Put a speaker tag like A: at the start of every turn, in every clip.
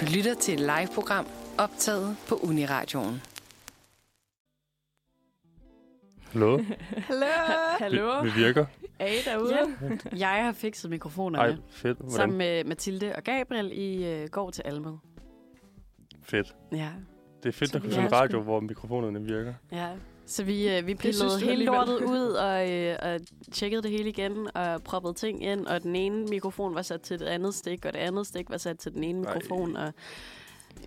A: Du lytter til et live-program optaget på Uniradioen.
B: Hallo?
C: Hallo!
B: Vi, vi virker.
C: Er I derude?
D: Ja. Jeg har fikset mikrofonerne
B: Ej,
D: Ej,
B: fedt. Hvordan?
D: sammen med Mathilde og Gabriel i øh, går til Almed.
B: Fedt.
D: Ja.
B: Det er fedt,
D: Så
B: at
D: vi
B: kunne sende
D: er-
B: radio, hvor mikrofonerne virker.
D: ja. Så vi, øh, vi
C: synes
D: pillede
C: du
D: hele
C: alligevel.
D: lortet ud og, øh, og tjekkede det hele igen og proppede ting ind, og den ene mikrofon var sat til det andet stik, og det andet stik var sat til den ene
B: Nej.
D: mikrofon, og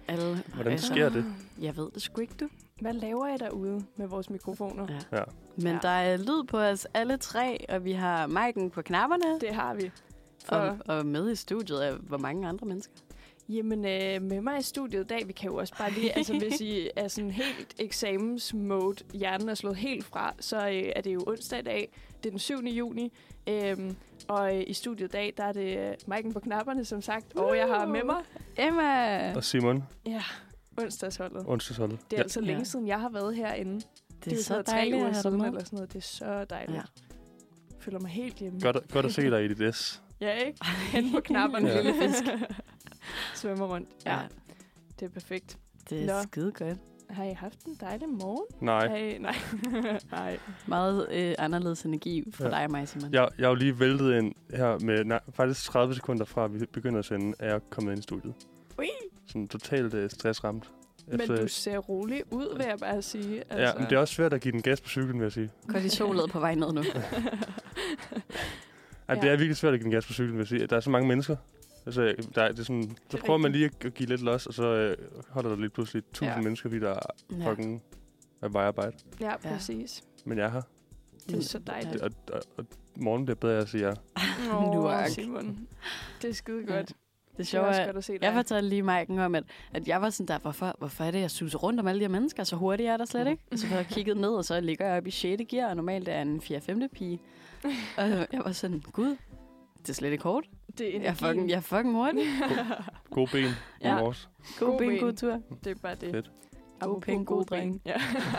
D: alle...
B: Hvordan
D: altså,
B: sker det?
D: Jeg ved det sgu ikke, du.
C: Hvad laver I derude med vores mikrofoner?
D: Ja.
B: Ja.
D: Men
C: Ja.
D: ja. der er lyd på os alle tre, og vi har mic'en på knapperne,
C: Det har vi. For,
D: og, og med i studiet er hvor mange andre mennesker.
C: Jamen, øh, med mig i studiet i dag, vi kan jo også bare lige, altså hvis I er sådan helt eksamensmode, hjernen er slået helt fra, så øh, er det jo onsdag i dag, det er den 7. juni, øhm, og øh, i studiet i dag, der er det øh, Mike'en på knapperne, som sagt, og jeg har med mig
D: Uh. Emma!
B: Og Simon,
C: onsdagsholdet.
B: onsdagsholdet.
C: Det er altså
D: Ja.
C: længe siden, jeg har været herinde.
D: Det er,
C: jo
D: det er så
C: sådan noget
D: dejligt
C: tre uger
D: at have dig
C: siden,
D: med.
C: eller sådan noget. Det er så dejligt. Ja.
D: Ja.
C: Føler mig helt hjemme.
B: Godt, at- godt at se dig i dit S.
C: Ja, ikke? Hen på knapperne,
B: Ja.
C: ja. lille fisk. Svømmer rundt. Ja,
D: Ja.
C: ja, det er perfekt.
D: Det
C: Nå.
D: er skide godt.
C: Har I haft en dejlig morgen?
B: Nej,
C: Har I... Nej. Nej.
D: Meget øh, anderledes energi fra
B: Ja.
D: ja. dig og mig, Simon.
B: jeg, jeg er jo lige væltet ind her med nej, faktisk 30 sekunder fra, at vi begynder at sende, er jeg kommet ind i studiet.
C: Ui.
B: Sådan totalt øh, stressramt.
C: Men du altså- ser rolig ud, vil jeg bare sige.
B: Ja, men det er også svært at give den gas på cyklen, vil jeg sige.
D: Kortisolet er på vej ned nu.
B: Ej,
C: Ja.
B: det er virkelig svært at give den gas på cyklen, vil jeg sige. Der er så mange mennesker. Altså, der, er, det er sådan, så
C: er
B: prøver man lige at, at give lidt los, og så øh, holder der lige pludselig 1000
C: Ja.
B: ja. mennesker, fordi der er
D: Ja.
B: fucking er vejarbejde.
C: Ja, præcis.
B: Men jeg er her.
C: Det er så dejligt.
B: Det, og, og, og morgen bliver bedre, jeg siger.
C: Åh,
D: Nu Mm. er-
C: Simon. Det er skide
D: Ja.
C: godt.
D: Det er
C: Det er
D: sjovt,
C: også
D: at
C: godt at se dig.
D: jeg fortalte lige Maiken om, at, at jeg var sådan der, hvorfor, hvorfor er det, jeg suser rundt om alle de her mennesker, så hurtigt er jeg der slet ikke?
C: Mm.
D: Og så har jeg kigget ned, og så ligger jeg oppe i 6. gear, og normalt er jeg en 4. 5. pige. Og jeg var sådan, gud, det er slet ikke hårdt.
C: det er
D: Jeg er
C: energien.
D: fucking, jeg er fucking hurtig.
B: God ben ja. i
D: Ja.
B: morges.
D: God
C: God
D: ben,
C: ben.
D: god tur.
C: Det er bare det.
B: Fedt.
C: Apropos
D: penge, god dreng.
C: Ja.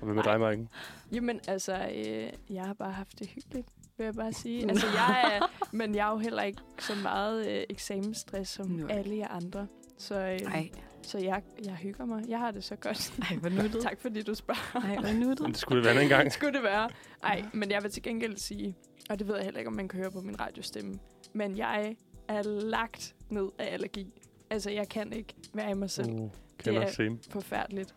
B: Og hvad med dig, Marken?
C: Jamen, altså, øh, jeg har bare haft det hyggeligt, vil jeg bare sige. Altså, jeg er, men jeg er jo heller ikke så meget øh, eksamensstress som
D: Nej.
C: alle jer andre. Så, øh,
D: Ej,
C: så jeg, jeg hygger mig. Jeg har det så godt.
D: ej, hvor nuttet.
C: tak fordi du spørger.
D: Ej, hvor nuttet.
B: Men det skulle det være en gang.
C: Skulle det være? Nej, men jeg vil til gengæld sige, og det ved jeg heller ikke, om man kan høre på min radiostemme, men jeg er lagt ned af allergi. Altså, jeg kan ikke være i mig selv.
B: Uh, kender
C: Det
B: yeah.
C: er-
B: same.
C: forfærdeligt.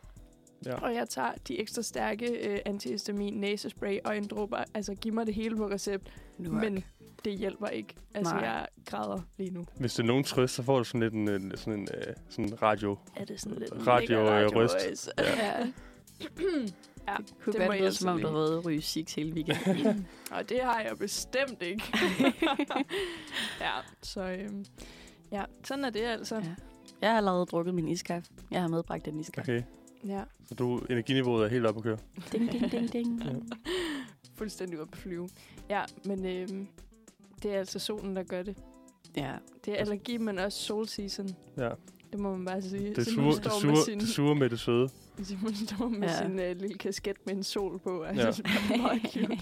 B: Ja.
C: Og jeg tager de ekstra stærke øh, antihistamin, næsespray og en dråber. Altså, giv mig det hele på recept.
D: Nu er-
C: Men det hjælper ikke. Altså,
D: Nej.
C: jeg græder lige nu.
B: Hvis det er nogen trøst, så får du sådan lidt en, øh, sådan en øh, sådan radio.
C: Er det sådan
B: lidt Radio, mega øh, radio ryst.
C: Ja. ja. ja,
D: Det kunne
C: det må
D: godt lyde,
C: jeg
D: som om
C: altså
D: du
C: lige.
D: havde været ude at ryge six hele weekenden.
C: og det har jeg bestemt ikke. ja, så øhm, ja, sådan er det altså. Ja.
D: Ja. Jeg har allerede drukket min iskaffe. Jeg har medbragt en iskaffe.
B: Okay.
C: ja
B: Så du, energiniveauet er helt oppe at køre.
D: Ding, ding, ding, ding.
C: fuldstændig op at flyve. Ja, men øhm, det er altså solen, der gør det.
D: Ja,
C: Det er allergi, men også solseason.
B: Altså- Ja.
C: Det må man bare sige.
B: Det
C: Simon
B: sure, det,
C: står med
B: sure,
C: sin,
B: det sure med det søde.
C: Simon står med ja.
D: Ja.
C: sin uh, lille kasket med en sol på. Altså,
B: Ja.
C: ja. det er meget cute.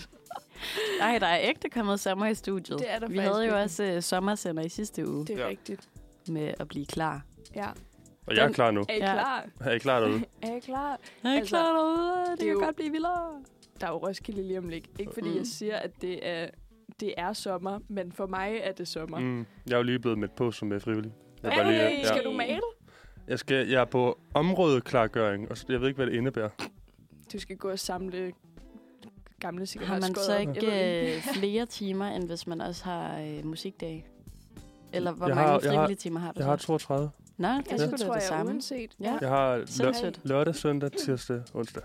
D: Ej, der er ægte kommet sommer i studiet.
C: Det er der
D: Vi
C: faktisk
D: havde jo
C: virkelig.
D: også uh, sommersender i sidste uge
C: Det er
B: Ja.
C: ja. rigtigt.
D: med at blive klar.
C: Ja.
B: Og jeg er
D: Den-
B: klar nu.
C: Er I
D: Ja.
C: klar?
B: Er I klar derude?
C: Er I klar?
D: Jeg
C: er klar
D: derude.
C: Altså, det kan godt
D: blive vildere.
C: Der er jo Roskilde lige om lidt. Ikke fordi mm.
D: Mm.
C: jeg siger, at det er, det er sommer, men for mig er det sommer. Mm.
B: Mm, jeg er jo lige blevet med på som er frivillig. Jeg, er
C: Hey,
B: bare lige,
C: ja. skal
B: ja.
C: du male?
B: jeg, skal, jeg er på områdeklargøring, og så- jeg ved ikke, hvad det indebærer.
C: Du skal gå og samle gamle cigaretter.
D: Har man så ikke øh, flere timer, end hvis man også har øh, musikdag? Eller hvor
B: Jeg
D: mange
B: har- jeg har-
D: frivillige timer har du
B: Jeg har
D: så?
B: 32.
D: Nå, det
C: Jeg
D: er sgu
C: tror,
D: da det
C: jeg er
D: samme.
C: uanset.
D: Ja.
B: Jeg har lø-
D: Sindssygt.
B: lørdag, søndag, tirsdag, onsdag.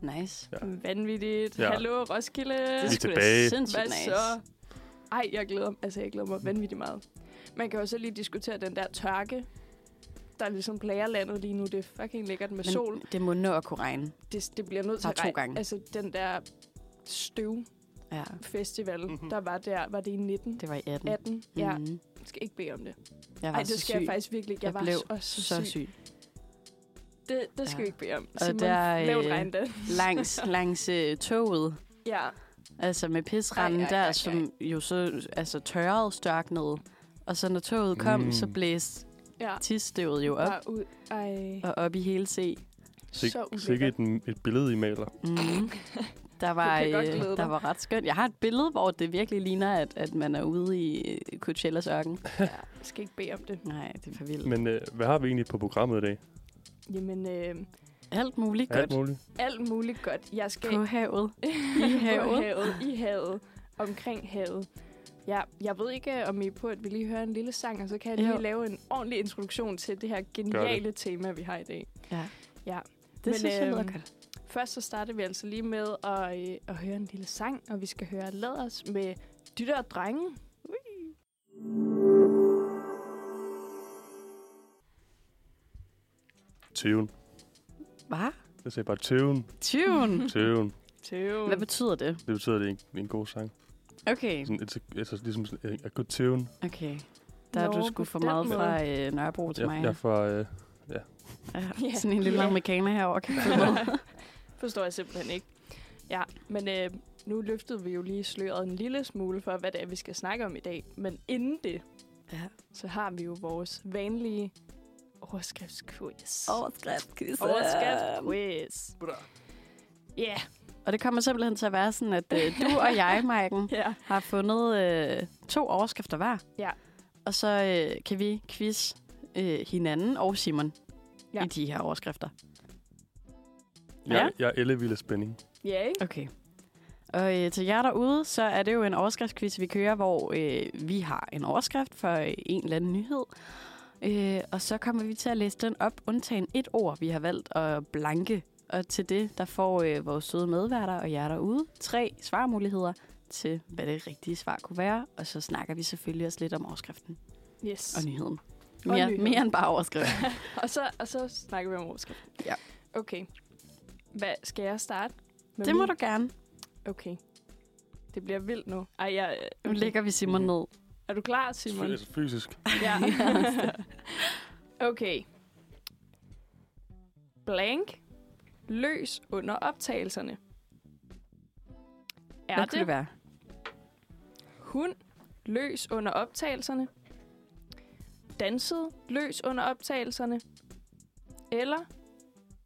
D: Nice.
C: Vanvittigt.
B: Ja.
C: Ja. Hallo, Roskilde.
D: Det
B: Vi er
D: sgu da
B: tilbage.
D: sindssygt
C: Hvad
D: nice.
C: så? Ej, jeg glæder, altså, jeg glæder mig vanvittigt meget. Man kan jo så lige diskutere den der tørke, der ligesom plager landet lige nu. Det er fucking lækkert med Men... sol.
D: det må nå at kunne regne.
C: Det, det bliver nødt til
D: Bare
C: at
D: to
C: regne.
D: gange.
C: Altså, den der støvfestival,
D: Ja,
B: Mhm.
C: der var der, var det i 19?
D: det var i 18.
C: 18? Mm. Ja,
D: Mhm.
C: jeg skal ikke bede om det.
D: Jeg var
C: Nej,
D: så
C: det skal
D: syg.
C: jeg faktisk virkelig ikke.
D: Jeg
C: Jeg, var
D: blev
C: også
D: så syg.
C: Det, det skal
D: Ja.
C: vi ikke bede om.
D: Og
C: Simon,
D: der,
C: lav
D: øh,
C: regn den.
D: Langs, langs øh, toget,
C: Ja,
D: Altså med pisranden
C: Ej,
D: ej, ej,
C: ej, ej,
D: der,
C: ej.
D: som jo så altså, tørrede størknede. Og så når toget kom,
B: Mm.
D: mm. så blæste
C: Ja.
D: tisstøvet jo op
C: Bare ud. Ej,
D: og op i hele C.
B: Sik,
C: så
B: sikke
C: ulækkert.
B: et, et billede, I maler.
D: Mm. Der var,
C: Du kan godt
D: øh,
C: glæde
D: der
C: dig.
D: var ret skønt. Jeg har et billede, hvor det virkelig ligner, at, at man er ude i øh, Coachellas ørken.
C: Ja, jeg skal ikke bede om det.
D: Nej, det er for vildt.
B: Men øh, hvad har vi egentlig på programmet i dag?
C: Jamen, øh,
D: Alt muligt
B: Alt
D: godt
B: muligt.
C: alt muligt godt. Jeg skal
D: på havet.
C: I
D: havet.
C: havet. havet. I havet. Omkring havet. Ja, jeg ved ikke, øh, om I er på, at vi lige hører en lille sang, og så kan jeg lige
D: Jo.
C: lave en ordentlig introduktion til det her geniale tema, vi har i dag.
D: Ja.
C: Ja.
D: Det
C: Men,
D: synes jeg lyder
C: øhm,
D: godt.
C: Først så starter vi altså lige med at, øh, at høre en lille sang, og vi skal høre Lad os med Dytter og Drenge.
B: Tøven.
D: Hvad?
B: Jeg sagde bare tøven,
D: Tune.
B: tøven.
C: Tøv.
D: Hvad betyder det?
B: Det betyder, at det er en, det er en god sang.
D: Okay.
B: Sådan, et, altså, ligesom sådan, øh, a good tune.
D: Okay. Der er
C: Nå,
D: du sgu
C: på
D: for
C: den
D: meget
C: måde.
D: fra øh, Nørrebro til
B: Jeg,
D: mig.
B: jeg er fra øh,
D: Ja.
C: Ja.
D: Sådan en lille
C: Ja.
D: amerikaner herovre kan følge med.
C: Forstår jeg simpelthen ikke. Ja, men øh, nu løftede vi jo lige sløret en lille smule for, hvad det er, vi skal snakke om i dag. Men inden det,
D: Ja.
C: så har vi jo vores vanlige overskriftsquiz.
D: Overskrift.
C: Overskriftsquiz. Ja. Yeah.
D: Og det kommer simpelthen til at være sådan, at øh, du og jeg, Maiken,
C: Ja.
D: har fundet øh, to overskrifter hver.
C: Ja.
D: Og så øh, kan vi quiz øh, hinanden og Simon ja.
C: Ja.
D: i de her overskrifter.
B: jeg,
D: Ja.
B: ja. jeg er ellevild af spænding.
C: Ja, ikke?
D: Okay. Og øh, til jer derude, så er det jo en overskriftsquiz, vi kører, hvor øh, vi har en overskrift for øh, en eller anden nyhed. Øh, og så kommer vi til at læse den op, undtagen et ord, vi har valgt at blanke. Og til det, der får øh, vores søde medværter og jer derude tre svarmuligheder til, hvad det rigtige svar kunne være. Og så snakker vi selvfølgelig også lidt om overskriften
C: Yes.
D: og nyheden.
C: Og
D: Mere,
C: nyheden.
D: mere end bare overskriften.
C: Og så, og så snakker vi om overskriften.
D: Ja.
C: Okay. Hvad, skal jeg starte? Med
D: det må
C: min?
D: du gerne.
C: Okay. Det bliver vildt nu. Ej, jeg... øh,
D: Nu lægger vi Simon ned.
C: Er du klar, Simon?
B: Selvfølgelig, altså Fysisk.
C: Ja. okay. Blank. Løs under optagelserne. Er
D: Hvad kunne det
C: det
D: være?
C: hund? Løs under optagelserne. Danset løs under optagelserne. Eller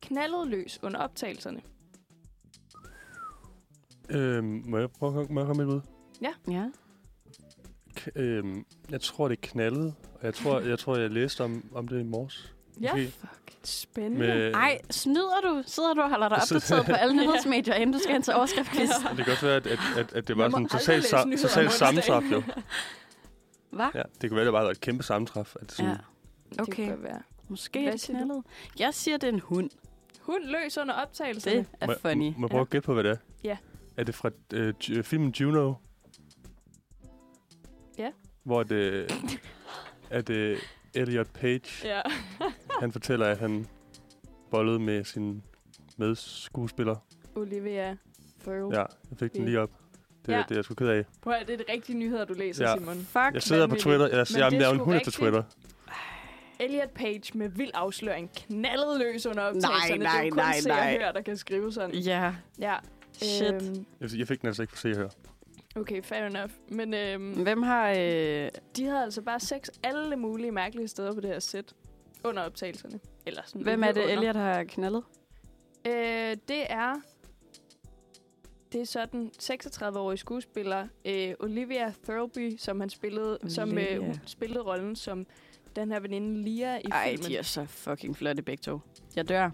C: knaldet løs under optagelserne.
B: Øhm, må jeg prøve at må jeg komme med ud?
D: Ja.
B: K- øhm, jeg tror, det er knaldet. Og jeg tror, jeg, tror, jeg læste om, om det i morges.
C: Ja.
B: Måske.
C: Fuck. Spændende.
B: Med, øh,
D: Ej, snyder du? Sidder du og holder dig
B: Så-
D: opdateret på alle nyhedsmedier, inden du skal hen til overskriftquiz?
B: det kan godt være, at, at, at, at det var
C: Man
B: sådan
C: må aldrig
B: totalt
C: læse
B: sa-
C: nyheder
B: total
C: om
B: sammentræf, jo.
D: Hvad?
B: Ja, det kunne være, det bare var et kæmpe sammentræf. At det sådan,
D: Ja,
B: ja.
C: Det
D: okay.
C: kan godt være.
D: måske
C: Hvad
D: er det
C: siger du?
D: knaldet. Jeg siger, det er en hund.
C: Hund løs under optagelserne.
D: Det er
B: må,
D: funny.
B: Må, må jeg prøve at gætte på, hvad det er?
C: Ja.
B: Er det fra øh, Ju- filmen Juno?
C: Ja.
B: Hvor det, er det Elliot Page,
C: Ja.
B: han fortæller, at han bollede med sin medskuespiller.
C: Olivia Farrell.
B: Ja, jeg fik den
C: Ja.
B: lige op. Det, ja.
C: Oh. Ja.
B: det er jeg sgu ked af.
C: Prøv at, det er det rigtige nyheder, du læser,
B: Ja.
C: Simon.
D: Fuck,
B: Jeg sidder på
C: vanvittigt.
B: Twitter. Jeg,
C: Men
B: jeg,
C: det
B: jeg
C: er
B: er jo en
C: sgu
B: hund på
C: rigtigt.
B: Twitter.
C: Elliot Page med vild afsløring knaldede løs under optagelserne.
D: nej,
C: det er jo kun
D: nej,
C: se
D: nej.
C: og høre, der kan skrive sådan.
D: Ja,
C: Ja.
D: shit.
C: Øhm,
B: Jeg- Jeg fik den altså ikke for se her.
C: okay, fair enough. Men øhm,
D: Hvem har... Øh...
C: de havde altså bare sex alle mulige mærkelige steder på det her sæt under optagelserne. Eller sådan
D: Hvem
C: lige
D: er det,
C: under.
D: Elliot har knaldet?
C: Øh, det er... Det er sådan 36-årig skuespiller øh, Olivia Thirlby, som han spillede, som øh,
D: Olivia.
C: hun spillede rollen som den her veninde Lia i
D: Ej,
C: filmen.
D: de er så fucking flotte begge to. Jeg dør.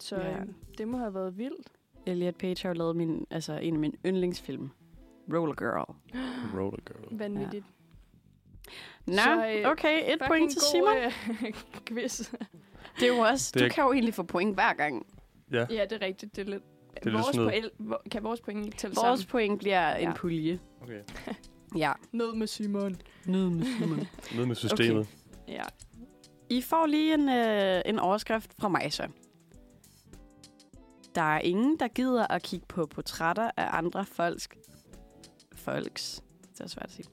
C: Så
D: Ja.
C: øh, det må have været vildt.
D: Elliot Page har jo lavet min, altså, en af mine yndlingsfilm. Roller Girl.
B: Roller girl.
C: Vanvittigt.
D: Nå,
C: Så, øh,
D: okay. Et
C: Fucking
D: point til
C: god,
D: Simon.
C: øh, quiz.
D: Det er jo også...
B: Det er
D: Du
B: ikke-
D: kan jo egentlig få point hver gang.
B: Ja.
C: ja, det er rigtigt. Det er lidt...
B: er lidt
C: vores
B: snyd.
C: poel, hvor, kan vores point ikke tælle
D: Vores
C: vores... sammen?
D: point bliver en
C: Ja.
D: pulje.
B: Okay.
D: Ja.
C: Ned med Simon.
D: Nyd med Simon.
B: Ned med systemet.
C: Ja.
D: I får lige en, øh, en overskrift fra mig så. Der er ingen, der gider at kigge på portrætter af andre folks... Folks. Det er svært at sige.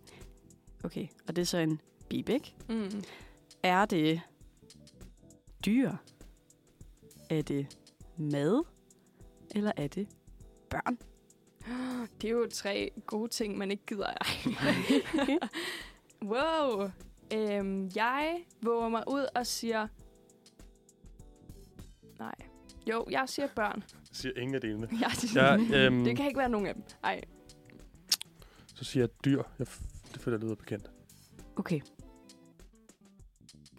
D: Okay, og det er så en bibik.
C: Mm.
D: Er det dyr? Er det mad? Eller er det børn?
C: Det er jo tre gode ting, man ikke gider. Ej. wow. Øhm, jeg våger mig ud og siger... Nej. Jo, jeg siger børn.
B: siger ingen af delene.
C: Jeg siger,
B: Jeg,
C: ja.
B: øhm,
C: Det kan ikke være nogen af dem. Ej,
B: Så siger jeg dyr. Jeg f- det føler jeg lyder bekendt.
D: Okay.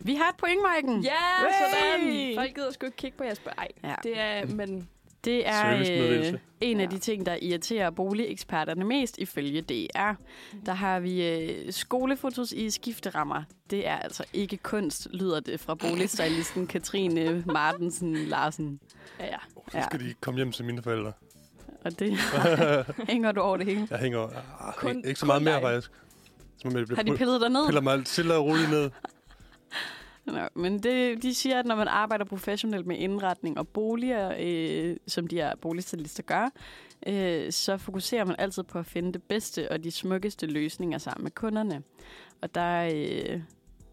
D: Vi har et point, Maiken.
C: Ja,
D: Hey!
C: yeah, Mm. sådan. Folk gider sgu ikke kigge på jeres børn. Ej,
D: Ja.
C: det er, men
D: Det er øh,
B: Servicemeddelelse.
D: en af
C: Ja.
D: de ting, der irriterer boligeksperterne mest ifølge DR. Der har vi øh, skolefotos i skifterammer. Det er altså ikke kunst, lyder det fra boligstylisten Katrine Martensen Larsen.
C: ja, ja.
B: Oh, så
D: Ja.
B: skal de komme hjem til mine forældre.
D: Og det hænger du over det hele.
B: Jeg hænger ah,
C: Kun-
B: kun, ikke så
C: kun
B: meget mere,
C: dig.
B: faktisk. Som om jeg bliver
D: Har de pillet dig ned?
B: piller mig stille og roligt ned.
D: Nå, men det, de siger, at når man arbejder professionelt med indretning og boliger, øh, som de her boligstylister gør, øh, så fokuserer man altid på at finde det bedste og de smukkeste løsninger sammen med kunderne. Og der øh,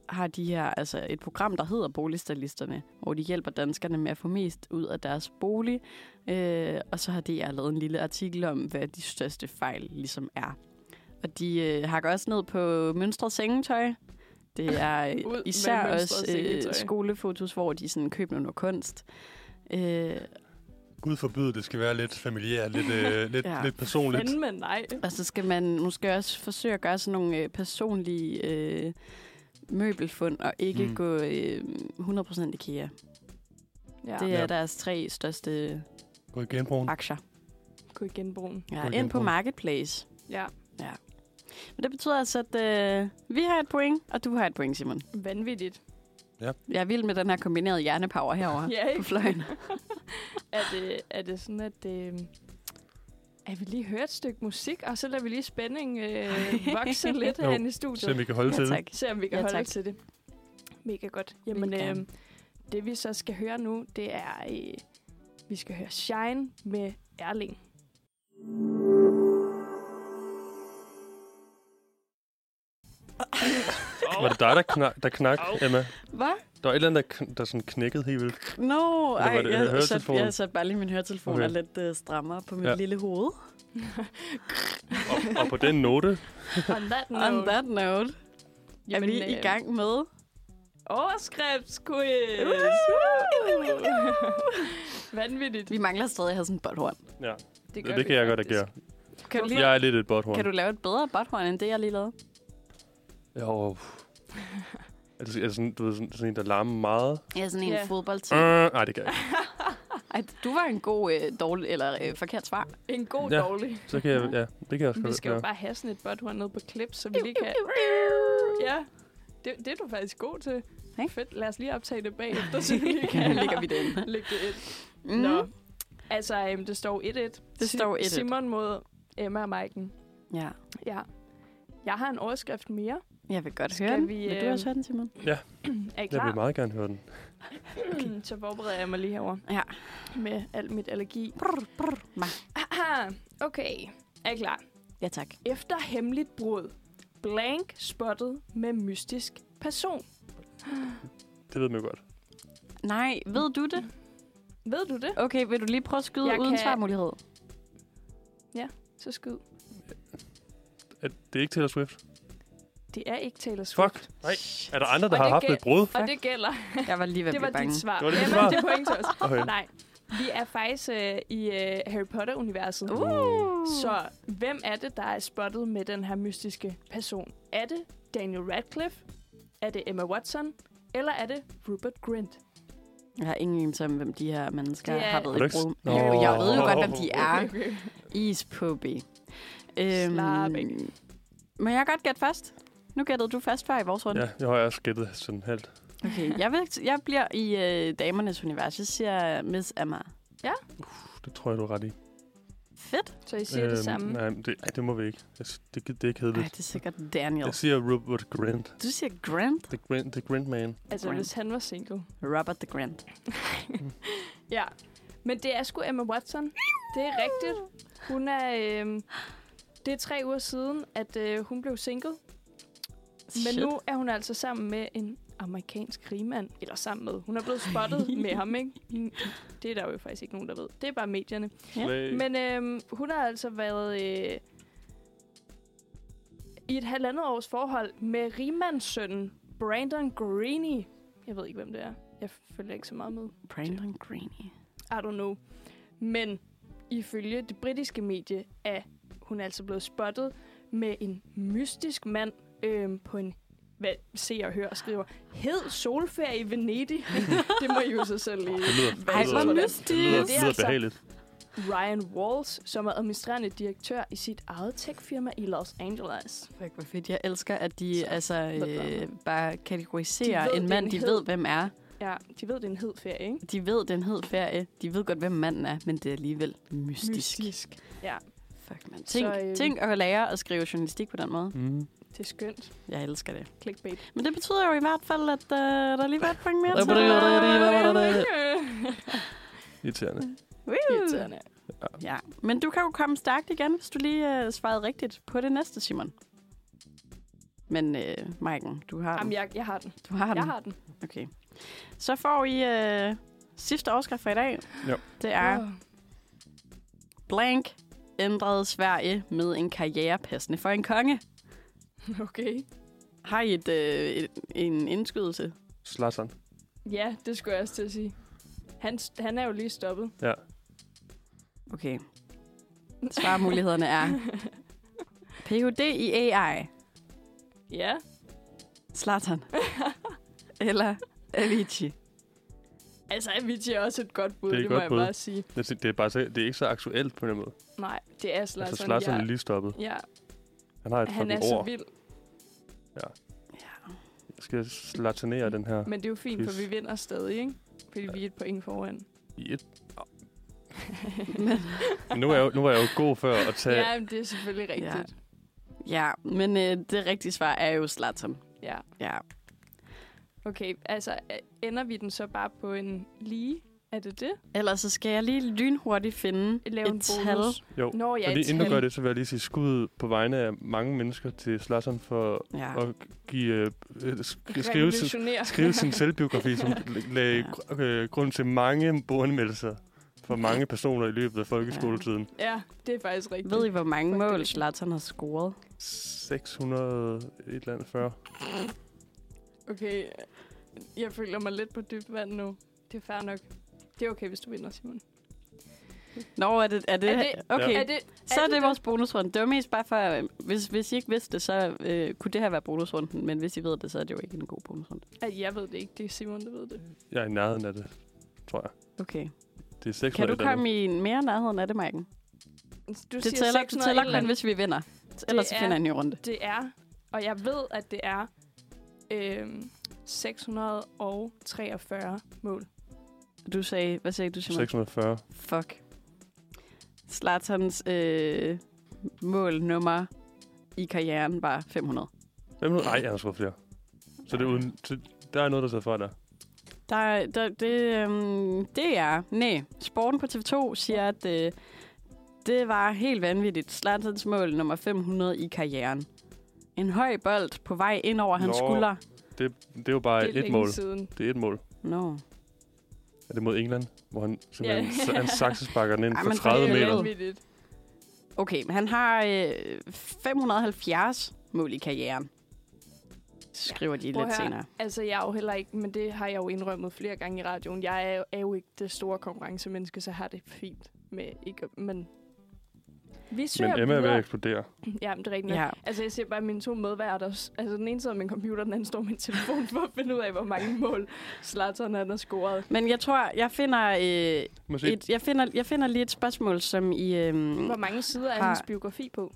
D: har de her altså et program, der hedder Boligstylisterne, hvor de hjælper danskerne med at få mest ud af deres bolig. Øh, og så har DR lavet en lille artikel om, hvad de største fejl ligesom er. Og de øh, hakker også ned på mønstret sengetøj. Det er
C: Ud med
D: især
C: mønstret
D: også øh,
C: sengetøj.
D: skolefotos, hvor de sådan køber noget kunst. Øh,
B: Gud forbyde, det skal være lidt familiært, lidt, øh, lidt,
D: Ja.
B: ja. lidt personligt.
C: men, men nej.
D: Og så skal man måske også forsøge at gøre sådan nogle øh, personlige øh, møbelfund, og ikke mm.
B: Mm.
D: gå øh, 100% IKEA.
C: Ja,
D: Ja. Det er
B: Ja.
D: deres tre største
B: Gå i genbrugen.
D: aktier.
C: kunne ikke genbruge den.
D: Ja,
B: Gå
D: ind
B: igen
D: på
B: på.
D: Marketplace.
C: Ja,
D: Men det betyder altså, at øh, vi har et point, og du har et point, Simon.
C: vanvittigt.
D: Jeg er vild med den her kombinerede hjernepower herovre
C: Ja,
D: på
C: ikke?
D: fløjen.
C: Er det, er det sådan, at... Øh, at vi lige hører et stykke musik, og så lader vi lige spænding øh, vokse lidt
B: Jo,
C: herinde i
B: Se om
C: studiet.
B: vi kan holde
D: Ja,
B: til det.
D: tak.
C: Se om vi kan
D: Ja,
C: holde
D: tak.
C: til det. Mega godt.
D: Vil
C: Jamen,
D: gerne.
C: øh, det vi så skal høre nu, det er... Øh, vi skal høre Shine med Erling.
B: Var det dig, der, knak, der knak, Emma?
D: Hvad?
B: Der var et eller andet, der, kn- der sådan knækkede helt vildt.
D: Nå,
B: Eller var
D: ej,
B: det
D: jeg, så,
B: høretelefonen?
D: jeg satte bare lige min høretelefon okay.
B: Okay.
D: er lidt øh, strammere på mit ja.
B: Ja.
D: lille hoved.
B: Og på den note,
C: On that
D: On that note,
C: Jamen,
D: er vi i
C: øh,
D: gang med...
C: Overskriftsquiz! Vanvittigt.
D: Vi mangler stadig at have sådan en botthorn.
B: ja, det,
C: gør
B: det
C: vi
B: kan jeg godt
C: faktisk.
B: agere.
D: Kan du, lige,
B: Jeg er lidt et botthorn.
D: kan du lave et bedre botthorn, end det, jeg lige lavede?
B: Jo. er, det, er det sådan, du ved, sådan, sådan en, der larmer meget?
D: Ja, sådan en
C: Ja.
D: yeah. fodbold til.
B: Uh, nej, det kan jeg ikke.
D: Ej, du var en god, øh, dårlig, eller øh, forkert svar.
C: En god
B: Ja.
C: dårlig.
B: Så kan jeg, ja, det kan jeg også
C: Vi
B: godt
C: skal jo
B: lave.
C: bare have sådan et botthorn ned på klip, så vi lige kan... Ja, det, det er du faktisk god til.
D: Ikke?
C: Fedt, lad os lige optage det bagefter, så vi lige
D: Ja,
C: kan
D: ligger vi det inde.
C: lægge det ind.
D: Mm.
C: Nå, altså øhm, det står 1-1. Det
D: står 1-1.
C: Simon mod Emma og Maiken.
D: Ja.
C: Ja. Jeg har en overskrift mere.
D: Jeg vil godt
C: Skal
D: høre den.
C: vi,
D: Vil du
C: øh,
D: også høre den, Simon?
C: Er I
B: Jeg
C: klar?
B: vil meget gerne høre den.
C: Okay. Så forbereder jeg mig lige herover
D: Ja.
C: med alt mit allergi.
D: Brr, brr, ma.
C: Aha, okay. Er I klar?
D: Ja, tak.
C: Efter hemmeligt brud. Blank spottet med mystisk person.
B: Det ved man jo godt.
D: Nej, ved du det?
C: Ved du det?
D: Okay, vil du lige prøve at skyde
C: Jeg
D: uden
C: kan-
D: svarmulighed?
C: Så skyd.
B: Er, det er ikke Taylor Swift.
C: Det er ikke Taylor Swift.
B: Fuck. Nej. Er der andre, der
C: Og
B: har
C: det
B: haft
C: gav-
B: et brud?
C: Og det gælder.
D: Jeg var lige ved at
C: Det var
D: blive bange.
C: dit svar.
B: Det var dit
C: Emma,
B: svar.
C: det er point til os.
B: Okay.
C: Nej, vi er faktisk øh, i øh, Harry Potter-universet.
D: Uh.
C: Så hvem er det, der er spottet med den her mystiske person? Er det Daniel Radcliffe? Er det Emma Watson? Eller er det Rupert Grint?
D: Jeg har ingen anelse om, hvem de her mennesker
C: Det er-
D: har været
B: Har du
D: i
B: ikke s-
D: brug.
B: Nå.
D: Jo, jeg ved jo godt, hvem de
C: Okay,
D: er.
C: okay.
D: Is på B. Øhm,
C: Slap af.
D: må jeg godt gætte først? Nu gættede du først før i vores runde.
B: Ja, jeg har jeg også gættet sådan halvt.
D: Okay, jeg, vil, jeg bliver i øh, damernes univers. Jeg siger Miss Emma.
B: Det tror jeg, du er ret i.
D: Fedt.
C: Så I siger øhm, det samme?
B: Nej, men det, ej, det må vi ikke. Jeg, sy- det, det er ikke
D: Ej,
B: kedeligt.
D: det er sikkert Daniel.
B: Jeg siger Robert Grant.
D: Du siger Grant.
B: The Grant, the Grant Man.
C: Altså,
D: Grant.
C: hvis han var single.
D: Robert the Grant.
C: Ja. Men det er sgu Emma Watson. Det er rigtigt. Hun er... Øh, det er tre uger siden, at øh, hun blev single. Men
D: Shit.
C: nu er hun altså sammen med en amerikansk krigmand. Eller sammen med. Hun er blevet spottet med ham, ikke? Mm, Det er der jo faktisk ikke nogen, der ved. Det er bare medierne.
D: Ja.
B: Slay.
C: Men øhm, hun har altså været øh, i et halvandet års forhold med rigmandssønnen Brandon Greeny. Jeg ved ikke, hvem det er. Jeg følger ikke så meget med.
D: Brandon Greene.
C: I don't know. Men ifølge det britiske medie er hun altså blevet spottet med en mystisk mand øhm, på en hvad se og hør skriver, hed solferie i Venedig. det må I jo så selv lige.
B: Det lyder,
C: Ej,
B: det
C: hvor
B: lyder,
D: mystisk.
B: Det lyder,
C: Det er
B: det lyder
C: altså-
B: behageligt.
C: Ryan Walls, som er administrerende direktør i sit eget techfirma i Los Angeles.
D: Fuck, hvor fedt. Jeg elsker, at de
C: Så,
D: altså,
C: ved
D: øh, bare kategoriserer
C: De ved,
D: en
C: det er
D: mand,
C: en
D: de
C: hed.
D: ved, hvem er.
C: Ja, de ved, det er en hed ferie, ikke?
D: De ved, den hed ferie. De ved godt, hvem manden er, men det er alligevel mystisk.
C: Ja,
D: Fuck, man. Tænk,
C: Så, øh,
D: tænk at lære at skrive journalistik på den måde.
B: Mm.
C: det er skønt.
D: Jeg elsker det.
C: Clickbait.
D: Men det betyder jo i hvert fald, at øh, der lige var et point mere. øh, til.
B: Irriterende.
D: Woo!
C: Irriterende.
D: Ja, men du kan jo komme stærkt igen, hvis du lige øh, svarede rigtigt på det næste, Simon. Men øh, Maiken, du har
C: Jamen,
D: den.
C: jeg, jeg har den.
D: Du har den.
C: Jeg har den.
D: Okay. Så får I øh, sidste overskrift for i dag.
B: Jo.
D: Det er...
C: Åh.
D: Blank ændrede Sverige med en karriere passende for en konge.
C: Okay.
D: Har I et, øh, et, en indskydelse?
B: Slatteren.
C: Ja, det skulle jeg også til at sige. Han, han er jo lige stoppet.
B: Ja.
D: Okay. Svarmulighederne er Ph.D. i AI,
C: Ja.
D: Slatan eller Avicii.
C: Altså, Avicii er også et godt bud,
B: Det
C: det,
B: er et
C: det
B: godt
C: må
B: bud.
C: jeg bare sige.
B: Det, det, er bare, så- det er ikke så aktuelt på den måde.
C: Nej, det er Zlatan.
B: Altså, Slatteren
C: ja.
B: er lige stoppet.
C: Ja,
B: Han har et
C: han er
B: fucking
C: så
B: ord.
C: vild.
D: Ja.
B: Jeg skal slaternere den her
C: Men det er jo fint, for
B: Pis.
C: vi vinder stadig, ikke? Fordi vi er et point foran.
B: i et. Men nu, er jeg, jo- nu var jeg jo god før at tage...
C: ja, men det er selvfølgelig rigtigt.
D: ja, men øh, det rigtige svar er jo Slatan.
C: Ja. ja.
D: Ja.
C: Okay, altså øh, ender vi den så bare på en lige? Er det det?
D: Ellers så skal jeg lige lynhurtigt finde
C: Lave en
D: et tal.
C: bonus.
B: Jo,
C: Nå, ja,
B: og
C: et
B: lige inden du
C: tal.
B: gør det, så vil jeg lige sige skud på vegne af mange mennesker til Slatteren for
D: Ja.
B: at give, øh, øh, sk- skrive, sin,
C: Revolutionær.
B: skrive sin selvbiografi, som l- lagde gr- øh, grund til mange boanmeldelser for mange personer i løbet af folkeskoletiden.
C: Ja, det er faktisk rigtigt.
D: Ved I, hvor mange
C: Fuck, det er
D: mål
C: rigtigt.
D: Slatan har scoret?
B: 600 et eller andet 40.
C: Okay, jeg føler mig lidt på dybt vand nu. Det er fair nok. Det er okay, hvis du vinder, Simon.
D: Nå, er det... Er det,
C: Er det-
D: okay.
C: Er det,
D: Så er det,
C: det?
D: vores bonusrunde. Det var mest bare for, øh, hvis, hvis I ikke vidste det, så øh, kunne det her være bonusrunden. Men hvis I ved det, så er det jo ikke en god bonusrunde.
C: Ej, jeg ved det ikke. Det er Simon, der ved det.
B: Jeg er i nærheden af det, tror jeg.
D: Okay.
B: Det er 600
D: Kan du
B: et eller andet.
D: komme i en mere nærheden af det, Marken?
C: Du
D: Det tæller, det tæller kun,
C: hvis...
D: hvis vi vinder. Ellers så
C: er-
D: finder jeg en ny runde.
C: Det er, og jeg ved, at det er øhm, 643 mål.
D: Du sagde... Hvad sagde du, Simon?
B: 640.
D: Fuck. Slatterns øh, målnummer i karrieren var 500.
B: Hvem nu? Nej, jeg har skrevet flere. Så det er uden, så der er noget, der sidder fra der.
D: Der, er- der, det, øhm, det er... Nej, Sporten på TV2 siger, at øh, det var helt vanvittigt. Zlatans mål nummer 500 i karrieren. En høj bold på vej ind over hans
B: Nå.
D: skulder.
B: Det er jo bare
C: det er
B: et
C: længe
B: mål.
C: siden.
B: Det er et mål.
D: Nå.
B: Er det mod England, hvor han simpelthen
C: Ja.
B: yeah. han saksesparker den ind
D: Ej,
B: for
D: men
B: 30
D: det er jo
B: meter?
C: vanvittigt.
D: Okay, men han har øh, 570 mål i karrieren. Skriver de
C: Prøv at
D: lidt
C: høre.
D: senere.
C: Altså, jeg er jo heller ikke, men det har jeg jo indrømmet flere gange i radioen. Jeg er jo, er jo ikke det store konkurrencemenneske, så har det fint med ikke... Men vi søger
B: Men Emma er ved at
C: videre.
B: eksplodere.
C: Jamen, det er rigtigt. nok.
D: Ja.
C: Altså, jeg ser bare mine to medværter. Altså, den ene sidder med en computer, den anden står med en telefon for at finde ud af, hvor mange mål Zlatan han har scoret.
D: Men jeg tror, jeg finder, øh,
B: Måske
D: et, jeg finder, jeg finder lige et spørgsmål, som I... Øh,
C: Hvor mange sider er
D: Har-
C: hans biografi på?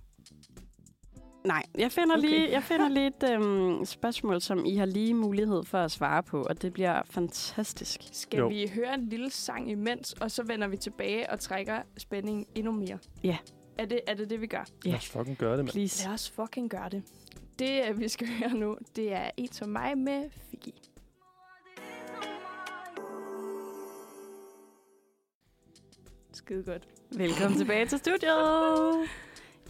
D: Nej, jeg finder
C: Okay.
D: okay. lige, jeg finder lige et øhm, spørgsmål, som I har lige mulighed for at svare på, og det bliver fantastisk.
C: Skal
B: Jo.
C: jo. vi høre en lille sang imens, og så vender vi tilbage og trækker spændingen endnu mere?
D: Ja.
C: Er det er det, det, vi gør?
D: Ja.
B: Lad os fucking gøre det, mand.
D: Please.
C: Lad os fucking gøre det. Det, øh, vi skal høre nu, det er En som mig med Figi. Skide godt.
D: Velkommen tilbage til studiet.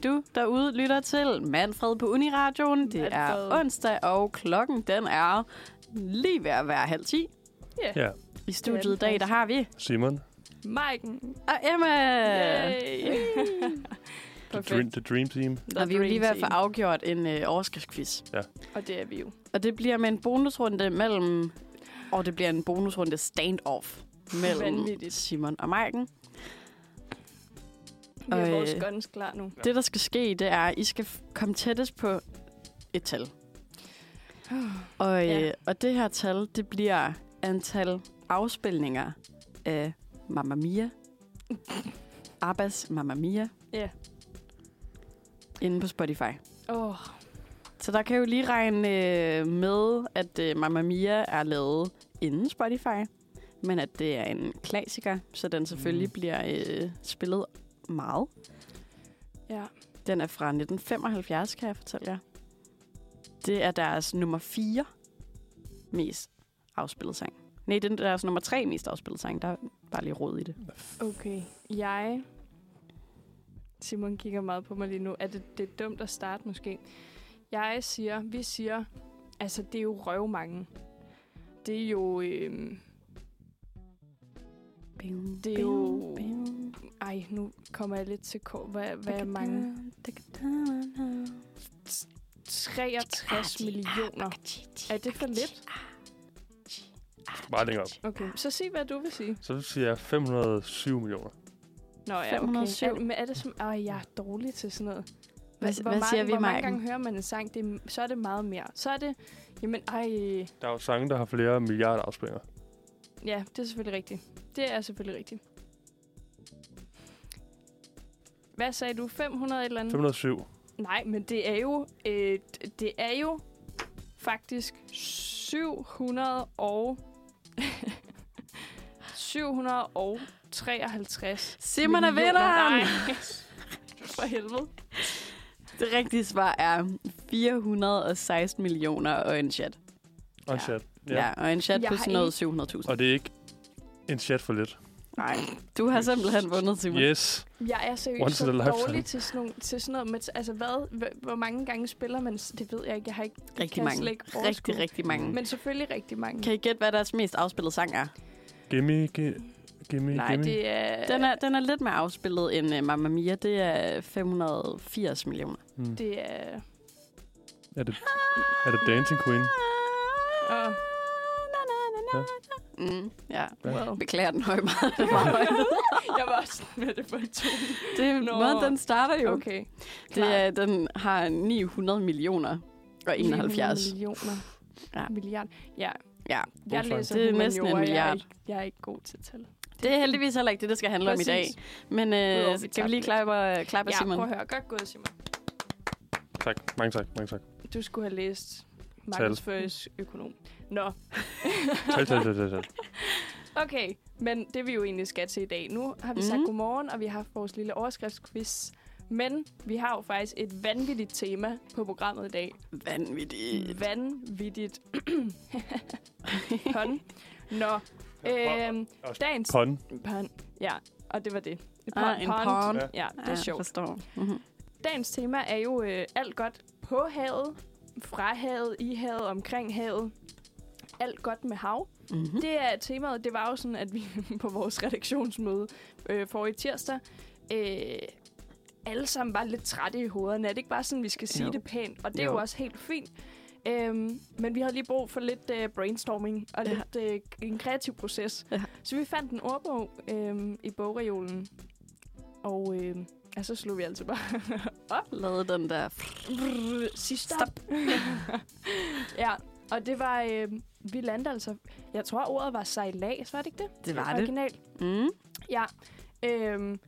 D: Du derude lytter til Manfred på Uniradioen. Det er
C: Manfred.
D: onsdag, og klokken den er lige ved at være halv ti.
C: Ja. Yeah.
B: Ja,
D: I
C: den
D: studiet i dag, der
C: faktisk.
D: har vi
B: Simon.
C: Maiken. Øh.
D: og Emma.
C: Yay.
B: The dream, the dream Team.
D: Og vi er jo lige ved at få afgjort en øh, overskriftsquiz.
C: Og det er vi jo.
D: Og det bliver med en bonusrunde mellem... Og det bliver en bonusrunde stand-off mellem
C: Vanvittigt.
D: Simon og Marken.
C: Vi har
D: Og,
C: vores
D: øh,
C: guns klar nu.
D: Det, der skal ske, det er, at I skal f- komme tættest på et tal. Og, ja.
C: Ja.
D: øh, og det her tal, det bliver antal afspilninger af Mamma Mia. Abbas Mamma Mia.
C: Ja.
D: Inde på Spotify.
C: Åh, oh,
D: Så der kan jeg jo lige regne øh, med, at øh, Mamma Mia er lavet inden Spotify, men at det er en klassiker, så den selvfølgelig mm.
B: Mm.
D: bliver øh, spillet meget.
C: ja.
D: Den er fra 1975, kan jeg fortælle jer. Det er deres nummer 4 mest afspillet sang. Nej, det er deres nummer 3 mest afspillet sang. Der er bare lige rod i det.
C: Okay. Jeg... Simon kigger meget på mig lige nu. Er det, det er dumt at starte måske? Jeg siger, vi siger, altså det er jo røvmange. Det er jo, øhm, Det er jo- ej, nu kommer jeg lidt til kort. Hvad, hvad er mange? 63 millioner. Er det for lidt?
B: Bare længere op.
C: Okay, så sig, hvad du vil sige.
B: Så siger jeg 507 millioner.
C: Nå ja, okay.
D: 507.
C: Er, men er det som... Ej, jeg er dårlig til sådan noget.
D: Hvad, hvad
C: mange,
D: siger vi,
C: hvor mange
D: Marken?
C: gange hører man en sang, det er, så er det meget mere. Så er det... Jamen, ej...
B: Der er jo sange, der har flere milliarder afspilninger.
C: Ja, det er selvfølgelig rigtigt. Det er selvfølgelig rigtigt. Hvad sagde du? 500 et eller andet?
B: 507.
C: Nej, men det er jo... Øh, d- det er jo faktisk 700 og... 753.
D: Simon er
C: millioner.
D: vinderen!
C: Nej. For helvede.
D: Det rigtige svar er 416 millioner og en chat.
B: Og en
C: Ja.
B: chat.
D: Ja, ja og en chat
C: Jeg
D: på
C: har
D: sådan noget 700.000.
B: Og det er ikke en chat for lidt.
D: Nej, du har simpelthen vundet, Simon.
B: Yes.
C: Jeg er seriøst
B: Once
C: så
B: in a lifetime.
C: dårlig til sådan, nogle, til sådan noget. Med, altså, hvad, hv- hvor mange gange spiller man? s- Det ved jeg ikke. Jeg har ikke
D: Rigtig
C: kan
D: mange.
C: slet ikke overskue.
D: Rigtig, rigtig
B: Mm.
D: mange. Men
C: Men selvfølgelig rigtig mange.
D: kan I gætte, hvad deres mest afspillede sang er?
B: Gimme, gi- gimme,
D: Nej,
B: gimme.
C: Det er...
D: Den er, den er lidt mere afspillet end uh, Mamma Mia. Det er 580 millioner.
B: Hmm.
C: Det er...
B: Er det, er det Dancing Queen?
D: Ah.
C: Åh.
B: Ja.
D: Mm, ja.
B: Ja.
C: Wow.
D: Beklager den høje meget. Det var højt.
C: jeg var også sådan, hvad er det for en tone?
D: Det er
C: Nå.
D: måden, den starter jo. Okay.
C: Okay.
D: Det er, den har 900 millioner og 71.
C: millioner.
D: Ja.
C: Ja. Milliard. Ja.
D: Ja.
C: Jeg
B: Bonus
C: læser
D: Det er
C: humaniora,
D: næsten en
C: Jeg er,
D: milliard.
C: ikke, jeg er ikke god til tal.
D: Det er heldigvis heller ikke det, det skal handle om i dag.
C: Præcis.
D: Men
C: Udover,
D: øh,
C: vi
D: kan vi lige
C: tabte
D: klappe, klappe
C: Ja,
D: Simon?
C: prøv at høre. Godt gået, Simon.
B: Tak. Mange tak. Mange tak.
C: Du skulle have læst markedsførings økonom. Nå,
B: Tal, tal, tal, tal, tal.
C: okay. Men det vi jo egentlig skal til i dag. Nu har vi sagt
D: Mhm.
C: godmorgen, og vi har haft vores lille overskriftsquiz. Men vi har jo faktisk et vanvittigt tema på programmet i dag. Mm,
D: Vanvittigt.
C: Vanvittigt. Pun. Nå, øhm,
B: Også
C: dagens
B: Pon.
C: Pond. Ja, og det var det. Et
D: Ah, en pond.
B: Ja.
C: Ja, det er sjovt.
D: forstår. Mm-hmm.
C: Dagens tema er jo øh, alt godt på havet, fra havet, i havet, omkring havet. Alt godt med hav.
D: Mm-hmm.
C: Det er temaet. Det var jo sådan, at vi på vores redaktionsmøde øh, for i tirsdag, øh, alle sammen var lidt trætte i hovederne. Er det ikke bare sådan, vi skal sige
D: Jo.
C: jo. det pænt? Og det er
D: Jo.
C: jo, også helt fint. Øhm, men vi havde lige brug for lidt øh, brainstorming og
D: Ja.
C: ja. lidt øh, en kreativ proces.
D: Ja.
C: Ja. Så vi fandt en ordbog øhm, i bogreolen, og øh, ja, så slog vi altså bare op.
D: Lavede den der...
C: Sig stop. ja, og det var, øh, vi landede altså, jeg tror ordet var sejlads, var det ikke det?
D: Det var det.
C: Originalt.
D: Mm.
C: Ja. Øhm,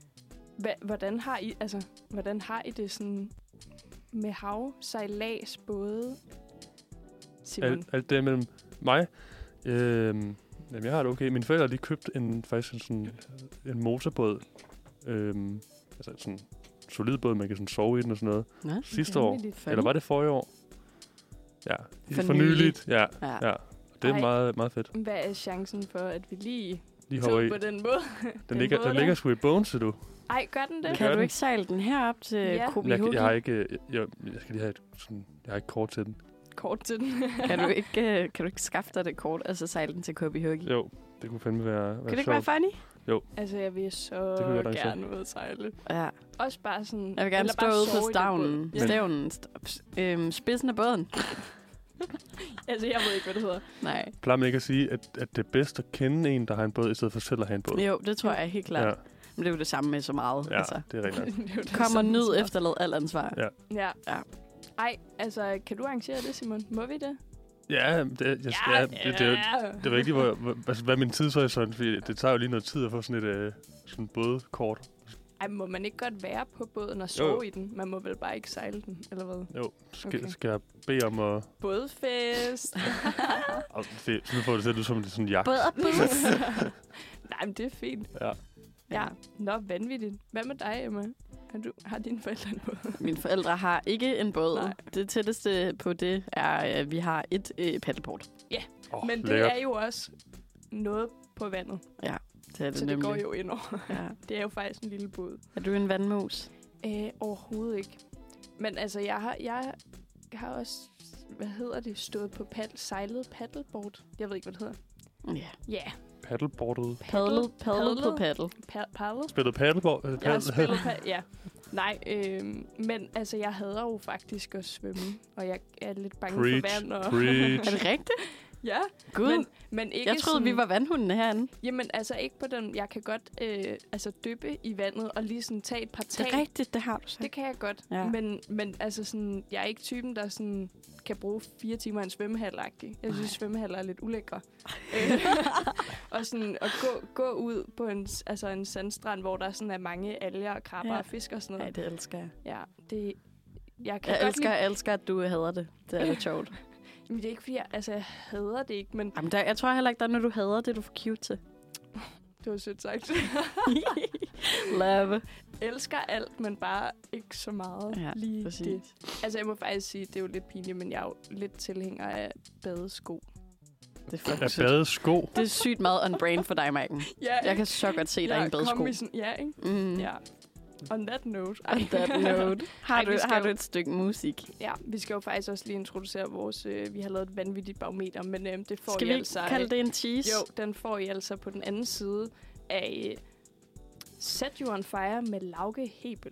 C: hva, hvordan har I altså hvordan har I det sådan med hav, sejlads, både Simon?
B: Alt, alt det mellem mig. Øhm, jamen, jeg har det okay. Mine forældre har lige købt en, faktisk en, sådan, øh, en motorbåd. Øhm, altså sådan en solid båd, man kan sådan sove i den og sådan noget.
D: Nå,
B: Sidste år.
D: Fun.
B: Eller var det forrige år? Ja.
D: For
B: For, for nyligt. Ja.
D: Ja.
B: ja. Det er
C: Ej.
B: meget, meget fedt.
C: Hvad er chancen for, at vi lige
B: Lige hopper i.
C: tog på den måde?
B: Den, ligger,
C: båd
B: den
C: der?
B: ligger sgu i bogen, ser du.
C: Ej, gør den det?
B: Det
D: Kan
B: gør
D: du
B: den.
D: ikke sejle den her op til ja.
C: Ja.
D: Kobe
B: Jeg, jeg, har ikke, øh, jeg, jeg, jeg, skal lige have et, sådan, jeg har ikke kort til den.
C: Kort til den.
D: kan, du ikke, øh, kan du ikke skaffe dig det kort, og så sejle den til Kobe Huggy?
B: Jo, det kunne fandme være, være
D: Kan det ikke
B: sjovt.
D: være funny?
B: Jo.
C: Altså, jeg vil så
B: Det kunne jeg godt nok
C: gerne ud og sejle.
D: Ja.
C: Også bare sådan...
D: Jeg vil gerne
C: eller
D: stå
C: bare
D: ude
C: sove
D: på
C: i den
D: stavnen.
C: båd.
D: Ja.
C: Ja.
D: Stavnen. St- ps- øhm, spidsen af båden.
C: Altså, jeg ved ikke, hvad det hedder.
D: Nej.
B: Plejer man ikke at sige, at, at det er bedst at kende en, der har en båd, i stedet for selv at have en båd?
D: Jo, det tror jeg helt klart. Ja.
B: ja,
D: Men det er jo det samme med så meget. Ja.
B: ja
D: Altså.
B: det er rigtigt. nok.
C: Det er jo det
D: Kom og
C: samme
D: nyd
C: svar.
D: efterlad alt ansvar.
B: Ja.
C: Ja.
D: Ja.
C: ja. Ej, altså, kan du arrangere det, Simon? Må vi det?
B: Ja, det, er- jeg, ja, det, det, er, jo-
C: ja.
B: det er rigtigt, hvor, hvor, altså, hvad er min tidshorisont, fordi det tager jo lige noget tid at få sådan et øh, sådan bådkort.
C: Ej, må man ikke godt være på båden og
B: Jo, jo.
C: sove i den? Man må vel bare ikke sejle den, eller hvad?
B: Jo, skal,
C: Okay.
B: okay. skal jeg bede om at...
C: Bådfest!
B: Og det, så får det til at lyde som en sådan jagt.
D: Båd og bus.
C: Nej, men det er fint.
B: Ja.
C: Ja. Nå, vanvittigt. Hvad med dig, Emma? Har, du, har dine forældre en båd?
D: Mine forældre har ikke en båd.
C: Nej.
D: Det tætteste på det er, at vi har et øh, paddleboard.
B: Oh,
C: men det
B: lækkert.
C: er jo også noget på vandet,
D: Det er det
C: så det
D: nemlig.
C: går jo ind over.
D: Ja.
C: Det er jo faktisk en lille båd.
D: Er du en vandmus?
C: Øh, overhovedet ikke. Men altså, jeg har, jeg har også, hvad hedder det, stået på paddle, sejlet paddleboard. Jeg ved ikke, hvad det hedder.
D: Ja.
C: Ja, yeah.
B: Paddleboardet.
D: Paddle, paddle på
C: Paddle?
D: paddle.
C: Pa- paddle.
B: Spillet paddleboard? Øh,
C: Jeg har
B: paddle-
C: spillet pa- ja. Nej, øh, men altså, jeg hader jo faktisk at svømme, og jeg er lidt bange
B: Preach,
C: for vand. Og
D: Er det
B: Preach.
D: rigtigt?
C: ja,
D: Gud,
C: men, men ikke
D: Uh. jeg troede,
C: sådan,
D: vi var vandhundene herinde.
C: Jamen, altså ikke på den... Jeg kan godt øh, altså, dyppe i vandet og lige sådan tage et par tag.
D: rigtigt, det har du
C: Det kan jeg godt,
D: Ja.
C: ja. men, men altså sådan, jeg er ikke typen, der sådan, kan bruge fire timer i en svømmehal -agtig. Jeg synes,
D: Nej.
C: svømmehaller er lidt ulækre. Øh, og sådan at gå, gå ud på en, s- altså en sandstrand, hvor der sådan er mange alger og krabber
D: Ja.
C: ja. og fisk og sådan
D: Nej,
C: noget.
D: det elsker jeg.
C: Ja, det, jeg kan
D: Jeg
C: godt
D: elsker,
C: lide,
D: jeg elsker, at du hader det. Det er lidt sjovt.
C: men det er ikke fordi, jeg, altså, jeg hader det ikke, men
D: Jamen, der, jeg tror heller ikke, der er noget, du hader det, er du er for cute til.
C: det var sødt sagt.
D: Love.
C: elsker alt, men bare ikke så meget
D: Ja,
C: ja, lige præcis. det.
D: Præcis.
C: Altså, jeg må faktisk sige, det er jo lidt pinligt, men jeg er jo lidt tilhænger af badesko.
D: Det er fucking
B: Er
D: sygt.
B: badesko?
D: Det er sygt meget on brand for dig, Maiken.
C: Ja,
D: Jeg kan så godt se, at der er en badesko.
C: Ja, ikke?
D: Mm.
C: Mm. Ja. On that note.
D: On that note. Har,
C: Ej,
D: du,
C: vi skal
D: har
C: jo-
D: du et stykke musik?
C: ja, vi skal jo faktisk også lige introducere vores... Øh, vi har lavet et vanvittigt barometer, men øh, det får
D: Skal
C: I
D: vi
C: altså...
D: ikke kalde det en tease?
C: Jo, den får I altså på den anden side af... Øh, Set You On Fire med Lauke Hebel.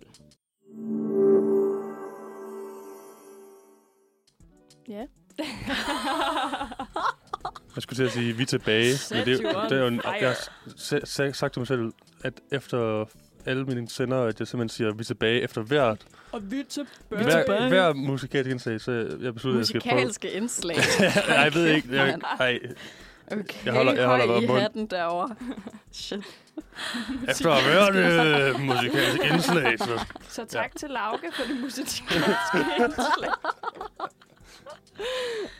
C: Ja.
B: Jeg skulle til at sige, vi er tilbage.
C: Set
B: det,
C: you on
B: det er jo en,
C: fire.
B: jeg har se- se- sagt til mig selv, at efter alle mine sender, at jeg simpelthen siger, at vi er tilbage efter hvert,
C: Og vi er tilbage.
B: hver, hver musikalsk indslag, så jeg besluttede, at jeg skal prøve.
D: Musikalske indslag.
B: Nej, jeg ved ikke. Jeg, nej,
D: Okay,
B: Jeg holder- jeg holder
D: høj
B: bare
D: i
B: mund.
D: hatten derovre. Shit.
B: efter at have hørt øh, musikalsk indslag, så
C: Så tak ja. til Lauke for det musikalske indslag.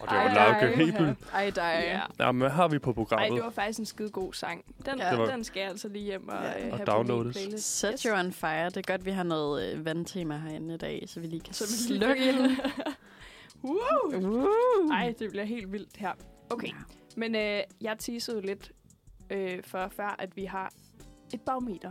B: Og det var
C: Ej,
B: Lauke
C: ej,
B: Hebel.
D: Ej, dig.
C: Ja.
B: Jamen, hvad har vi på
C: Ej,
B: programmet?
C: det var faktisk en skide god sang. Den,
D: Ja.
C: ja.
B: Det var-
C: den skal jeg altså lige hjem og,
D: Ja.
C: ja.
D: Og
C: have
B: downloades.
C: på min playlist.
D: Set you on fire. Det er godt, vi har noget øh, vandtema herinde i dag, så vi lige kan
C: Så vi lige
D: slukke
C: kan-
D: ilden.
C: Woo!
D: Uh.
C: Ej, det bliver helt vildt her. Okay,
D: Ja.
C: men øh, jeg teasede jo lidt øh, for før, at vi har et barometer.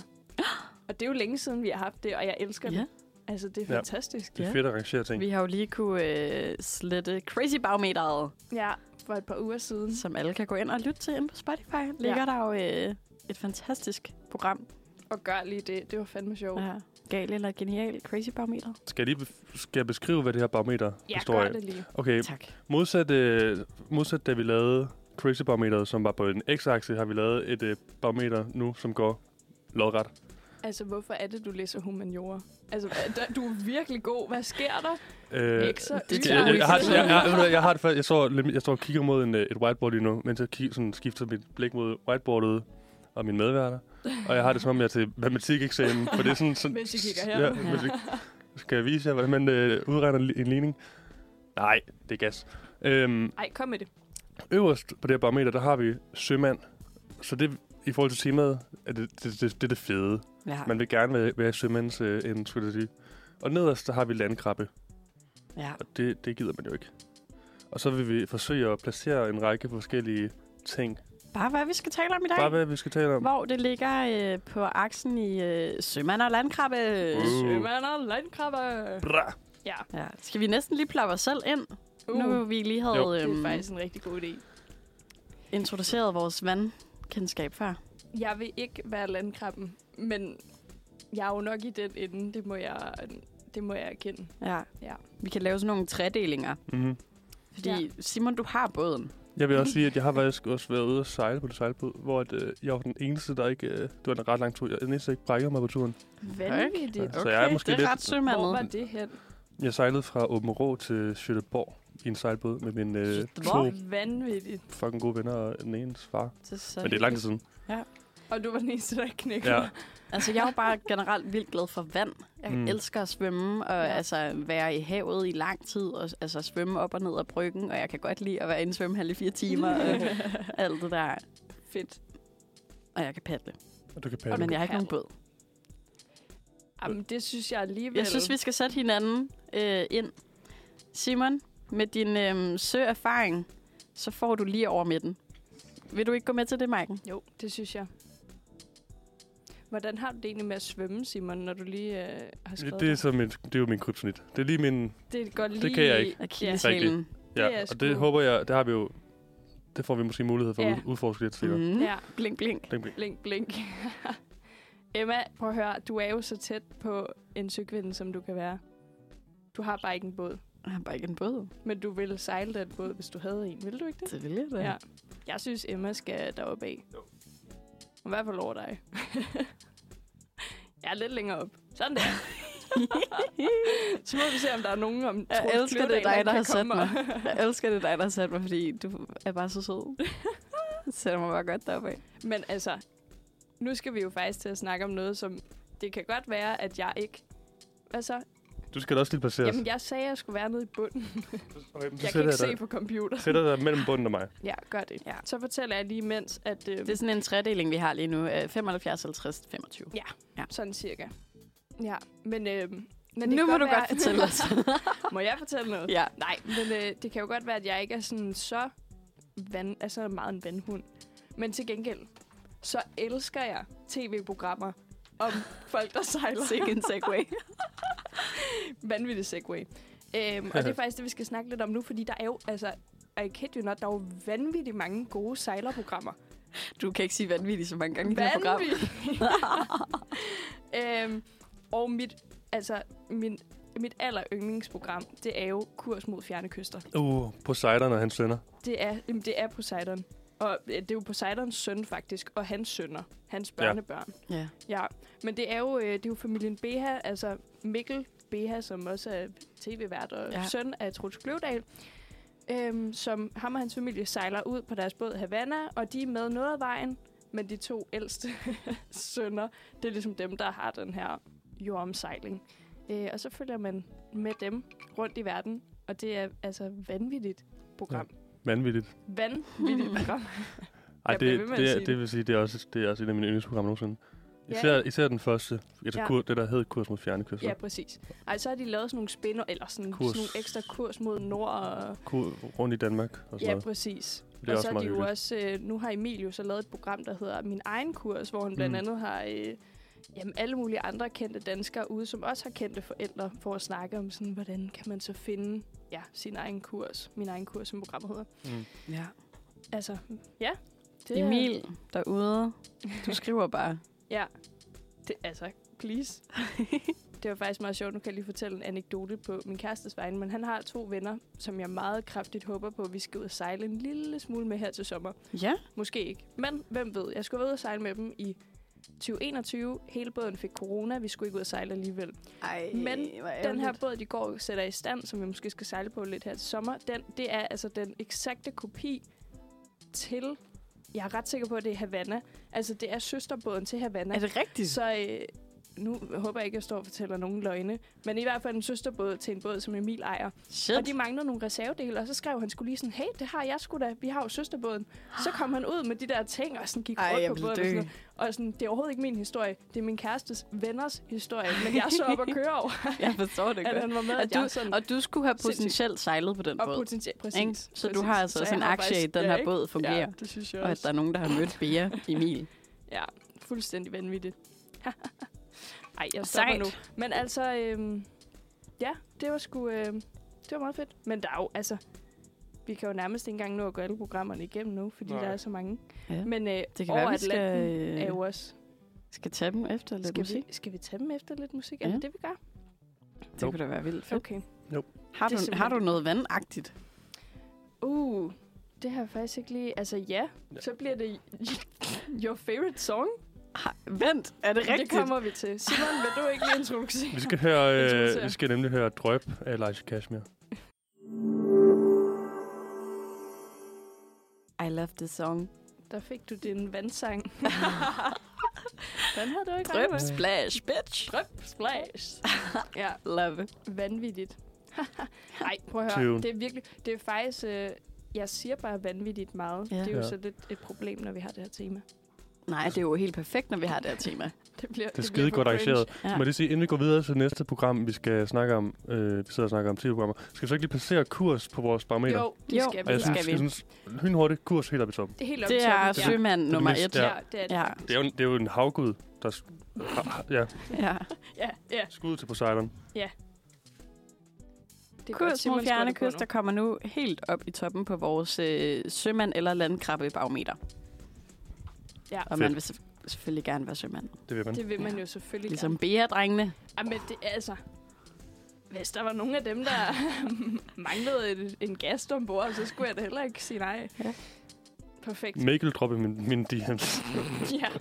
C: Og det er jo længe siden, vi har haft det, og jeg elsker
D: Ja.
C: det. Altså, det er
B: Ja.
C: fantastisk.
B: Det
D: Ja.
B: er fedt at arrangere ting.
D: Vi har jo lige kunne øh, slette Crazy Barometeret,
C: Ja, for et par uger siden.
D: som alle kan gå ind og lytte til inde på Spotify. Ligger ja. der jo øh, et fantastisk program.
C: Og gør lige det. Det var fandme sjovt. Ja,
D: Ja. Gal eller genial Crazy Barometer.
B: Skal jeg, lige bef- skal jeg beskrive, hvad det her barometer
C: jeg
B: består
C: gør
B: af?
C: det lige.
B: Okay,
D: Tak.
B: modsat, øh, modsat da vi lavede Crazy Barometeret, som var på en x-akse, har vi lavet et øh, barometer nu, som går lodret.
C: Altså, hvorfor er det, du læser humaniora? Altså, hvad- der- du er virkelig god. Hvad sker der?
B: Øh,
C: Ikke så
B: jeg,
D: det
B: jeg,
D: tager vi
B: jeg, har,
D: til.
B: jeg, jeg, jeg, jeg, jeg har det faktisk, jeg står, lidt- jeg står og kigger mod en, øh, et whiteboard lige nu, men så kig, sådan skifter mit blik mod whiteboardet og min medværter. Og jeg har det som om, jeg er til matematikeksamen, for det er sådan... sådan
C: Mens I kigger her.
B: Ja, mens jeg, skal jeg vise jer, hvordan man øh, udregner li- en ligning? Nej, det er gas. Øhm,
C: Ej, kom med det.
B: øverst på det her barometer, der har vi sømand. Så det, i forhold til temaet, er det det, det, det, er det fede.
D: Ja.
B: Man vil gerne være, være sømands øh, end, skulle jeg sige. Og nederst, der har vi landkrabbe.
D: ja.
B: Og det, det gider man jo ikke. Og så vil vi forsøge at placere en række forskellige ting.
D: Bare hvad vi skal tale om i dag.
B: Bare hvad vi skal tale om.
D: Hvor det ligger øh, på aksen i øh, sømand og landkrabbe.
B: Uh.
C: Sømand og landkrabbe.
B: Bra!
C: Ja.
D: Ja. Skal vi næsten lige ploppe os selv ind? Uh. Nu hvor vi lige
B: Jo.
D: havde
C: Det er
D: øhm,
C: faktisk en rigtig god idé.
D: introduceret vores vandkendskab før.
C: jeg vil ikke være landkrabben, men jeg er jo nok i den ende, det må jeg, det må jeg erkende.
D: Ja.
C: Ja.
D: Vi kan lave sådan nogle tredelinger.
B: Mm-hmm.
D: Fordi
C: Ja.
D: Simon, du har båden.
B: Jeg vil også sige, at jeg har faktisk også været ude og sejle på det sejlbåd, hvor at, øh, jeg var den eneste, der ikke... Øh, det var en ret lang tur. Jeg er den eneste, der ikke brækkede mig på turen.
C: Vanvittigt.
B: Så jeg er måske
D: det er
B: lidt-
D: ret
C: Hvor var
D: sømandet.
C: det hen?
B: Jeg sejlede fra Åben Rå til Sjøtteborg i en sejlbåd med mine øh, to
C: Hvor vanvittigt.
B: fucking gode venner og den enes far.
D: Så, så
B: Men det er lang tid siden.
C: Og du var den eneste, der ikke knækkede.
B: Ja.
D: Altså, jeg er jo bare generelt vildt glad for vand. Jeg
B: Mm.
D: mm. elsker at svømme, og
C: Ja.
D: ja. altså være i havet i lang tid, og altså svømme op og ned ad bryggen, og jeg kan godt lide at være inde i svømmehal i fire timer, og alt det der.
C: Fedt.
D: Og jeg kan padle,
B: Og du kan
D: ja, men
B: padle.
D: jeg har ikke nogen båd.
C: Jamen, det synes jeg alligevel.
D: Jeg synes, vi skal sætte hinanden øh, ind. Simon, med din øh, søerfaring, så får du lige over midten. Vil du ikke gå med til det, Maiken?
C: Jo, det synes jeg. Hvordan har du det egentlig med at svømme, Simon, når du lige øh, har skrevet
B: Det er, så min, det er jo min kryptonit. Det er lige min...
C: det går lige...
B: det kan jeg ikke.
D: Akilleshælen.
B: Ja,
C: Det er
B: og det
C: sgu-
B: håber jeg... Det har vi jo... Det får vi måske mulighed for at
C: Ja.
B: ud- udforske lidt senere.
D: Mm.
C: Ja,
D: Blink, blink.
B: Mm.
C: blink, blink. Emma, prøv at høre, du er jo så tæt på en søkvinde, som du kan være. Du har bare ikke en båd,
D: Jeg har bare ikke en båd.
C: men du ville sejle den båd, hvis du havde en. Vil du ikke det?
D: Det vil jeg da.
C: Ja. Jeg synes, Emma skal deroppe af. I hvert fald over dig. jeg er lidt længere op. Sådan der. så må vi se, om der er nogen om
D: Jeg
C: Troels
D: elsker, det er
C: Kløvedal,
D: dig, der
C: kan
D: har sat
C: komme
D: mig.
C: og-
D: Jeg elsker det er dig, der har sat mig, fordi du er bare så sød. Jeg sætter mig bare godt deroppe af.
C: Men altså, nu skal vi jo faktisk til at snakke om noget, som det kan godt være, at jeg ikke... Hvad så?
B: Du skal da også lige placeres.
C: Jamen, jeg sagde, at jeg skulle være nede i bunden.
B: okay, men så
C: Jeg kan
B: sætter
C: ikke se
B: dig-
C: på computer.
B: Sætter dig mellem bunden og mig.
C: Ja, gør det.
D: Ja.
C: Så fortæller jeg lige mens, at... Øh,
D: Det er sådan en tredeling, vi har lige nu. Øh, 75, 50, 25.
C: Sådan cirka. Ja, men... Øh, men det
D: nu
C: kan
D: må du
C: være-
D: godt fortælle os.
C: må jeg fortælle noget?
D: ja.
C: Nej, men øh, det kan jo godt være, at jeg ikke er sådan så vand, altså meget en vandhund. Men til gengæld, så elsker jeg tv-programmer om folk, der sejler.
D: Sikke en segway.
C: Vanvittig segway. Øhm, og det er faktisk det, vi skal snakke lidt om nu, fordi der er jo, altså, I kid you not, der er jo vanvittigt mange gode sejlerprogrammer.
D: Du kan ikke sige vanvittigt så mange gange i det her program.
C: Vanvittigt! øhm, og mit, altså, min, mit aller yndlingsprogram, det er jo Kurs mod fjerne kyster.
B: Uh, Poseidon og hans sønner.
C: Det er, jamen, det er Poseidon. Og øh, det er jo Poseidons søn faktisk, og hans sønner, hans børnebørn.
D: Ja.
C: Ja. ja. Men det er jo, øh, det er jo familien Beha, altså Mikkel Beha, som også er tv-vært og ja.
D: Ja.
C: søn af Truls Kløvedal, øhm, som ham og hans familie sejler ud på deres båd Havana, og de er med noget af vejen, men de to ældste sønner, det er ligesom dem, der har den her jordomsejling. Øh, og så følger man med dem rundt i verden, og det er altså vanvittigt program
B: Vanvittigt.
C: vanvittigt program.
B: Ej,
C: Jeg bliver
B: det,
C: ved med
B: det,
C: at
B: det,
C: sige det.
B: det, vil sige, det er også, det er også et af mine yndlingsprogrammer nogensinde.
C: Ja.
B: Især, især den første, altså
C: Ja.
B: ja. kur, det der hed Kurs mod fjerne kyster.
C: ja, præcis. Ej, så har de lavet sådan nogle spinner, eller sådan,
B: Kurs.
C: sådan nogle ekstra kurs mod nord. Og,
B: Kur, rundt i Danmark og sådan
C: ja,
B: noget.
C: præcis.
B: Det er
C: og
B: også
C: så har
B: meget
C: de jo
B: hyggeligt.
C: også, øh, nu har Emilio så lavet et program, der hedder Min Egen Kurs, hvor han blandt
B: Mm.
C: andet har øh, jamen, alle mulige andre kendte danskere ude, som også har kendte forældre, for at snakke om sådan, hvordan kan man så finde ja, sin egen kurs, min egen kurs, som programmet hedder.
B: Mm.
D: ja.
C: Altså, ja. Det, er-
D: Emil derude, du skriver bare.
C: Ja. Det, altså, please. det var faktisk meget sjovt. Nu kan jeg lige fortælle en anekdote på min kærestes vegne, men han har to venner, som jeg meget kraftigt håber på, at vi skal ud og sejle en lille smule med her til sommer.
D: Ja.
C: Måske ikke, men hvem ved. Jeg skulle ud og sejle med dem i 2021. Hele båden fik corona. Vi skulle ikke ud og sejle alligevel.
D: Ej,
C: Men Den her båd, de går og sætter i stand, som vi måske skal sejle på lidt her til sommer, den, det er altså den eksakte kopi til... Jeg er ret sikker på, at det er Havana. Altså, det er søsterbåden til Havana.
D: Er det rigtigt?
C: Så øh, nu håber jeg ikke, at jeg står og fortæller nogen løgne. Men i hvert fald en søsterbåd til en båd, som Emil ejer.
D: Shit.
C: Og de manglede nogle reservedele, og så skrev han skulle lige sådan, hey, det har jeg sgu da, vi har jo søsterbåden. Så kom han ud med de der ting, og sådan gik
D: Ej,
C: rundt
D: jeg
C: på
D: vil
C: båden. Og
D: dø.
C: sådan, noget. og sådan, det er overhovedet ikke min historie, det er min kærestes venners historie. Men jeg så op og køre over,
D: Jeg forstår det
C: at
D: godt.
C: han var med,
D: Og
C: at
D: du,
C: jeg sådan...
D: og du skulle have
C: Sindssygt.
D: potentielt sejlet på den
C: og
D: båd.
C: potentielt, præcis.
D: Ikke? Så du
C: præcis.
D: har altså
C: Så
D: også
C: jeg
D: en
C: har
D: aktie i,
C: faktisk-
D: at den
C: ja,
D: her
C: ikke?
D: båd fungerer.
C: Ja, det synes jeg
D: Og at der
C: også.
D: er nogen, der har mødt Bea Emil.
C: Ja, fuldstændig vanvittigt. Ej, jeg stopper
D: Sejt.
C: nu. Men altså, øhm, ja, det var sgu, øhm, det var meget fedt. Men der er jo, altså, Vi kan jo nærmest ikke engang nå at gøre alle programmerne igennem nu, fordi
B: Nej.
C: Nej. der er så mange.
D: Ja.
C: Ja. Men øh,
D: Det
C: det
D: kan
C: kan
D: være,
C: over
D: vi skal,
C: Atlanten
D: øh,
C: er jo også...
D: Skal tage dem efter lidt
C: Skal
D: musik?
C: vi, skal vi tage dem efter lidt musik? Ja.
D: Ja.
C: Er det det, vi gør?
D: Det kunne da være vildt fedt. Har,
C: Okay. Det er
D: du, har du
C: simpelthen-
D: noget vandagtigt?
C: Uh, det har jeg faktisk ikke lige... Altså ja,
B: Ja.
C: så bliver det Your Favorite Song.
D: Har- Vent, er det rigtigt?
C: Det kommer vi til. Simon, vil du ikke lige introducere?
B: Vi skal, høre, øh,
C: Introducere.
B: vi skal nemlig høre Drøb af Elijah Kashmir.
D: I love this song.
C: Der fik du din vandsang. Den havde du ikke regnet
D: Drøb,
C: med.
D: splash, bitch.
C: Drøb, splash. ja,
D: Love. it.
C: vanvittigt. Nej, prøv at høre.
B: Tune.
C: Det er virkelig... Det er faktisk... Øh, jeg siger bare vanvittigt meget.
D: Ja.
C: Ja. Det er jo
B: Ja.
C: så lidt et problem, når vi har det her tema.
D: Nej, det er jo helt perfekt, når vi har det her tema.
C: Det, bliver,
B: Det er
C: bliver
B: skide
C: for
B: godt
C: cringe.
B: arrangeret.
D: Ja.
B: Må jeg lige sige, inden vi går videre til næste program, vi skal snakke om, øh, vi sidder og snakker om tv-programmer, skal vi så ikke lige placere kurs på vores barometer?
C: Jo, det
D: Jo.
C: skal
B: og
C: vi.
B: jeg synes,
D: skal vi.
B: jeg synes lynhurtigt kurs helt op i toppen.
C: Det er helt op
D: Det
C: til
D: er
C: toppen. ja.
D: sømand nummer
B: mest-
D: et.
B: ja.
C: Ja, det er det.
D: Ja.
B: Det er jo, det er jo en havgud, der... s- har- Ja,
D: ja.
C: Ja, ja.
B: skud til Poseidon.
C: Det er godt,
D: Kurs
C: Simon
D: mod
C: skriver
D: fjerne
C: det på nu.
D: kyster kommer nu helt op i toppen på vores øh, sømand- eller landkrabbebarometer.
C: Ja.
D: Og man vil selvf- selvfølgelig gerne være sømand.
B: Det vil man.
C: Det vil man
D: Ja.
C: jo selvfølgelig ligesom.
D: Ligesom Bea-drengene.
C: gerne. Ej, men det er altså... Hvis der var nogen af dem, der manglede en, en gast ombord, så skulle jeg da heller ikke sige nej.
D: Ja.
C: Ja. Perfekt.
B: Mikkel droppede min, min DM's.
C: ja. Prøv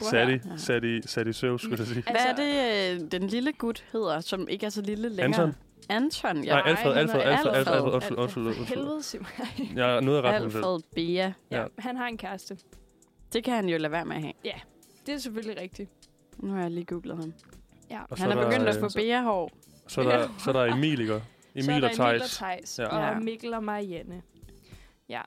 C: at
B: Sat
C: høre.
B: i, sat i, sat i søv, skulle jeg sige.
D: Hvad er
C: Altså-
D: det, øh, den lille gut hedder, som ikke er så lille længere?
B: Anton?
D: Anton, ja.
B: Nej,
C: Nej,
B: Alfred,
C: han
B: Alfred,
C: hedder
B: Alfred, Alfred,
D: Alfred.
B: undskyld, undskyld,
C: For
B: undskyld.
C: helvede, Simon.
B: Jeg er noget ret på mig selv.
D: Alfred Bea.
C: ja.
B: Ja.
C: Han har en kæreste.
D: Det kan han jo lade være med at have.
C: Det er selvfølgelig rigtigt.
D: Nu har jeg lige googlet ham.
B: Og så
D: Han er
B: der,
D: begyndt at
B: øh,
D: få Bea-hår.
B: Så er der, så er der Emil, ikke?
C: så er
B: Emil
C: der
B: og Thijs.
C: Thijs.
B: Ja.
C: Ja.
D: Ja.
C: Og Mikkel og Marianne. Ja.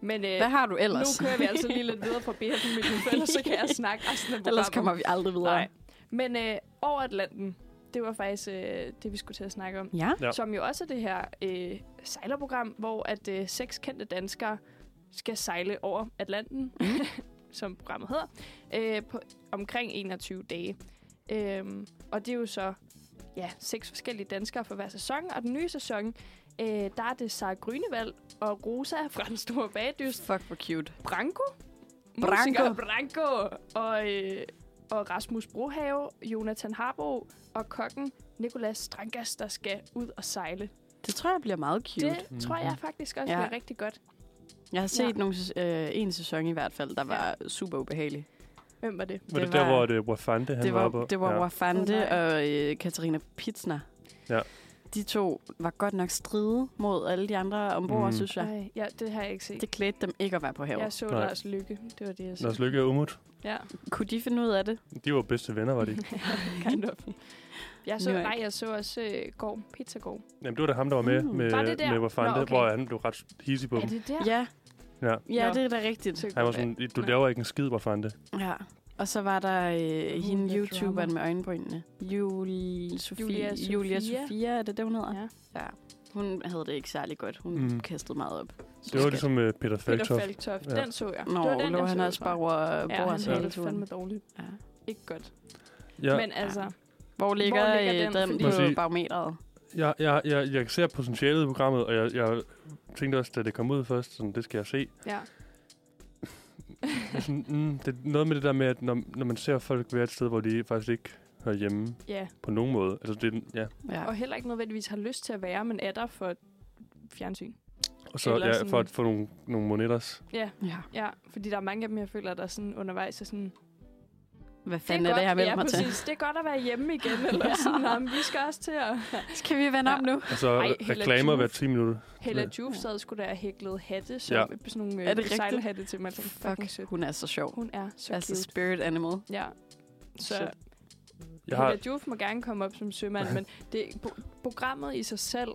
C: Men øh,
D: Hvad har du
C: nu
D: ellers?
C: kører vi altså lige lidt videre fra BH-familien, for ellers så kan jeg snakke resten af programmet.
D: Ellers kommer vi aldrig videre.
C: Nej. Men øh, over Atlanten, det var faktisk øh, det, vi skulle til at snakke om.
D: Ja,
B: Ja.
C: Ja. Som jo også er det her øh, sejlerprogram, hvor at øh, seks kendte danskere skal sejle over Atlanten, som programmet hedder, øh, på omkring 21 dage. Øhm, og det er jo så ja, seks forskellige danskere for hver sæson, og den nye sæson, øh, der er det Sara Grønevald og Rosa fra Den Store Bagdyst,
D: fuck hvor cute.
C: Branko.
D: Branko.
C: Musiker Branko. Og, øh, og Rasmus Brohave, Jonathan Harbo og kokken Nikolas Strankas, der skal ud og sejle.
D: Det tror jeg bliver meget cute.
C: Det mm-hmm. tror jeg faktisk også
D: Mhm. Ja.
C: ja. bliver rigtig godt.
D: Jeg har set ja.
C: Ja.
D: nogle, sæs- øh, en sæson i hvert fald, der var super ubehagelig.
C: Hvem var det?
B: Var det
D: Det
B: der,
D: var-
B: hvor det var Fante, han
D: det
B: var
D: var,
B: oppe?
D: det var ja.
B: ja.
D: Wafande
C: Åh, nej.
D: og øh, Katarina Pitsner.
B: Ja.
D: De to var godt nok stride mod alle de andre ombord,
B: Mm.
D: mm. synes jeg.
C: Nej, ja, det har jeg ikke set.
D: Det klædte dem ikke at være på havet.
C: jeg så
B: Nej.
C: Lars Lykke. Det var det, jeg så.
B: Lars Lykke og Umut.
C: Ja.
D: Kunne de finde ud af det?
B: De var bedste venner, var de ikke?
D: Kind of.
C: Jeg så,
D: Nu er-
C: nej, jeg så også øh, Gård, Pizza Gård.
B: Jamen, det var da ham, der var med,
D: Mm.
B: med,
C: Var det der?
B: med Wafante,
C: Hmm. Nå,
B: okay.
C: okay.
B: hvor han blev ret hisig på dem.
C: det der?
D: Ja,
B: Ja.
D: ja
C: Nå.
D: det er da rigtigt.
C: Så-
B: Han var sådan, du laver ikke en skid, Wafante.
D: Ja. Og så var der øh, hende
C: the
D: YouTuberen
C: drama.
D: med øjenbrynene. Julie Sofie, Julia, Sofia. Julia
C: Julia Sofia.
D: Sofia, er det det, hun hedder?
C: Ja.
D: ja. Hun havde det ikke særlig godt. Hun
B: Mm.
D: mm. kastede meget op.
B: Det var ligesom øh, Peter
C: Peter
B: Falktoft.
C: Falktoft.
B: Ja.
C: Den så jeg. det var
D: Nå,
C: den,
D: lå
C: jeg
D: han
C: så,
D: også
C: tror jeg.
D: bare over
C: Ja,
D: bordet
C: han
D: ja,
C: havde
D: hele
C: det fandme
D: turen.
C: dårligt.
D: Ja.
C: Ikke godt.
B: Ja,
C: Men altså,
D: Hvor ligger, Hvor
C: ligger
D: ligger
C: den?
D: den, den
C: Fordi-
B: Må jeg
D: på
B: sige-
D: barometeret?
B: jeg, jeg, jeg, jeg ser potentialet i programmet, og jeg, jeg tænkte også, da det kom ud først, sådan, det skal jeg se.
C: ja.
B: Men sådan, mm, det er noget med det der med, at når, når man ser folk være et sted, hvor de faktisk ikke hører hjemme
C: ja.
B: på nogen måde. Altså, det, er- ja.
D: Ja.
C: Og heller ikke nødvendigvis har lyst til at være, men er der for fjernsyn.
B: Og så
C: Eller
B: ja,
C: sådan-
B: for at få nogle, nogle monetters.
C: Ja,
D: ja.
C: ja, fordi der er mange af dem, jeg føler, der er sådan undervejs er sådan...
D: Hvad fanden er, det,
C: godt,
D: jeg melder
C: ja,
D: mig til?
C: præcis, det er godt at være hjemme igen, eller
D: Ja.
C: sådan, "Nå, men vi skal også til at...
D: Skal vi vende om nu?
B: Og så
C: Ej, Hella
B: reklamer
C: Joof.
B: hver 10 minutter.
C: Hella
B: Ja.
C: Juf sad skulle der hæklet hatte, som
B: Ja.
C: ja. sådan nogle
D: Er
C: er
D: det rigtigt?
C: sejlhatte til mig. Jeg tænkte, Fucking
D: Fuck,
C: sødt.
D: hun er så sjov.
C: Hun er så
D: Altså
C: cute.
D: spirit animal.
C: Ja. Så
D: Sødt.
B: Jeg
C: Hella
B: har,
C: Juf må gerne komme op som sømand, men det, pro- programmet i sig selv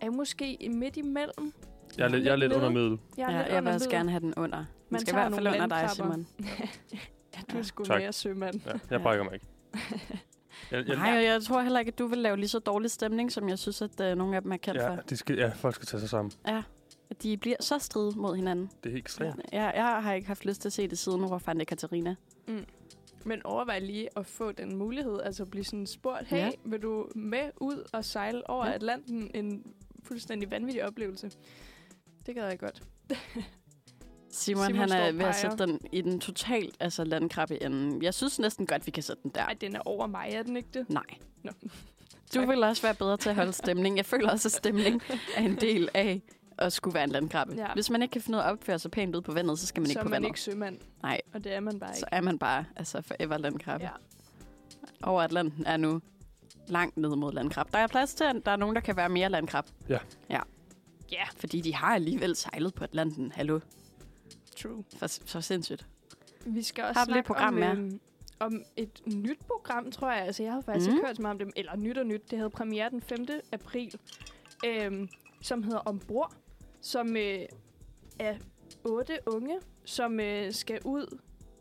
C: er måske midt imellem.
B: jeg er lidt, jeg er lidt
C: Lidt
B: under
C: nede.
B: middel.
C: Jeg, er
D: Ja,
C: lidt
D: jeg vil
C: under
D: også
C: middel.
D: gerne have den under. Man
C: Man
D: skal i
C: tager
D: hvert fald
C: nogle
D: under dig,
C: vandklapper.
D: Simon.
C: Ja, du
D: Ja.
C: ja. skulle
B: Tak.
C: mere sømand.
B: Ja, jeg
D: Ja.
B: brækker mig ikke. Jeg, jeg,
D: Nej, og jeg tror heller ikke, at du vil lave lige så dårlig stemning, som jeg synes, at øh, nogle af dem er kendt
B: ja,
D: for.
B: de skal, ja, folk skal tage sig sammen.
D: Ja. At de bliver så stride mod hinanden. øh,
B: Det er helt ekstremt.
D: Ja, jeg har ikke haft lyst til at se det siden, hvor fandt jeg Katarina.
C: Men overvej lige at få den mulighed, altså blive sådan spurgt, hey,
D: Ja.
C: ja. vil du med ud og sejle over
D: Ja.
C: ja. Atlanten en fuldstændig vanvittig oplevelse. Det gad jeg godt.
D: Simon,
C: Simon
D: Simon han
C: står
D: er
C: og
D: ved at
C: peger.
D: sætte den i den totalt altså landkrabbe ende. Jeg synes næsten godt, vi kan sætte den der.
C: Ej, den er over mig, er den ikke det?
D: Nej.
C: Nå.
D: Du
C: Tak.
D: vil også være bedre til at holde stemning. Jeg føler også, at stemning er en del af at skulle være en landkrabbe.
C: Ja.
D: Ja. Hvis man ikke kan finde ud af at opføre sig pænt ud på vandet, så skal man
C: så
D: ikke
C: er
D: på
C: man
D: vandet.
C: ikke sømand.
D: Nej.
C: Og det er man bare
D: så
C: ikke.
D: er man bare altså forever landkrabbe.
C: Ja.
D: Ja. Over Atlanten er nu langt ned mod landkrab. Der er plads til, at der er nogen, der kan være mere landkrab.
B: Ja.
D: Ja.
C: Ja.
D: Fordi de har alligevel sejlet på Atlanten. Hallo.
C: True.
D: For, så sindssygt.
C: Vi skal også
D: Har vi
C: snakke
D: lidt program
C: om,
D: mere?
C: øhm, om et nyt program, tror jeg. Altså, jeg har faktisk
D: Mm.
C: ikke hørt så meget om det. Eller nyt og nyt. Det havde premiere den 5. april, øhm, som hedder Ombord, som øh, er otte unge, som øh, skal ud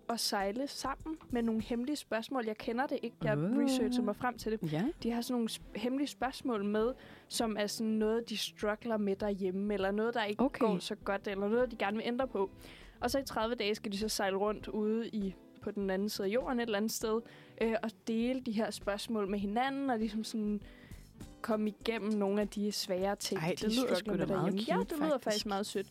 C: og sejle sammen med nogle hemmelige spørgsmål. Jeg kender det ikke. Jeg
D: Ah.
C: researchede mig frem til det.
D: Ja.
C: De har sådan nogle sp- hemmelige spørgsmål med, som er sådan noget, de struggler med derhjemme, eller noget, der ikke okay.
D: Okay.
C: går så godt, eller noget, de gerne vil ændre på. Og så i 30 dage skal de så sejle rundt ude i på den anden side af jorden et eller andet sted, øh, og dele de her spørgsmål med hinanden, og ligesom sådan komme igennem nogle af de svære ting,
D: Ej, det
C: de
D: lyder
C: struggler
D: sgu da
C: med
D: meget
C: derhjemme. Ja,
D: cute,
C: det lyder faktisk
D: faktisk.
C: meget sødt.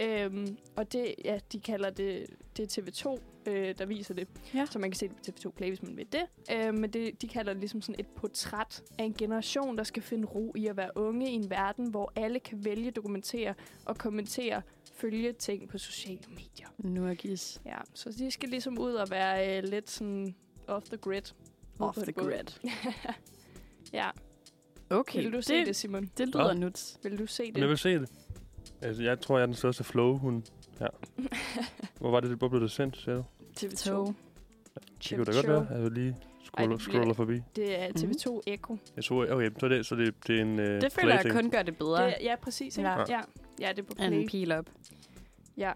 C: Øhm, og det, ja, de kalder det, det er TV2, øh, der viser det.
D: Ja.
C: Så man kan se det på TV2 Play, hvis man vil det. Øh, men det, de kalder det ligesom sådan et portræt af en generation, der skal finde ro i at være unge i en verden, hvor alle kan vælge, dokumentere og kommentere, følge ting på sociale medier.
D: Nu er gis.
C: Ja, så de skal ligesom ud og være øh, lidt sådan off the grid. Ude
D: Off
C: på
D: the
C: en båd.
D: grid.
C: Ja,
D: Okay.
C: vil du
D: det,
C: se det, Simon?
D: det lyder
B: Hvad?
D: nuts.
C: Vil du se det?
B: Men jeg vil se det. Altså, jeg tror, jeg er den største flow hun her. Hvor var det, det hvor blev det sendt, sagde du?
C: TV2.
D: Så
B: Det kunne da godt være, at jeg lige scroller,
C: bliver-
B: scroller forbi.
C: Det er
D: Mhm.
C: TV2 Echo.
B: Jeg tror, okay, så er det, så det, det er en øh,
D: Det føler jeg
B: plaything.
D: kun gør det bedre
C: Det, er- ja, præcis. Ikke?
D: Ja.
C: Ja. ja, det er på
D: end
C: Play.
D: en pil op.
C: Ja.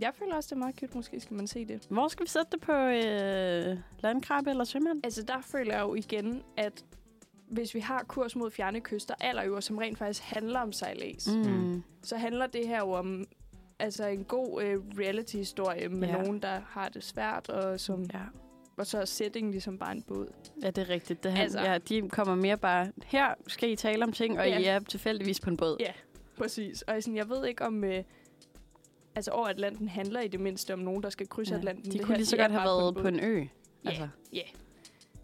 C: Jeg føler også, det er meget cute. Måske skal man se det.
D: Hvor skal vi sætte det på øh, landkrabbe eller sømand?
C: Altså, der føler jeg jo igen, at hvis vi har kurs mod fjerne kyster, allerøver, som rent faktisk handler om sejlads, mm.
B: Mm.
C: så handler det her jo om altså en god øh, reality-historie med ja.
D: Ja.
C: nogen, der har det svært, og, som, ja.
D: Ja.
C: og så er settingen ligesom bare en båd.
D: ja, det er rigtigt. Det her,
C: Altså.
D: altså. ja, de kommer mere bare, her skal I tale om ting, og
C: Ja.
D: I er tilfældigvis på en båd.
C: Ja. Præcis. Og sådan, jeg ved ikke om... Øh, altså, over Atlanten handler i det mindste om nogen, der skal krydse ja. Atlanten.
D: De
C: Det
D: kunne
C: her,
D: lige så
C: de er
D: godt have
C: bare
D: været på
C: båd.
D: en ø. altså.
C: Ja.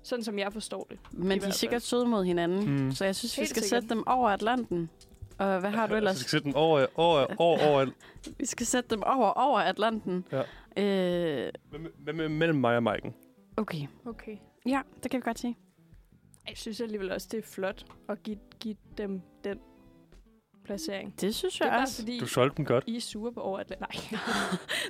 C: Sådan som jeg forstår det.
D: Men de
C: hvert
D: er
C: fald.
D: sikkert søde mod hinanden,
B: Mm.
D: mm. så jeg synes, vi
C: Helt
D: skal
C: sikkert.
D: sætte dem over Atlanten. Og hvad har du
B: Så altså, skal
D: ellers?
B: jeg sætte den over, over, over, over,
D: Vi skal sætte dem over over Atlanten.
B: Ja.
D: Øh,
B: me- me- mellem mig og Maiken.
D: okay.
C: Okay.
D: Ja, det kan vi godt sige.
C: Jeg synes alligevel også, det er flot at give, give dem den placering.
D: Det synes
C: Det
D: jeg
C: er bare
D: også.
C: fordi,
B: Du solgte den godt.
C: I er sure på over Atlanten. Nej.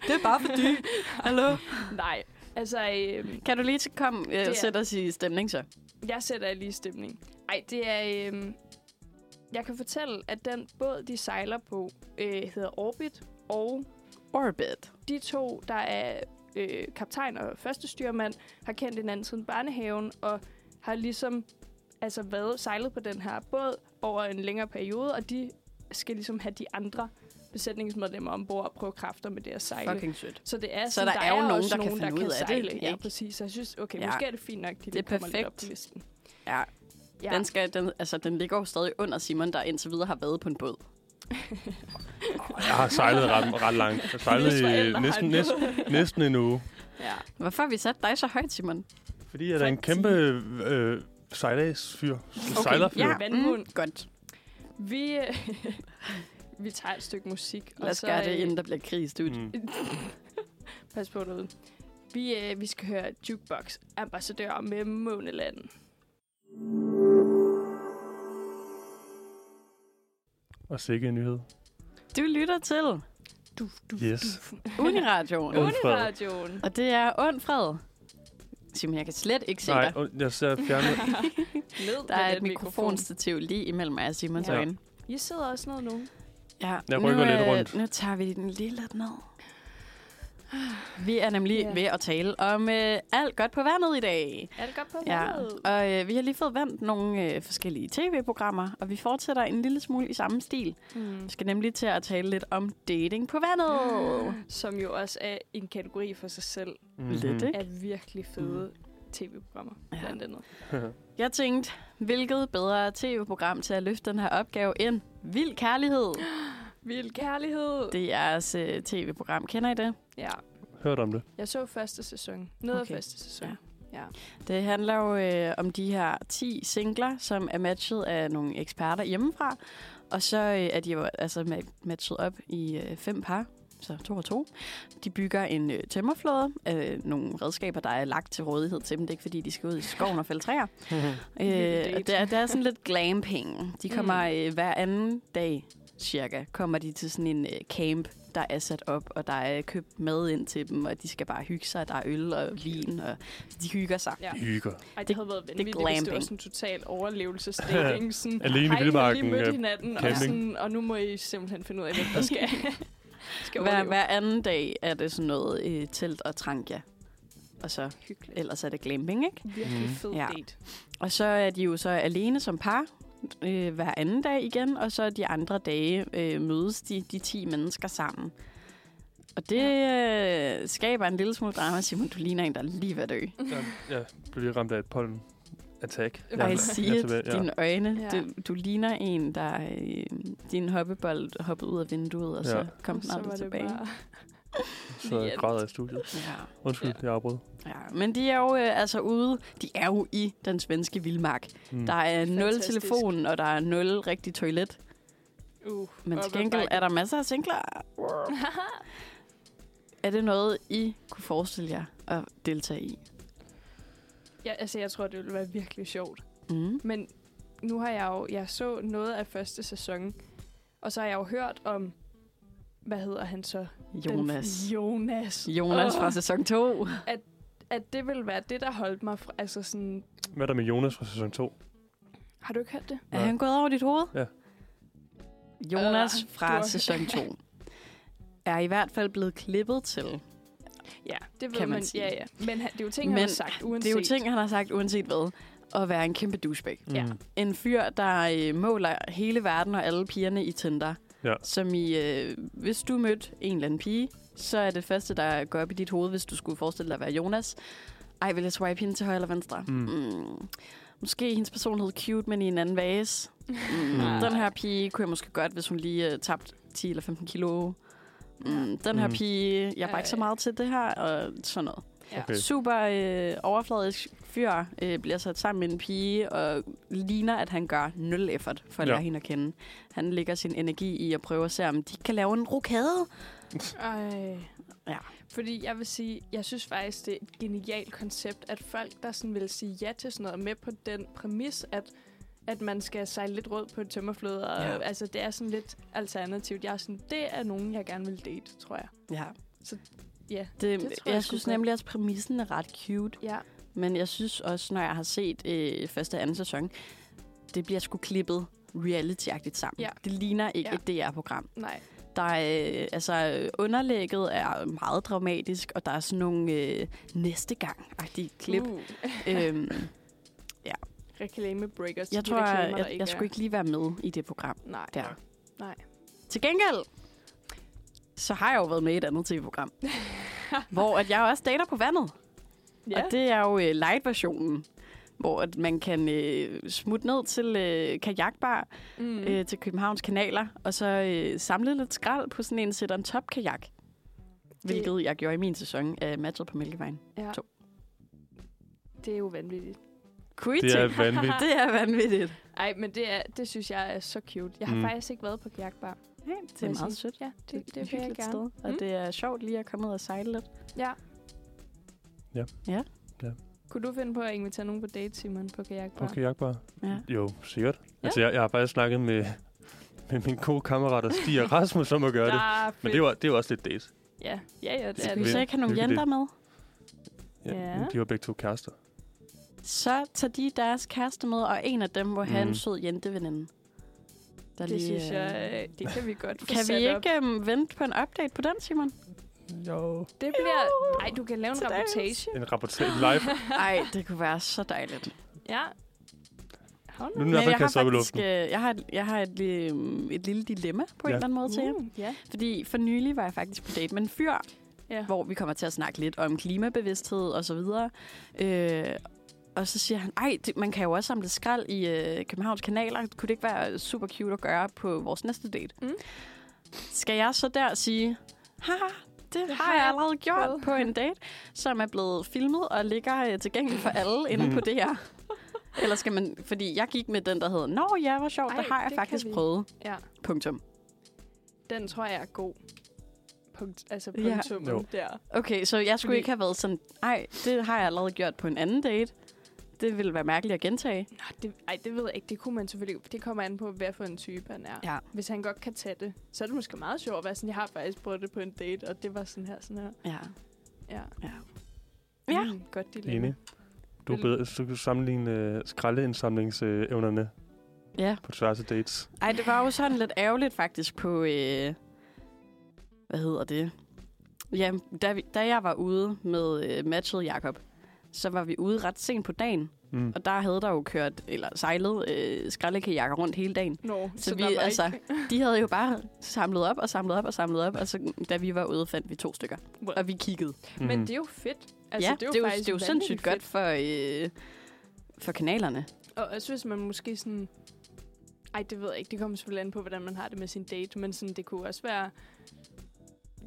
D: Det er bare fordi. Hallo?
C: Nej. Altså, øh,
D: Kan du lige til- komme
C: er-
D: øh, sætte os i stemning så?
C: jeg sætter lige stemning. Nej, det er... Øh, jeg kan fortælle, at den båd, de sejler på, øh, hedder Orbit, og
D: Orbit.
C: de to, der er øh, kaptajn og første styrmand, har kendt hinanden siden barnehaven, og har ligesom altså været sejlet på den her båd over en længere periode, og de skal ligesom have de andre besætningsmedlemmer ombord og prøve kræfter med det at sejle.
D: Fucking sødt.
C: Så det er
D: Så
C: sådan,
D: der er jo
C: også
D: nogen, der kan finde ud af det,
C: sejle. Ja,
D: ikke?
C: præcis. Så jeg synes, okay, ja.
D: Ja.
C: måske er det fint nok, de
D: Det er
C: lige kommer lidt op
D: perfekt.
C: på listen.
D: Ja.
C: Ja,
D: Den, skal, den, altså, den ligger jo stadig under Simon, der indtil videre har været på en båd.
B: Jeg har sejlet ret, ret langt. Jeg har sejlet
C: Hvis forældre
B: i
C: har
B: næsten,
C: en
B: næsten, næsten en uge.
C: ja.
D: Hvorfor har vi sat dig så højt, Simon?
B: Fordi jeg er en kæmpe øh, sejladsfyr. Okay, Sejlerfyr.
C: ja. Vandhund.
D: mm, godt.
C: Vi, øh, vi tager et stykke musik. og
D: Lad os
C: så,
D: gøre det,
C: øh,
D: inden der bliver krig i studiet.
B: Mm.
C: Pas på derude. Vi, øh, vi skal høre Jukebox Ambassadør med Måneland.
B: Og sikke en nyhed.
D: Du lytter til
C: Du, du,
B: Yes.
C: du.
D: Uniradioen.
B: Und-
C: Uniradioen.
D: Og det er ond fred. Simon, jeg kan slet ikke se
B: Nej,
D: dig.
B: und- jeg ser fjernet.
C: Ned
D: Der
C: med
D: er et
C: den
D: mikrofonstativ lige imellem mig og Simons
B: Ja.
D: ja. øjne.
C: I sidder også ned nu.
D: Ja,
B: Jeg rykker
D: nu,
B: lidt
D: øh,
B: rundt.
D: Nu tager vi den lige lidt ned. Vi er nemlig
C: Ja.
D: yeah. ved at tale om øh, alt godt på vandet i dag.
C: Er det godt på
D: Ja,
C: vandet?
D: og øh, vi har lige fået vendt nogle øh, forskellige tv-programmer, og vi fortsætter en lille smule i samme stil.
C: Mm.
D: Vi skal nemlig til at tale lidt om dating på vandet.
C: Som jo også er en kategori for sig selv.
B: Mhm.
D: Lidt, ikke?
C: Er virkelig fede. Mm. tv-programmer,
D: Ja.
C: blandt andet.
D: Jeg tænkte, hvilket bedre tv-program til at løfte den her opgave end Vild Kærlighed.
C: Vild kærlighed!
D: Det er jeres øh, tv-program. Kender I det?
C: Ja.
B: Hørt om det.
C: Jeg så første sæson. Ned okay.
D: Okay.
C: første sæson.
D: Ja.
C: Ja.
D: Det handler jo øh, om de her 10 singler, som er matchet af nogle eksperter hjemmefra. Og så øh, er de jo altså ma- matchet op i øh, fem par, så to og to. De bygger en øh, tømmerflåde, øh, nogle redskaber, der er lagt til rådighed til dem. Det er ikke, fordi de skal ud i skoven og fælde træer.
C: Lille
D: Øh,
C: date.
D: og det, er, det er sådan lidt glamping. De kommer mm. øh, hver anden dag cirka, kommer de til sådan en øh, camp, der er sat op, og der er købt mad ind til dem, og de skal bare hygge sig, og der er øl og vin, og de hygger sig.
C: Ja.
B: Hygger.
C: Ej, det,
D: Det-
C: det havde været
D: er
C: vanvittigt, hvis det var
D: glamping.
C: sådan en total overlevelsesdating. Sådan,
B: Alene i
C: "Hej, I har lige
B: vildmarken,
C: mødt
B: øh,
C: hinanden, og,
B: camping."
C: sådan, og nu må I simpelthen finde ud af, hvem der skal, skal
D: Hver,
C: overleve.
D: hver anden dag er det sådan noget øh, telt og trankia. Og så,
C: Hyggeligt.
D: ellers er det glamping, ikke?
C: Virkelig
B: Mm.
C: fed
D: Ja.
C: date.
D: Og så er de jo så alene som par øh, hver anden dag igen, og så de andre dage øh, mødes de, de 10 mennesker sammen. Og det øh, skaber en lille smule drama. Simon, du ligner en, der er lige ved at dø.
B: Jeg, jeg blev lige ramt af et pollen attack.
C: Ej,
D: Ja, I
B: er-
D: see
B: er
D: it.
B: tilbage,
D: Dine øjne.
C: Ja.
D: Ja. Du, du ligner en, der... Øh, din hoppebold hoppede ud af vinduet, og ja. så
B: Ja.
D: kom den
C: Så var
D: aldrig
C: det
D: tilbage.
C: bare-
B: Så
C: Hjælp.
B: græder jeg i studiet.
D: Ja.
B: Undskyld,
C: Ja.
B: jeg afbrød.
D: ja. Men de er jo øh, altså ude... De er jo i den svenske vildmark.
B: Mm.
D: Der er nul
C: Fantastisk.
D: telefon, og der er nul rigtig toilet.
C: Uh,
D: Men
C: op ad
D: til gengæld
C: bakke.
D: er der masser af singler. er det noget, I kunne forestille jer at deltage i?
C: Ja, altså, jeg tror, det ville være virkelig sjovt.
D: Mm.
C: Men nu har jeg jo... Jeg så noget af første sæson, og så har jeg jo hørt om... Hvad hedder han så? Den-
D: Jonas.
C: Jonas.
D: Jonas
C: Åh,
D: fra sæson 2.
C: At det ville være det, der holdt mig fra... Altså sådan...
B: Hvad er der med Jonas fra sæson 2?
C: Har du ikke hørt det?
D: Er han gået over dit hoved?
B: Ja.
D: Jonas
C: Øh,
D: fra
C: du-
D: sæson 2 er i hvert fald blevet klippet til.
C: Ja, det ved
D: Kan man
C: man
D: sige.
C: Ja, ja. Men han- det er jo ting, han
D: Men
C: har sagt
D: Det er
C: uanset.
D: jo ting, han har sagt uanset hvad. At være en kæmpe douchebag.
C: Ja.
D: En fyr, der øh, måler hele verden og alle pigerne i Tinder.
B: Ja.
D: Som i, øh, hvis du mødte en eller anden pige, så er det første, der går op i dit hoved, hvis du skulle forestille dig at være Jonas. Ej, vil jeg swipe hende til højre eller venstre?
B: Mm.
D: Mm. Måske hendes personlighed cute, men i en anden vase. Mm.
B: Nej.
D: Den her pige kunne jeg måske godt, hvis hun lige øh, tabte 10 eller 15 kilo. Mm. Den her
B: Mm.
D: pige, jeg er bare ikke så
C: Ej.
D: meget til det her, og sådan noget.
B: Okay.
D: Øh. Super øh, overfladisk fyr øh, bliver sat sammen med en pige og ligner, at han gør nul effort for at
B: Ja.
D: lære hende at kende. Han lægger sin energi i at prøve at se, om de kan lave en rokade.
C: Ej.
D: Ja.
C: Fordi jeg vil sige, jeg synes faktisk, det er et genialt koncept, at folk, der sådan vil sige ja til sådan noget, er med på den præmis, at, at man skal sejle lidt rød på en tømmerflod. Og,
D: Ja.
C: ja. Altså, det er sådan lidt alternativt. Jeg er sådan, det er nogen, jeg gerne vil date, tror jeg.
D: Ja.
C: Så ja,
D: Det,
C: tror
D: det
C: jeg
D: jeg, jeg
C: sgu
D: synes
C: godt.
D: nemlig, at præmissen er ret cute.
C: ja.
D: Men jeg synes også, når jeg har set øh, første og anden sæson, det bliver sgu klippet reality-agtigt sammen.
C: Ja.
D: Det ligner ikke
C: Ja.
D: et DR-program.
C: Nej.
D: Der er, øh, altså, underlægget er meget dramatisk, og der er sådan nogle øh, næste gang-agtige klip.
C: Uh,
D: Øhm,
C: reklame breakers.
D: jeg
C: de
D: tror,
C: reklamer, der
D: jeg, jeg
C: er.
D: skulle ikke lige være med i det program
C: Nej.
D: der.
C: Nej.
D: Til gengæld, så har jeg jo været med i et andet tv-program, hvor at jeg også dater på vandet. Ja. Og det er jo øh, light-versionen, hvor at man kan øh, smutte ned til øh, kajakbar
C: mm.
D: mm. øh, til Københavns kanaler, og så øh, samle lidt skrald på sådan en sætter en top-kajak. Hvilket jeg gjorde i min sæson af matchet på Mælkevejen.
C: ja.
D: to.
C: Det er jo vanvittigt.
D: Kunne I
B: Det er
D: tænke-
B: vanvittigt.
D: det er vanvittigt.
C: Ej, men det, er, det synes jeg er så cute. Jeg har
B: Mm.
C: mm. faktisk ikke været på kajakbar.
D: Ja, det
C: må
D: er
C: jeg
D: meget
C: sige.
D: sødt.
C: Ja, det, det vil jeg
D: hyggeligt
C: gerne.
D: Sted, og
C: Mm.
D: det er sjovt lige at komme ud og sejle lidt.
C: Ja.
B: Ja.
D: Ja.
B: Ja.
C: Kunne du finde på at invitere nogen på date, Simon, på kajakbar?
B: Okay, jeg bare.
D: Ja.
B: Jo, sikkert. Altså, jeg, jeg har faktisk snakket med, med min gode kammerater Stig og Rasmus om at gøre det.
C: Ah,
B: Men
C: fedt.
B: det var, det var også lidt date.
C: Ja, ja, ja det er
D: Skal vi
C: det.
D: så ikke have nogle
B: Hyggeligt.
D: jenter med?
C: Ja.
B: men De var begge to kærester.
D: Så tager de deres kæreste med, og en af dem må have
B: Mm.
D: en sød jenteveninde. Der
C: Det synes
D: øh,
C: jeg, øh, det kan vi godt få
D: Kan vi
C: sat op.
D: ikke um, vente på en update på den, Simon?
B: Jo.
C: Det bliver...
D: Jo.
C: Ej, du kan lave en
D: Til dagens.
C: reportage.
B: En rapportering live.
D: Nej, det kunne være så dejligt.
C: Ja. Hold
B: Nu er
C: nu.
B: den i hvert fald kastet op i luften.
D: øh, jeg har, et- jeg har et, øh, et lille dilemma på ja. en
B: Ja. Uh.
D: eller anden måde til jer.
C: Mm, ja.
D: Fordi for nylig var jeg faktisk på date med en fyr,
C: Ja.
D: hvor vi kommer til at snakke lidt om klimabevidsthed og så videre. Øh, og så siger han, ej, det, man kan jo også samle skrald i øh, Københavns kanaler. Kunne det ikke være super cute at gøre på vores næste date?
C: Mm.
D: Skal jeg så der sige, haha, det, det har jeg allerede gjort
C: prøvet."
D: på en date, som er blevet filmet og ligger øh, tilgængelig for alle inde på det her. Eller skal man, fordi jeg gik med den, der hedder, Nå ja, hvor sjovt,
C: Ej,
D: det har jeg
C: det kan
D: faktisk
C: vi."
D: prøvet.
C: Ja.
D: Punktum.
C: Den tror jeg er god. Punkt, altså
D: Ja.
C: punktum
B: Jo.
C: ja. der.
D: Okay, så jeg skulle
C: Fordi-
D: ikke have været sådan, nej, det har jeg allerede gjort på en anden date. Det ville være mærkeligt at gentage.
C: Nå, det, ej, det ved jeg ikke. Det kunne man selvfølgelig... Det kommer an på, hvad for en type han er.
D: Ja.
C: Hvis han godt kan tage det, så er det måske meget sjovt at være sådan, jeg har faktisk prøvet det på en date, og det var sådan her, sådan her.
D: Ja.
C: Ja.
D: Ja. Ja.
C: Mm, godt dilemma.
B: Enig. Du er
C: Vil-
B: bedre, så du kan sammenligne øh, skraldeindsamlingsevnerne
D: ja.
B: på tværs af dates.
D: Ej, det var jo sådan lidt ærgerligt faktisk på, øh, hvad hedder det? Ja, da, vi, da jeg var ude med øh, matchet Jakob, så var vi ude ret sent på dagen,
B: Mm.
D: og der havde der jo kørt, eller sejlet øh, skraldekajakker rundt hele dagen.
C: Nå,
D: Så vi,
C: der var
D: altså-
C: Ikke...
D: De havde jo bare samlet op og samlet op og samlet op, og så da vi var ude, fandt vi to stykker.
C: Wow.
D: Og vi kiggede.
B: Mm.
C: Men det er jo fedt.
D: Altså, ja, det er jo, det er jo,
C: faktisk
D: det er jo
C: vanvittigt
D: sindssygt godt for, øh, for kanalerne.
C: Og jeg synes, man måske sådan... Ej, det ved jeg ikke. Det kommer selvfølgelig an på, hvordan man har det med sin date. Men sådan, det kunne også være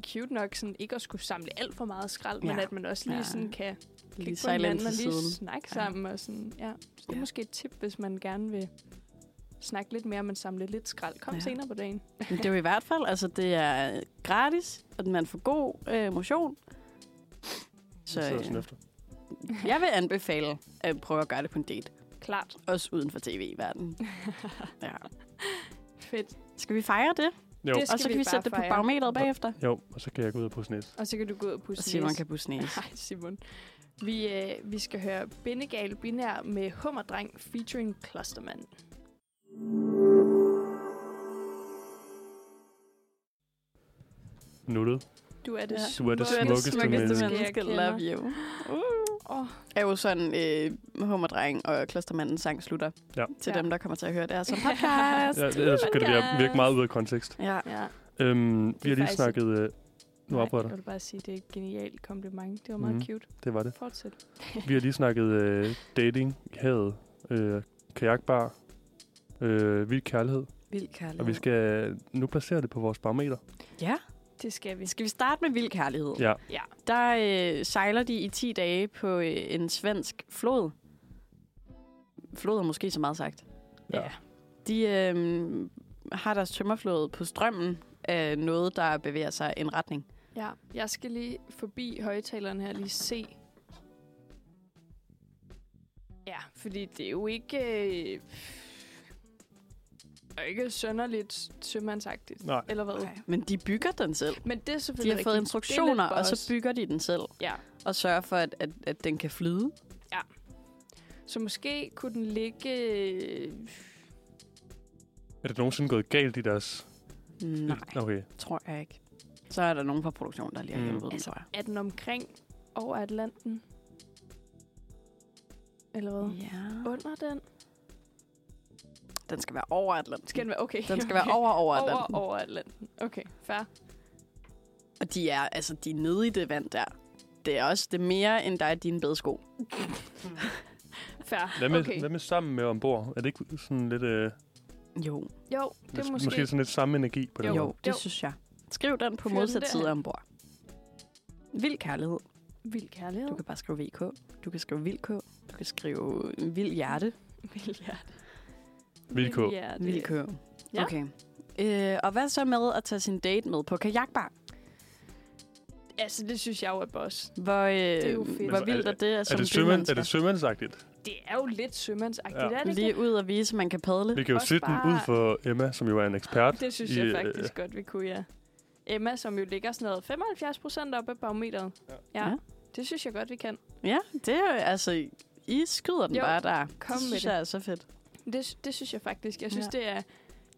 C: cute nok sådan, ikke at skulle samle alt for meget skrald, ja. men
D: Ja.
C: at man også lige
D: Ja.
C: ja. sådan kan
D: Lige
C: kigge på hinanden
D: til
C: og lige
D: siden.
C: snakke
D: Ja.
C: sammen. Og sådan, ja. Så det er
D: Ja.
C: måske et tip, hvis man gerne vil snakke lidt mere, men samle lidt skrald. Kom
D: Ja.
C: ja. senere på dagen.
D: Men det er jo i hvert fald, altså det er gratis, og man får god øh, motion. Så
B: Så, ja.
D: øh,
B: sådan efter.
D: jeg vil anbefale at prøve at gøre det på en date.
C: Klart.
D: Også uden for tv-verdenen. Ja.
C: Fedt.
D: Skal vi fejre det?
B: Jo.
C: Det-
D: Og så
C: skal
D: kan
C: vi
D: vi
C: bare
D: sætte det på
C: fejre.
D: barometeret bagefter.
B: jo, og så kan jeg gå ud og pusse næs.
C: Og så kan du gå ud og
D: Og
C: pusse
D: Simon
C: næse.
D: kan pusse næse.
C: Hej Simon. Vi, øh, vi skal høre Bindegal Binær med Hummerdreng featuring Clusterman.
B: Nuttet.
C: Du er det
D: Ja.
B: Du er det
D: Du er det
B: smukkeste
D: smukkeste
B: menneske,
D: menneske, love you.
C: Oh,
D: Er jo sådan, øh, Hummerdreng og Klostermandens sang slutter.
B: Ja.
D: Til
C: Ja.
D: dem, der kommer til at høre det her som podcast.
B: Ja, ellers kan det virke- virke meget ud af kontekst.
D: ja.
C: ja.
B: Øhm, vi har lige
C: faktisk
B: snakket... Øh, nu
C: Nej,
B: afbryder
C: Jeg
B: jeg
C: vil bare sige, det er et genialt kompliment. Det var meget
B: Mhm.
C: mm. cute.
B: dig. Det var det.
C: Fortsæt.
B: Vi har lige snakket øh, dating, havet, øh, kajakbar, øh, vild kærlighed.
D: Vild
B: Og
D: kærlighed.
B: vi skal nu placere det på vores barometer.
D: Ja.
C: Det skal vi.
D: Skal vi starte med vild kærlighed?
B: Ja.
C: Ja.
D: Der øh, sejler de i 10 dage på øh, en svensk flod. Flod er måske så meget sagt.
B: Ja.
D: De øh, har deres tømmerflåde på strømmen af noget, der bevæger sig i en retning.
C: ja. Jeg skal lige forbi højtaleren her lige se. Ja, fordi det er jo ikke... Øh, det er jo ikke sønderligt sømandsagtigt.
B: Nej.
C: Eller hvad?
D: Okay. Men de bygger den selv.
C: Men det er
D: De
C: selvfølgelig
D: har fået
C: rigtigt. Det er
D: instruktioner,
C: lidt for
D: og så
C: os.
D: bygger de den selv.
C: Ja.
D: Og sørger for, at, at, at den kan flyde.
C: Så måske kunne den ligge... øh,
B: Er det nogensinde gået galt i deres...
D: Nej,
B: Okay.
D: tror jeg ikke. Så er der nogen fra produktionen, der lige har
B: Mm.
D: hjulpet dem,
C: Altså,
D: tror jeg.
C: Er den omkring over Atlanten? Eller hvad?
D: Ja.
C: Under den?
D: Den skal være over Atlanten.
C: Skal den være okay?
D: Den skal være over over Atlanten.
C: Over, over Atlanten. Okay, fair.
D: Og de er, altså, de er nede i det vand der. Det er også det er mere, end der er dine bedsko.
C: fair.
B: Hvad med,
C: okay.
B: okay. hvad med sammen med ombord? Er det ikke sådan lidt... Øh,
D: Jo,
C: Jo, det er
B: måske.
C: måske...
B: måske sådan lidt samme energi på det
D: jo,
C: Jo.
D: jo det
C: Jo.
D: synes jeg. Skriv den på
C: Fyr den
D: modsat
C: derhen.
D: side af ombord. Vild kærlighed.
C: Vild kærlighed.
D: Du kan bare skrive VK. Du kan skrive VK. Du kan skrive vild hjerte.
C: Vild hjerte.
B: Vild kåb.
C: hjerte.
D: Vild kø.
C: Ja.
D: Okay. Øh, og hvad så med at tage sin date med på kajakbar?
C: Altså, det synes jeg jo er boss.
D: Hvor, øh,
C: er jo fedt.
D: hvor
B: Men
D: vildt
B: er-
D: er det,
B: Er
D: som
B: det,
D: vi
B: sømand, er
D: mennesker?
B: det sømandsagtigt?
C: Det er jo lidt sømandsagtigt,
B: Ja.
C: ja. er det ikke?
D: Lige ud og vise, at man kan padle.
B: Vi kan jo
C: Også
B: sætte den
C: bare-
B: ud for Emma, som jo er en ekspert.
C: Det synes
B: i,
C: jeg
B: øh,
C: faktisk godt, vi kunne, ja. Emma, som jo ligger sådan noget 75 procent oppe af barometeret. Ja.
D: Ja.
C: ja. Det synes jeg godt, vi kan.
D: Ja, det er jo- altså... I skyder den
C: Jo,
D: bare der.
C: kom
D: det
C: med
D: synes
C: det.
D: jeg er så fedt.
C: Det, det synes jeg faktisk. Jeg synes, ja. det er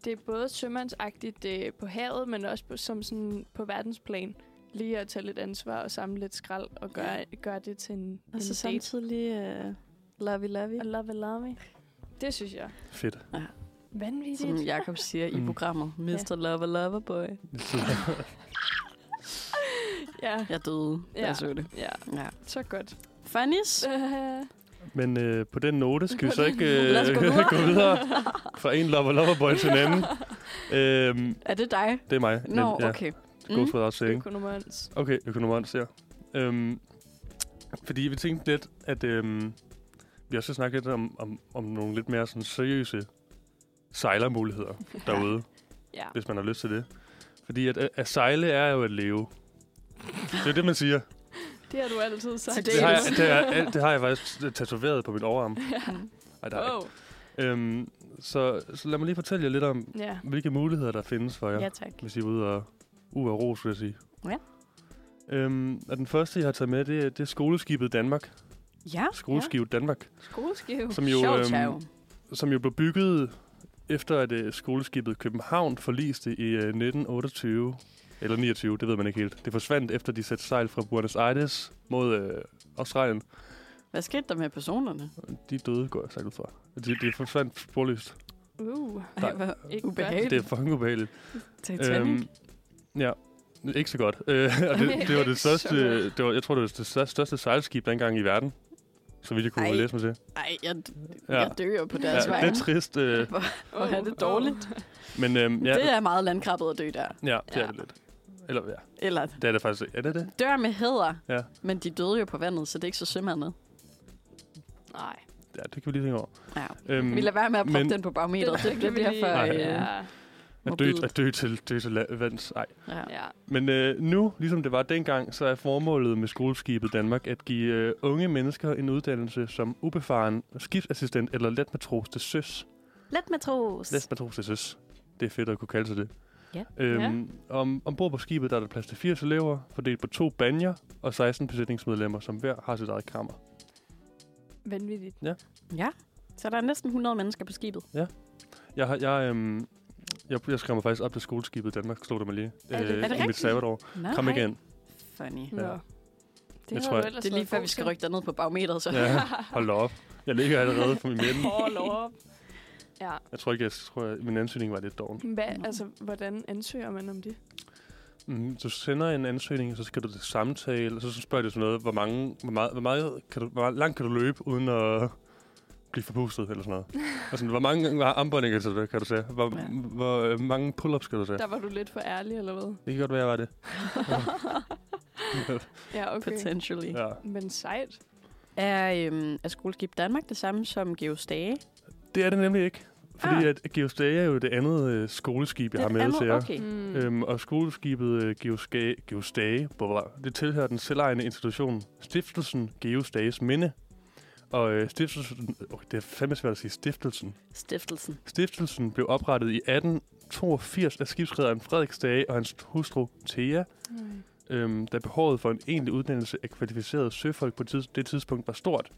C: det er både sømandsagtigt øh, på havet, men også på, som sådan på verdensplan. Lige at tage lidt ansvar og samle lidt skrald og gøre, ja. gøre det til en,
D: Og så
C: en date.
D: samtidig uh, lovey lovey.
C: I love, I love me. Det synes jeg.
B: Fedt.
C: Vanvittigt.
D: Som Jakob siger i
B: Mm.
D: programmet. Mr. Lover Lover Boy.
C: Ja,
D: Jeg døde, da
C: Ja.
D: jeg så det.
C: ja.
D: Ja.
C: Så godt.
D: Funnies?
C: Øh,
B: Men øh, på den note skal vi så ikke
D: Lad os
B: øh,
D: gå videre.
B: gå videre fra en lover loverboy til en anden. Øhm,
D: Er det dig?
B: det er mig.
D: Nå,
B: ja,
D: okay. Mm.
B: Goes without saying.
C: Økonomans.
B: Okay, økonomons, ja. Øhm, fordi vi tænkte lidt, at øhm, vi også skal snakke lidt om, om, om nogle lidt mere sådan, seriøse sejlermuligheder derude,
C: Ja.
B: hvis man har lyst til det. Fordi at, øh, at sejle er jo at leve. Det er jo det, man siger.
C: Det har du altid sagt.
D: Til
B: Det har, jeg, det, har, jeg- det har jeg faktisk tatoveret på min overarm. Ej, det har jeg
C: Wow.
B: ikke. øhm, så, så lad mig lige fortælle jer lidt om,
C: Ja.
B: hvilke muligheder der findes for jer.
D: Ja, tak.
B: hvis I er ude og, ude og ros, vil jeg sige.
D: Ja.
B: Øhm, og den første, jeg har taget med, det, er- det er skoleskibet Danmark.
D: Ja.
B: Skoleskibet ja. Danmark,
C: Skrueskive.
B: som jo, øhm,
D: Sjovt, sjovt.
B: som jo blev bygget efter, at øh, skoleskibet København forliste i øh, 1928. Eller 29, det ved man ikke helt. Det forsvandt efter, de satte sejl fra Buenos Aires mod øh, Australien.
D: Hvad skete der med personerne?
B: De døde, går jeg sagt ud fra. De, de forsvandt sporløst.
C: Uh.
D: Ej, hvor
C: Ikke
D: ubehageligt.
B: Det er fucking ubehageligt. Øhm,
D: Titanic.
B: ja, ikke så godt. Øh, og det, det var
C: Ikke
B: det
C: så
B: største,
C: godt.
B: det var, jeg tror, det var det største, største sejlskib dengang i verden, så vidt jeg kunne
D: Ej.
B: Ej. læse mig til.
D: Ej, jeg,
B: Ja.
D: jeg dør på deres
B: ja,
D: vej.
B: det er trist, øh,
D: Hvor er det dårligt.
B: men øhm, ja,
D: Det er meget landkrabbet at dø der.
B: ja, det
C: Ja.
B: er det lidt. Eller ja,
D: Eller
B: det er det faktisk ikke. Er det det?
D: dør med hæder,
B: Ja.
D: men de døde jo på vandet, så det er ikke så sømandet.
C: Nej.
B: Ja, det kan vi lige tænke over.
D: Ja.
B: Øhm,
D: Vi lader være med at proppe
B: Men-
D: den på barometeret. Det, det, det bliver for...
B: Nej.
D: Øh,
C: ja.
B: at, dø,
D: morbidt.
B: at dø til, dø til la- vands. Ej.
D: ja.
C: ja.
B: Men øh, nu, ligesom det var dengang, så er formålet med skoleskibet Danmark at give øh, unge mennesker en uddannelse som ubefaren skibsassistent eller letmatros til søs.
D: Let matros.
B: Lastmatros til søs. Det er fedt at kunne kalde sig det.
D: Ja.
B: Øhm, om, ombord på skibet der er der plads til 80 elever, fordelt på to banjer og 16 besætningsmedlemmer, som hver har sit eget krammer.
C: Vanvittigt.
D: Ja. Så der er næsten 100 mennesker på skibet.
B: Jeg, har, jeg, øhm, jeg, jeg skrev mig faktisk op til skoleskibet i Danmark, slog det mig lige. øh,
C: Er det- er det
B: I mit
D: rigtigt?
B: sabbatår.
D: Nej.
B: Kom igen.
D: Funny.
B: Ja.
C: Nå. Det
B: Jeg
C: jeg
B: tror,
C: tror,
B: jeg-
D: Det er lige før, vi skal rykke derned på barometeret, så.
B: Ja, hold da op. Jeg ligger allerede på min midten.
C: Hold op. Ja.
B: Jeg tror ikke, jeg tror, at min ansøgning var lidt dårlig.
C: Hvad, altså, hvordan ansøger man om det?
B: Mm, du sender en ansøgning, og så skal du til samtale, og så, så spørger de sådan noget, hvor, mange, hvor, meget, hvor, meget kan du, hvor meget- langt kan du løbe, uden at blive forpustet, eller sådan noget. Og sådan, hvor mange armbåndinger kan du, kan du tage? Hvor,
D: Ja.
B: ja. hvor øh, mange pull-ups kan du tage?
C: Der var du lidt for ærlig, eller hvad?
B: Det kan godt være, jeg var det.
C: Ja, okay.
D: Potentially.
B: Ja.
C: Men sejt.
D: Er, øhm, er skoleskib Danmark det samme som Geostage?
B: Det er det nemlig ikke. Fordi
D: Ah.
B: ah. at Geostage er jo det andet øh, skoleskib, jeg har med til jer.
D: Okay.
C: Mm.
B: Øhm, og skoleskibet øh, Geostage, Geostage blablabla, det tilhører den selvejende institution Stiftelsen Geostages Minde. Og øh, stiftelsen, okay, det er fandme svært at sige stiftelsen.
D: Stiftelsen.
B: Stiftelsen blev oprettet i 1882 af skibsrederen Frederik Stage og hans hustru Thea,
C: Nej.
B: øhm, da behovet for en egentlig uddannelse af kvalificerede søfolk på tids- det tidspunkt var stort.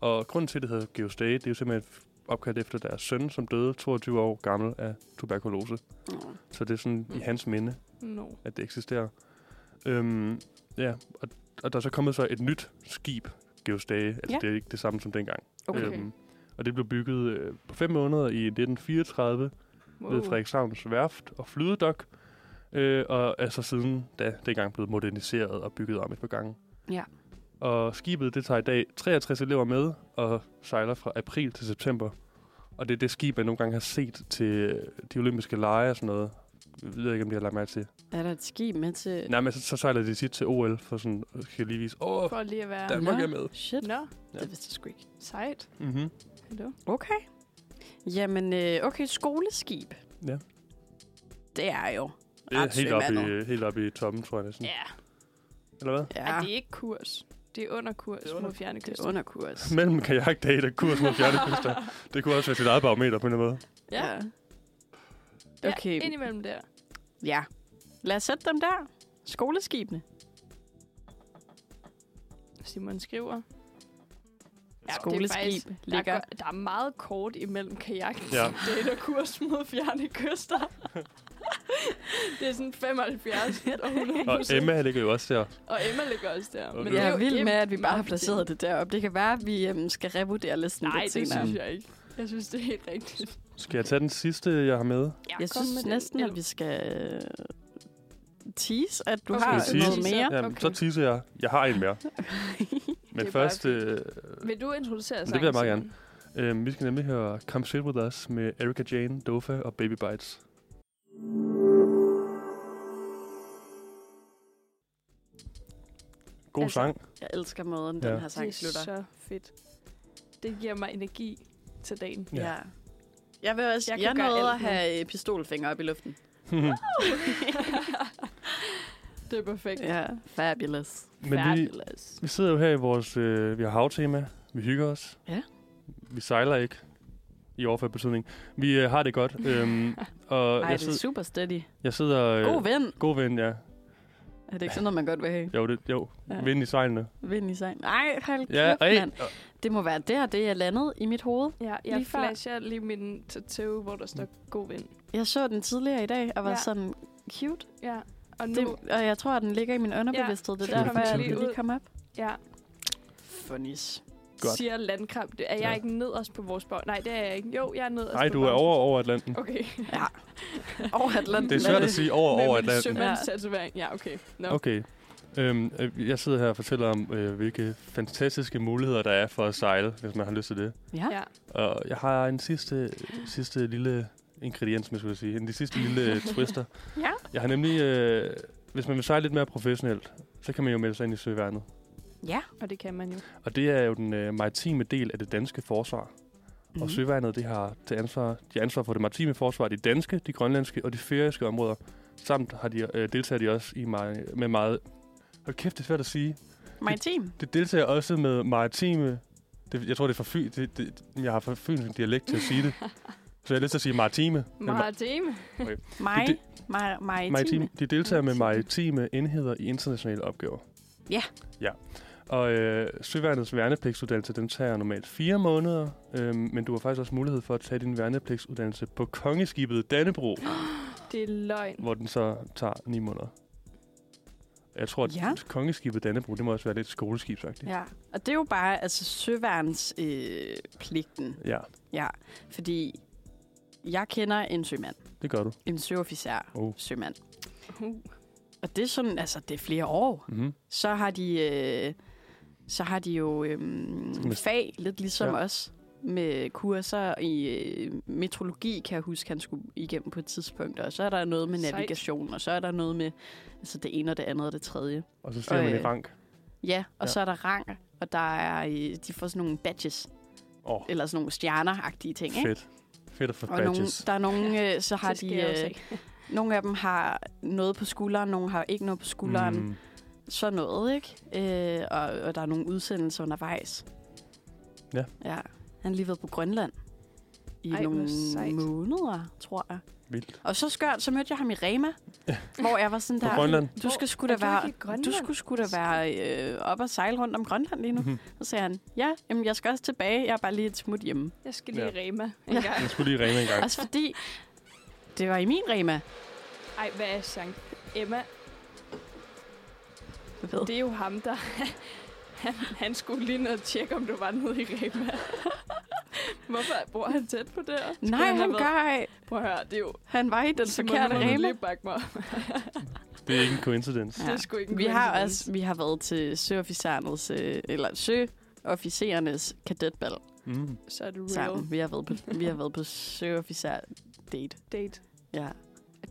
B: Og grunden til, at det hedder Geostage, det er jo simpelthen opkaldt efter deres søn, som døde 22 år gammel af tuberkulose.
D: Mm.
B: Så det er sådan i hans minde
C: No.
B: at det eksisterer. Øhm, ja, og, og der er så kommet så et nyt skib, Geostage. Altså,
D: Ja.
B: ja. det er ikke det samme som dengang. Øhm,
D: Okay.
C: Øhm.
B: og det blev bygget øh, på fem måneder i 1934 wow. ved Frederikshavns Værft og Flydedok. Øh, og er så siden da dengang blevet moderniseret og bygget om et par gange.
D: Ja.
B: Og skibet, det tager i dag 63 elever med og sejler fra april til september. Og det er det skib, jeg nogle gange har set til øh, de olympiske lege og sådan noget. Jeg ved ikke, om de har lagt mærke til.
D: Er der et skib med til...
B: Nej, men så, så sejler de tit til OL, for sådan, skal jeg lige vise, åh, oh,
C: For lige at være...
B: Der- Danmark er med.
D: Shit.
C: Nå,
B: Ja.
D: Det vidste jeg sgu ikke.
C: sejt.
B: mm-hmm.
C: Hallo.
D: Okay. Jamen, øh, okay, skoleskib.
B: Ja.
D: Det er jo.
B: det er
D: Ret
B: helt op,
D: sømandet.
B: i, helt op i toppen, tror jeg næsten.
C: Ja.
B: Eller hvad?
C: ja.
D: Ja,
C: det er ikke kurs. Det er under kurs
B: Det er under-
C: mod fjerne
D: det
C: kyster.
D: er under kurs.
B: Mellem kajakdate og kurs mod fjernekyster. det kunne også være sit eget barometer på en eller anden måde.
C: Ja.
D: Okay.
C: Ja, indimellem der.
D: Ja. Lad os sætte dem der. Skoleskibene.
C: Simon skriver.
D: Ja,
C: det er faktisk-
D: Skoleskib
C: Der,
D: ligger...
C: er, go- der er meget kort imellem kajak.
B: Ja.
C: Det er et kurs mod fjerne kyster. det er sådan 75 og 100
B: Og Emma ligger jo også der.
C: Og Emma ligger også der.
B: Okay.
C: Men det
D: Jeg er
C: jo
D: vild
C: Em-
D: med, at vi bare har
C: meget
D: placeret det deroppe. Det kan være, at vi øhm, skal revurdere listen
C: Nej,
D: lidt
C: det
D: senere.
C: synes jeg ikke. Jeg synes, det er helt rigtigt.
B: Skal jeg tage den sidste, jeg har med?
C: Ja,
D: Jeg
C: kom med
D: synes
C: den.
D: næsten,
C: Eller-
D: at vi skal øh, tease, at du
C: Okay.
D: okay.
C: Ah,
D: har
B: Skal jeg
D: noget
C: tease?
D: mere?
B: Jamen,
C: okay.
B: okay. så teaser jeg. Jeg har en mere.
C: Det
B: Men
C: er
B: først,
C: bare
B: øh,
C: Vil du introducere sangen?
B: det vil jeg meget
C: Simon?
B: øh, vi skal nemlig høre Come Sit With Us med Erika Jane, Dofa og Baby Bites. God
C: Altså,
B: altså, sang.
D: Jeg elsker måden,
B: Ja.
D: den her sang
C: Det er
D: slutter.
C: så fedt. Det giver mig energi til dagen.
B: Ja.
D: Ja. Jeg vil også,
C: Jeg
D: jeg, jeg
C: kan gøre alt
D: nåede
C: nu.
D: at have øh, pistolfingre op i luften.
C: det er perfekt.
D: Ja, fabulous.
B: Men vi, vi sidder jo her i vores... Øh, vi har havtema. Vi hygger os.
D: Ja.
B: Vi sejler ikke. I overført betydning. Vi øh, har det godt. øhm, og
D: Ej,
B: jeg,
D: det er
B: sidder,
D: super steady.
B: jeg sidder... Øh,
D: God ven.
B: god ven, ja.
D: Er det ikke sådan noget, man godt vil have?
B: Jo, det, jo.
D: Ja.
B: Ja. Vind i sejlene.
D: Vind i sejlen. Ej, hold kæft,
B: Ja, ej.
D: mand. Det må være der, det er landet i mit hoved.
C: Ja, jeg lige
D: Lige før-
C: flasher lige min tattoo, hvor der står god ven.
D: Jeg så den tidligere i dag og var
C: Ja.
D: ja. sådan cute.
C: Ja, og nu...
D: Det, og jeg tror, at den ligger i min underbevidsthed. Ja, det
C: så
D: er
B: kom
D: derfor,
B: den
D: jeg
B: lige
D: lige,
C: ud.
D: lige kom op.
C: Ja,
D: Funnies.
B: Godt.
C: siger landkram. Det- Er jeg
B: Ja.
C: ikke nederst på vores bog? Nej, det er jeg ikke. Jo, jeg er nederst
B: Nej,
C: på
B: du er
C: Bamses.
B: over over Atlanten.
C: Okay.
D: Ja. Over Atlanten. Øh,
B: Det er svært at sige over
C: Med
B: over
C: min
B: Atlanten.
C: sømandstatovering. Ja, okay. Nå.
B: Okay. Øhm, øh, jeg sidder her og fortæller om, øh, hvilke fantastiske muligheder der er for at sejle, hvis man har lyst til det.
D: Ja.
C: Ja.
B: Og jeg har en sidste, sidste lille ingrediens, hvis jeg skulle sige. En af de sidste lille øh, twister.
D: Ja.
B: Jeg har nemlig... Øh, hvis man vil sejle lidt mere professionelt, så kan man jo melde sig ind i Søværnet.
D: Ja.
C: Og det kan man jo.
B: Og det er jo den øh, maritime del af det danske forsvar. Mm.
D: Mhm.
B: Og Søværnet det har til ansvar, de har ansvar for det maritime forsvar, i de danske, de grønlandske og de færøske områder. Samt har de, øh, deltager de også i meget, med meget... Hold kæft, det er svært at sige.
D: Maritim.
B: Det deltager også med maritime... Det, jeg tror, det er for fy, det, det, Jeg har for fynsk dialekt til at sige det. Så jeg har lyst til at sige maritime. Men ma-
C: Maritime.
D: Mig.
B: Det-
D: Mig. Maritime.
B: maritime. De deltager med
C: Maritime.
B: maritime enheder i internationale opgaver.
D: Ja.
B: Ja. Og øh, søværnets værnepligtsuddannelse, den tager normalt fire måneder, øh, men du har faktisk også mulighed for at tage din værnepligtsuddannelse på kongeskibet Dannebro,
C: Det er løgn.
B: hvor den så tager ni måneder. Jeg tror, at
D: Ja.
B: ja. kongeskibet Dannebro, det må også være lidt skoleskibsagtigt.
D: Ja. Og det er jo bare altså, søværnspligten. Øh, pligten.
B: ja,
D: ja. Fordi jeg kender en sømand.
B: det gør du.
D: En søofficer.
B: Oh.
D: Sømand.
C: Uh.
D: Og det er sådan, altså det er flere år.
B: Mm-hmm.
D: Så har de, øh, så har de jo øh,
B: man-
D: fag, lidt ligesom
B: Ja.
D: ja. os, med kurser i øh, metrologi, kan jeg huske, han skulle igennem på et tidspunkt. Og så er der noget med
C: Sejt.
D: navigation, og så er der noget med altså, det ene og det andet og det tredje.
B: Og så stiger
D: Og,
B: man i
D: øh,
B: rank.
D: Ja, og
B: Ja.
D: ja. så er der rang, og der er, øh, de får sådan nogle badges,
B: Åh, oh,
D: eller sådan nogle stjerner-agtige ting, ikke?
B: fedt. Fedt at få
D: Og nogle,
B: badges.
D: der er nogle, øh, så har
C: det skal
D: de,
C: jeg også
D: øh,
C: ikke.
D: nogle af dem har noget på skulderen, nogle har ikke noget på skulderen.
B: Mm.
D: sådan noget, ikke? Øh, og, og der er nogle udsendelser undervejs.
B: Ja.
D: Ja. Han har lige været på Grønland i
C: Ej,
D: Ej, nogle
C: hvor sejt.
D: måneder, tror jeg.
B: Vildt.
D: Og så skørt, så mødte jeg ham i Rema, hvor jeg var sådan
B: På
D: der...
B: Grønland.
D: Du skal sgu da
C: Er du ikke
D: være,
C: i Grønland?
D: du skulle sgu da være øh, op og sejle rundt om Grønland lige nu.
B: Mhm.
D: Så sagde han, ja, jamen, jeg skal også tilbage. Jeg er bare lige et smut hjemme.
C: Jeg skal lige
B: Ja.
C: rema en gang.
B: Jeg skulle lige ringe en gang.
D: Også fordi, det var i min Rema.
C: Ej, hvad er sang? Emma,
D: Jeg ved.
C: det er jo ham, der... Han, han skulle lige ned og tjekke, om du var nede i Rema. Hvorfor bor han tæt på der? Skulle
D: Nej,
C: have
D: han
C: været-
D: gør ej.
C: Prøv at høre, det er jo...
D: Han var i den
C: Simon,
D: forkerte
C: må du
D: Rema.
C: lige bakke mig op.
B: Det er ikke en coincidence.
D: Ja.
C: Det er sgu ikke en
D: Vi har,
C: coincidence.
D: også, vi har været til søofficerernes, øh, eller søofficerernes kadetbal
B: Mm.
C: Så er det real
D: sammen. Vi har været på, vi har været på søofficer date.
C: date.
D: Ja.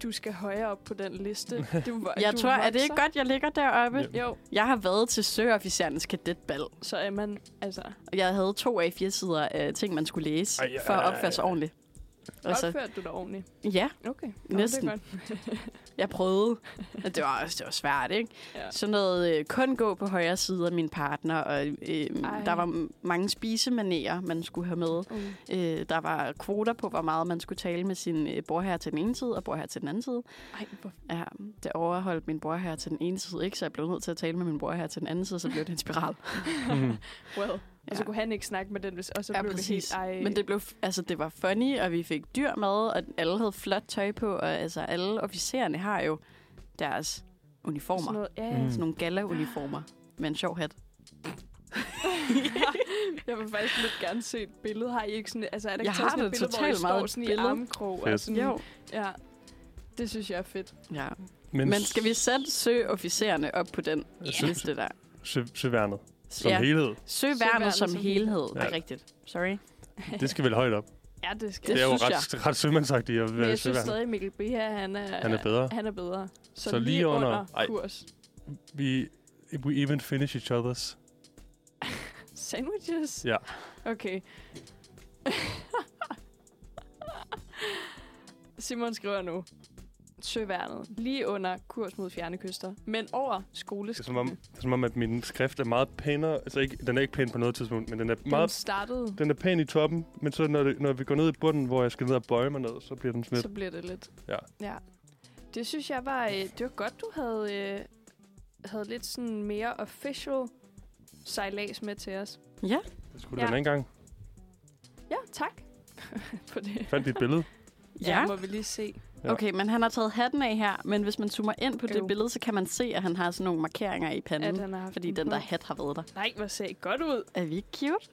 C: Du skal højere op på den liste. Du, var-
D: Jeg
C: du
D: tror, er det ikke
C: vokser.
D: godt, jeg ligger deroppe?
B: Ja.
C: Jo,
D: Jeg har været til søofficerernes kadetbal,
C: så er man... Altså,
D: og jeg havde to af fire sider af ting, man skulle læse,
B: Ej,
D: Ej,
B: ja,
D: for
B: ja,
D: at
B: ja,
D: opføre sig
B: ja.
D: ordentligt. Og så,
C: opførte du dig ordentligt?
D: ja,
C: Okay.
D: Altså- Næsten.
C: Det er godt.
D: jeg prøvede. Og Det var, det var svært, ikke?
C: Ja.
D: Sådan noget, øh, kun gå på højre side af min partner, og øh,
C: Ej.
D: der var m- mange spisemanerer, man skulle have med.
C: Uh.
D: Øh, der var kvoter på, hvor meget man skulle tale med sin øh, borherre til den ene side og borherre til den anden side.
C: Ej, hvor
D: Ja, det overholdt min borherre til den ene side ikke, så jeg blev nødt til at tale med min borherre til den anden side, så blev det en spiral.
B: Mm.
C: well. Og så
D: Ja.
C: kunne han ikke snakke med den, hvis- og så
D: Ja,
C: blev
D: præcis.
C: det helt... Ej,
D: Men det, blev, f- altså, det var funny, og vi fik dyr med, og alle havde flot tøj på, og altså, alle officererne har jo deres uniformer.
C: Sådan
D: Sådan,
C: noget, ja, ja.
B: Mm.
D: sådan nogle gala-uniformer med en sjov hat.
C: Jeg vil faktisk lidt gerne se et billede. Har I ikke sådan... Altså, er der ikke
D: Jeg
C: taget
D: har
C: sådan et
D: da
C: billede, hvor I
D: totalt
C: står
D: meget
C: sådan i
D: billede.
C: armkrog? Og
B: Fedt.
C: sådan, Ja, det synes jeg er fedt.
D: Ja.
B: Mens
D: Men skal vi sætte søofficererne op på den
B: Ja.
D: liste der?
B: sø, søværnet som
D: ja.
B: helhed,
D: Søværnet
C: Søværnet
D: som
C: som
D: helhed.
B: Ja.
D: Ja. Er rigtigt. Sorry.
B: det skal vel højt op.
C: Ja, det skal
B: Det,
D: Det
B: er jo
D: synes
B: ret, ret sømandsagtigt at
C: Men
B: være
C: jeg synes
B: søværnet.
C: stadig, at Mikkel Beha, han er,
B: Han er bedre.
C: Han er bedre. Så,
B: Så
C: lige,
B: lige under-
C: under
B: Ej.
C: kurs.
B: Vi, we even finish each other's.
C: Sandwiches?
B: Ja.
C: Okay. Simon skriver nu. Søværnet. Lige under kurs mod fjerne kyster, men over
B: Det er,
C: skoleskibene.
B: som om, det er som om, at min skrift er meget pænere. Altså ikke, den er ikke pæn på noget tidspunkt, men den er
C: Den
B: meget...
C: startede,
B: Den er pæn i toppen, men så når, det, når vi går ned i bunden, hvor jeg skal ned og bøje mig ned, så bliver den sådan lidt...
C: så bliver det lidt.
B: Ja.
C: ja. Det synes jeg var, øh, det var godt, du havde, øh, havde lidt sådan mere official sejlads med til os.
D: Ja.
B: Det skulle
C: Ja.
B: ja. den anden gang.
C: Ja, tak for det.
B: Fandt dit billede?
D: Ja.
C: må vi lige se.
B: Ja.
D: Okay, men han har taget hatten af her, men hvis man zoomer ind på det
C: Øv.
D: billede, så kan man se, at han har sådan nogle markeringer i
C: At
D: panden,
C: han har haft
D: fordi den
C: på.
D: der hat har været der.
C: Nej, hvor ser I godt ud.
D: Er vi ikke cute?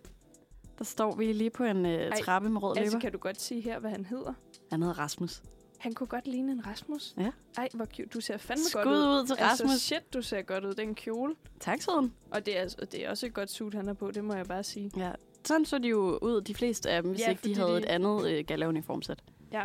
D: Der står vi lige på en øh, trappe med rød
C: Altså,
D: løber.
C: kan du godt sige her, hvad han hedder?
D: Han hedder Rasmus.
C: Han kunne godt ligne en Rasmus.
D: Ja.
C: Ej, hvor cute. Du ser fandme
D: Skud
C: godt ud.
D: ud til Rasmus.
C: Altså, shit, du ser godt ud. Den kjole.
D: Tak, Søden.
C: Og det er, altså- det er også et godt suit, han er på. Det må jeg bare sige.
D: Ja. Sådan så de jo ud, de fleste af dem, hvis
C: Ja,
D: ja, ikke de
C: fordi
D: havde
C: de-
D: et andet øh, galauniformsæt.
C: Ja.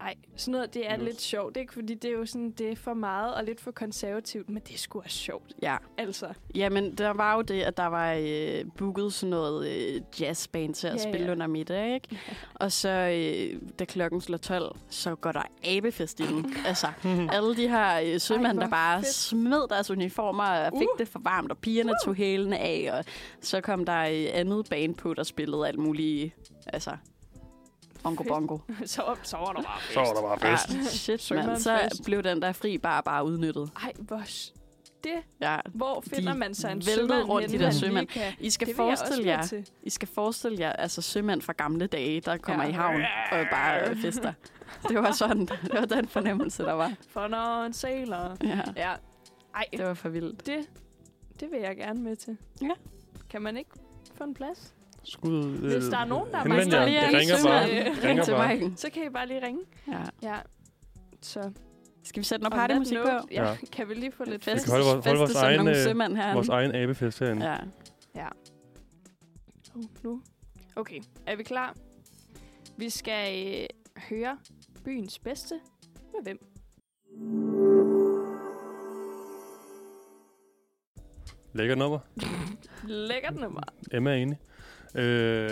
C: Ej, sådan noget, det er
B: Yes.
C: lidt sjovt, ikke? Fordi det er jo sådan, det er for meget og lidt for konservativt, men det er sgu også sjovt,
D: Ja.
C: altså.
D: Jamen, der var jo det, at der var øh, booket sådan noget øh, jazzband til at
C: Ja,
D: ja, spille
C: ja.
D: ja. under middag, ikke? Og så, øh, da klokken slår 12, så går der abefest i den. altså, alle de her øh, sømænd,
C: hvor
D: der bare
C: fedt.
D: fedt. smed deres uniformer og fik
C: Uh.
D: det for varmt, og pigerne tog hælene af, og så kom der øh, andet band på, der spillede alt muligt, altså... Bongo
C: Fedt.
D: bongo.
C: så, op- så var der bare
B: Så var der bare fest.
D: Ja, shit, mand.
C: Sømandsfest.
D: Så blev den der fri bar bare udnyttet.
C: Ej, hvor... s- Det,
D: Ja,
C: hvor finder man sig en
D: væltede
C: sømand
D: rundt, de
C: henne,
D: der
C: man lige
D: sømænd.
C: kan-
D: I skal
C: Det vil jeg også
D: forestille
C: være
D: jer,
C: til.
D: I skal forestille jer, altså sømænd fra gamle dage, der kommer
C: Ja.
D: ja. i havn og bare øh, fester. Det var sådan, det var den fornemmelse, der var.
C: For når en sailor...
D: Ja,
C: Ja. Ej,
D: det var for vildt.
C: Det, det vil jeg gerne med til.
D: Ja.
C: Kan man ikke få en plads?
B: Skud, øh,
C: Hvis der er øh, nogen, der
B: henvend
C: mangler
B: jer.
C: lige
B: Det
C: en
B: ringer bare.
C: sømand,
B: Det
D: Ring
B: ringer
D: til
B: bare.
D: Maiken.
C: Så kan I bare lige ringe.
D: Ja.
C: Ja. Så
D: Skal vi sætte noget
C: on that
D: partymusik på?
C: note, ja,
B: Ja.
C: kan vi lige få lidt
D: Fest-
C: fest?
B: kan holde vores- holde vores
D: feste som
B: egen,
D: nogle
B: øh,
D: sømænd herinde.
B: Vores egen abefest herinde.
D: Ja.
C: Oh, nu. Okay, er vi klar? Vi skal øh, høre byens bedste med hvem?
B: Lækker nummer.
C: Lækkert nummer.
B: Emma er enig. Øh,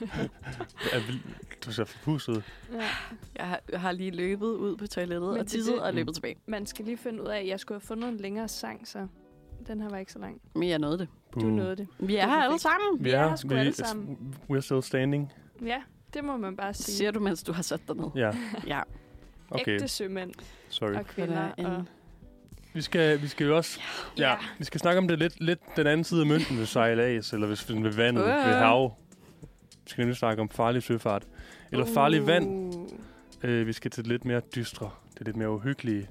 B: er vi, du ser forpustet.
C: Ja.
D: Jeg har, jeg har lige løbet ud på toilettet
C: Men
D: og
C: det- det-
D: tisset og løbet tilbage.
C: Man skal lige finde ud af, at jeg skulle have fundet en længere sang, så den her var ikke så lang.
D: Men jeg nåede det.
C: Du nåede det.
D: Vi er
C: er
D: her alle
C: perfekt.
D: sammen.
C: Vi er her sgu
B: vi,
C: alle sammen.
B: We're still standing.
C: Ja, det må man bare sige.
D: Siger du, mens du har sat dig ned?
B: Ja,
D: Ja.
B: okay.
C: Ægte sømænd
B: Sorry.
C: og kvinder.
D: En-
C: Og...
B: Vi skal, vi skal jo også... Ja.
C: Ja.
B: ja. Vi skal snakke om det lidt, lidt den anden side af mønten ved sejlads, eller hvis ved vandet,
D: Øh.
B: ved hav. Vi skal nemlig snakke om farlig søfart. Eller farlig
C: Uh.
B: vand. Øh, vi skal til det lidt mere dystre. Det er lidt mere uhyggelige.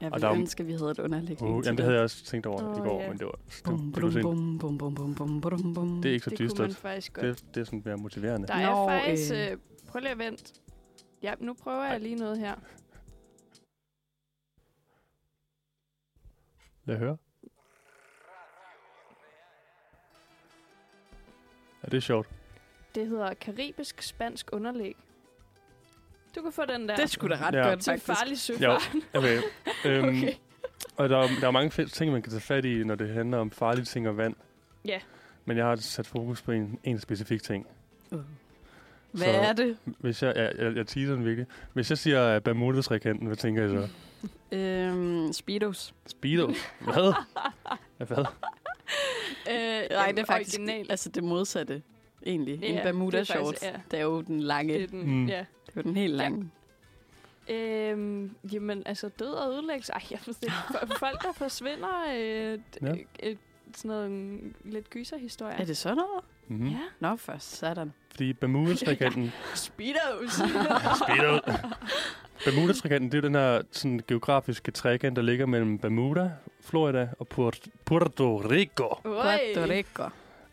D: Jeg
B: Og der er
D: ville
B: jo-
D: ønske, vi havde et underlæg.
B: Uh, jamen, det havde jeg også tænkt over
C: Åh,
B: i går,
C: ja.
B: men det var... Det,
D: Bum,
B: det, var
D: bum,
B: sent.
D: bum, bum, bum, bum, bum, bum, bum.
B: det er ikke så
C: Det kunne man
B: dystert.
C: faktisk godt.
B: Det, det er sådan mere motiverende.
C: Der er
D: Nå,
C: faktisk...
D: øh.
C: Øh, prøv lige at vente. Ja, nu prøver jeg lige noget her.
B: Lad høre. Ja, det er sjovt.
C: Det hedder karibisk spansk underlæg. Du kan få den der.
D: Det er sgu da ret
B: Ja.
D: godt,
C: til en
D: faktisk.
C: farlig søfart.
B: Okay. Øhm,
C: Okay.
B: okay. Og der, er- der er mange fede ting, man kan tage fat i, når det handler om farlige ting og vand.
C: Ja.
B: Men jeg har sat fokus på en, en specifik ting.
D: Hvad
B: Så-
D: er det?
B: Hvis jeg, jeg, jeg, jeg teaser den virkelig. Hvis jeg siger bermudas hvad tænker jeg så?
D: Øhm, speedos.
B: Speedo? Hvad? Ja, Hvad?
C: Øh,
D: Nej, det er faktisk
C: original.
D: altså det modsatte, egentlig.
C: Ja,
D: en bermuda
C: det er
D: shorts,
C: faktisk-
D: det er,
C: ja.
D: jo den lange,
C: Det er
D: det
C: den,
B: Mm.
C: ja.
D: er jo den helt lange.
C: Øhm, jamen, altså død og ødelæggelse. Ej, jeg forstår ikke. Fo- Folk, der forsvinder. Øh, ja.
B: Ja.
C: øh, øh, sådan noget mm, lidt gyserhistorie.
D: Er det sådan noget?
B: Mm-hmm.
C: Ja.
D: Nå, først sådan.
B: Fordi bermudas
C: Speedos.
B: Speedo. bermudas det er jo den her sådan, geografiske trekant, der ligger mellem Bermuda, Florida og Puerto, Puerto Rico.
D: Puerto
C: Oi.
D: Rico.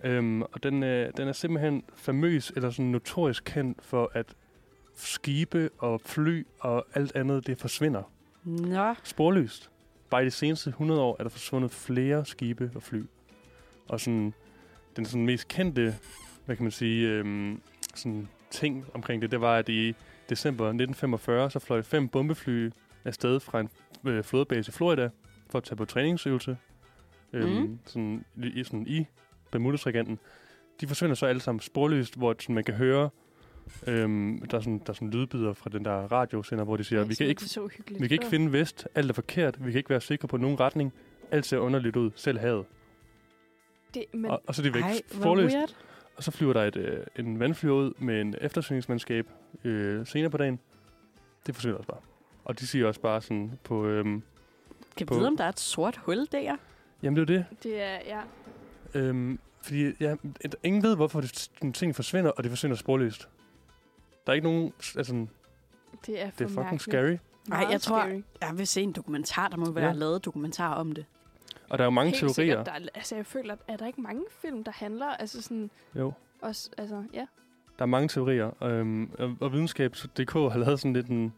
B: Øhm, og den, øh, den er simpelthen famøs, eller sådan notorisk kendt for, at skibe og fly og alt andet, det forsvinder.
D: Nå.
B: Sporløst. Bare i de seneste 100 år er der forsvundet flere skibe og fly. Og sådan, den sådan mest kendte, hvad kan man sige, øhm, sådan ting omkring det, det var, at i december 1945, så fløj fem bombefly afsted fra en øh, flådebase i Florida for at tage på træningsøvelse. Øhm,
D: Mm.
B: mm. sådan, i- i, sådan i bermudas De forsvinder så alle sammen sporløst, hvor sådan, man kan høre, øhm, der, er sådan, der er sådan lydbider fra den der radiosender, hvor de siger, vi kan ikke
C: så hyggeligt.
B: vi kan ikke finde vest. Alt er forkert. Vi kan ikke være sikre på nogen retning. Alt ser underligt ud. Selv havet.
C: Det, men
B: Og, og så er de væk.
D: Ej, hvor
B: Forløst.
D: weird.
B: Og så flyver der et, øh, en vandflyver ud med en eftersøgningsmandskab øh, senere på dagen. Det forsøger også bare. Og de siger også bare sådan på... Øhm,
D: Kan vi
B: På-
D: vide, om der er et sort hul der?
B: jamen, det er jo det.
C: det er, ja.
B: Øhm, fordi ja, et- ingen ved, hvorfor det, sådan, ting forsvinder, og det forsvinder sporløst. Der er ikke nogen... Altså, det
C: Det er,
B: er fucking scary.
D: Nej, jeg tror,
C: Scary.
D: jeg vil se en dokumentar. Der må være
B: Ja.
D: lavet dokumentar om det.
B: Og der er jo mange
C: Helt
B: teorier.
C: sikkert, der er, altså, jeg føler, at er der ikke mange film, der handler, altså sådan,
B: jo.
C: også, altså, ja.
B: Der er mange teorier, øhm, og, og videnskab.dk har lavet sådan lidt en,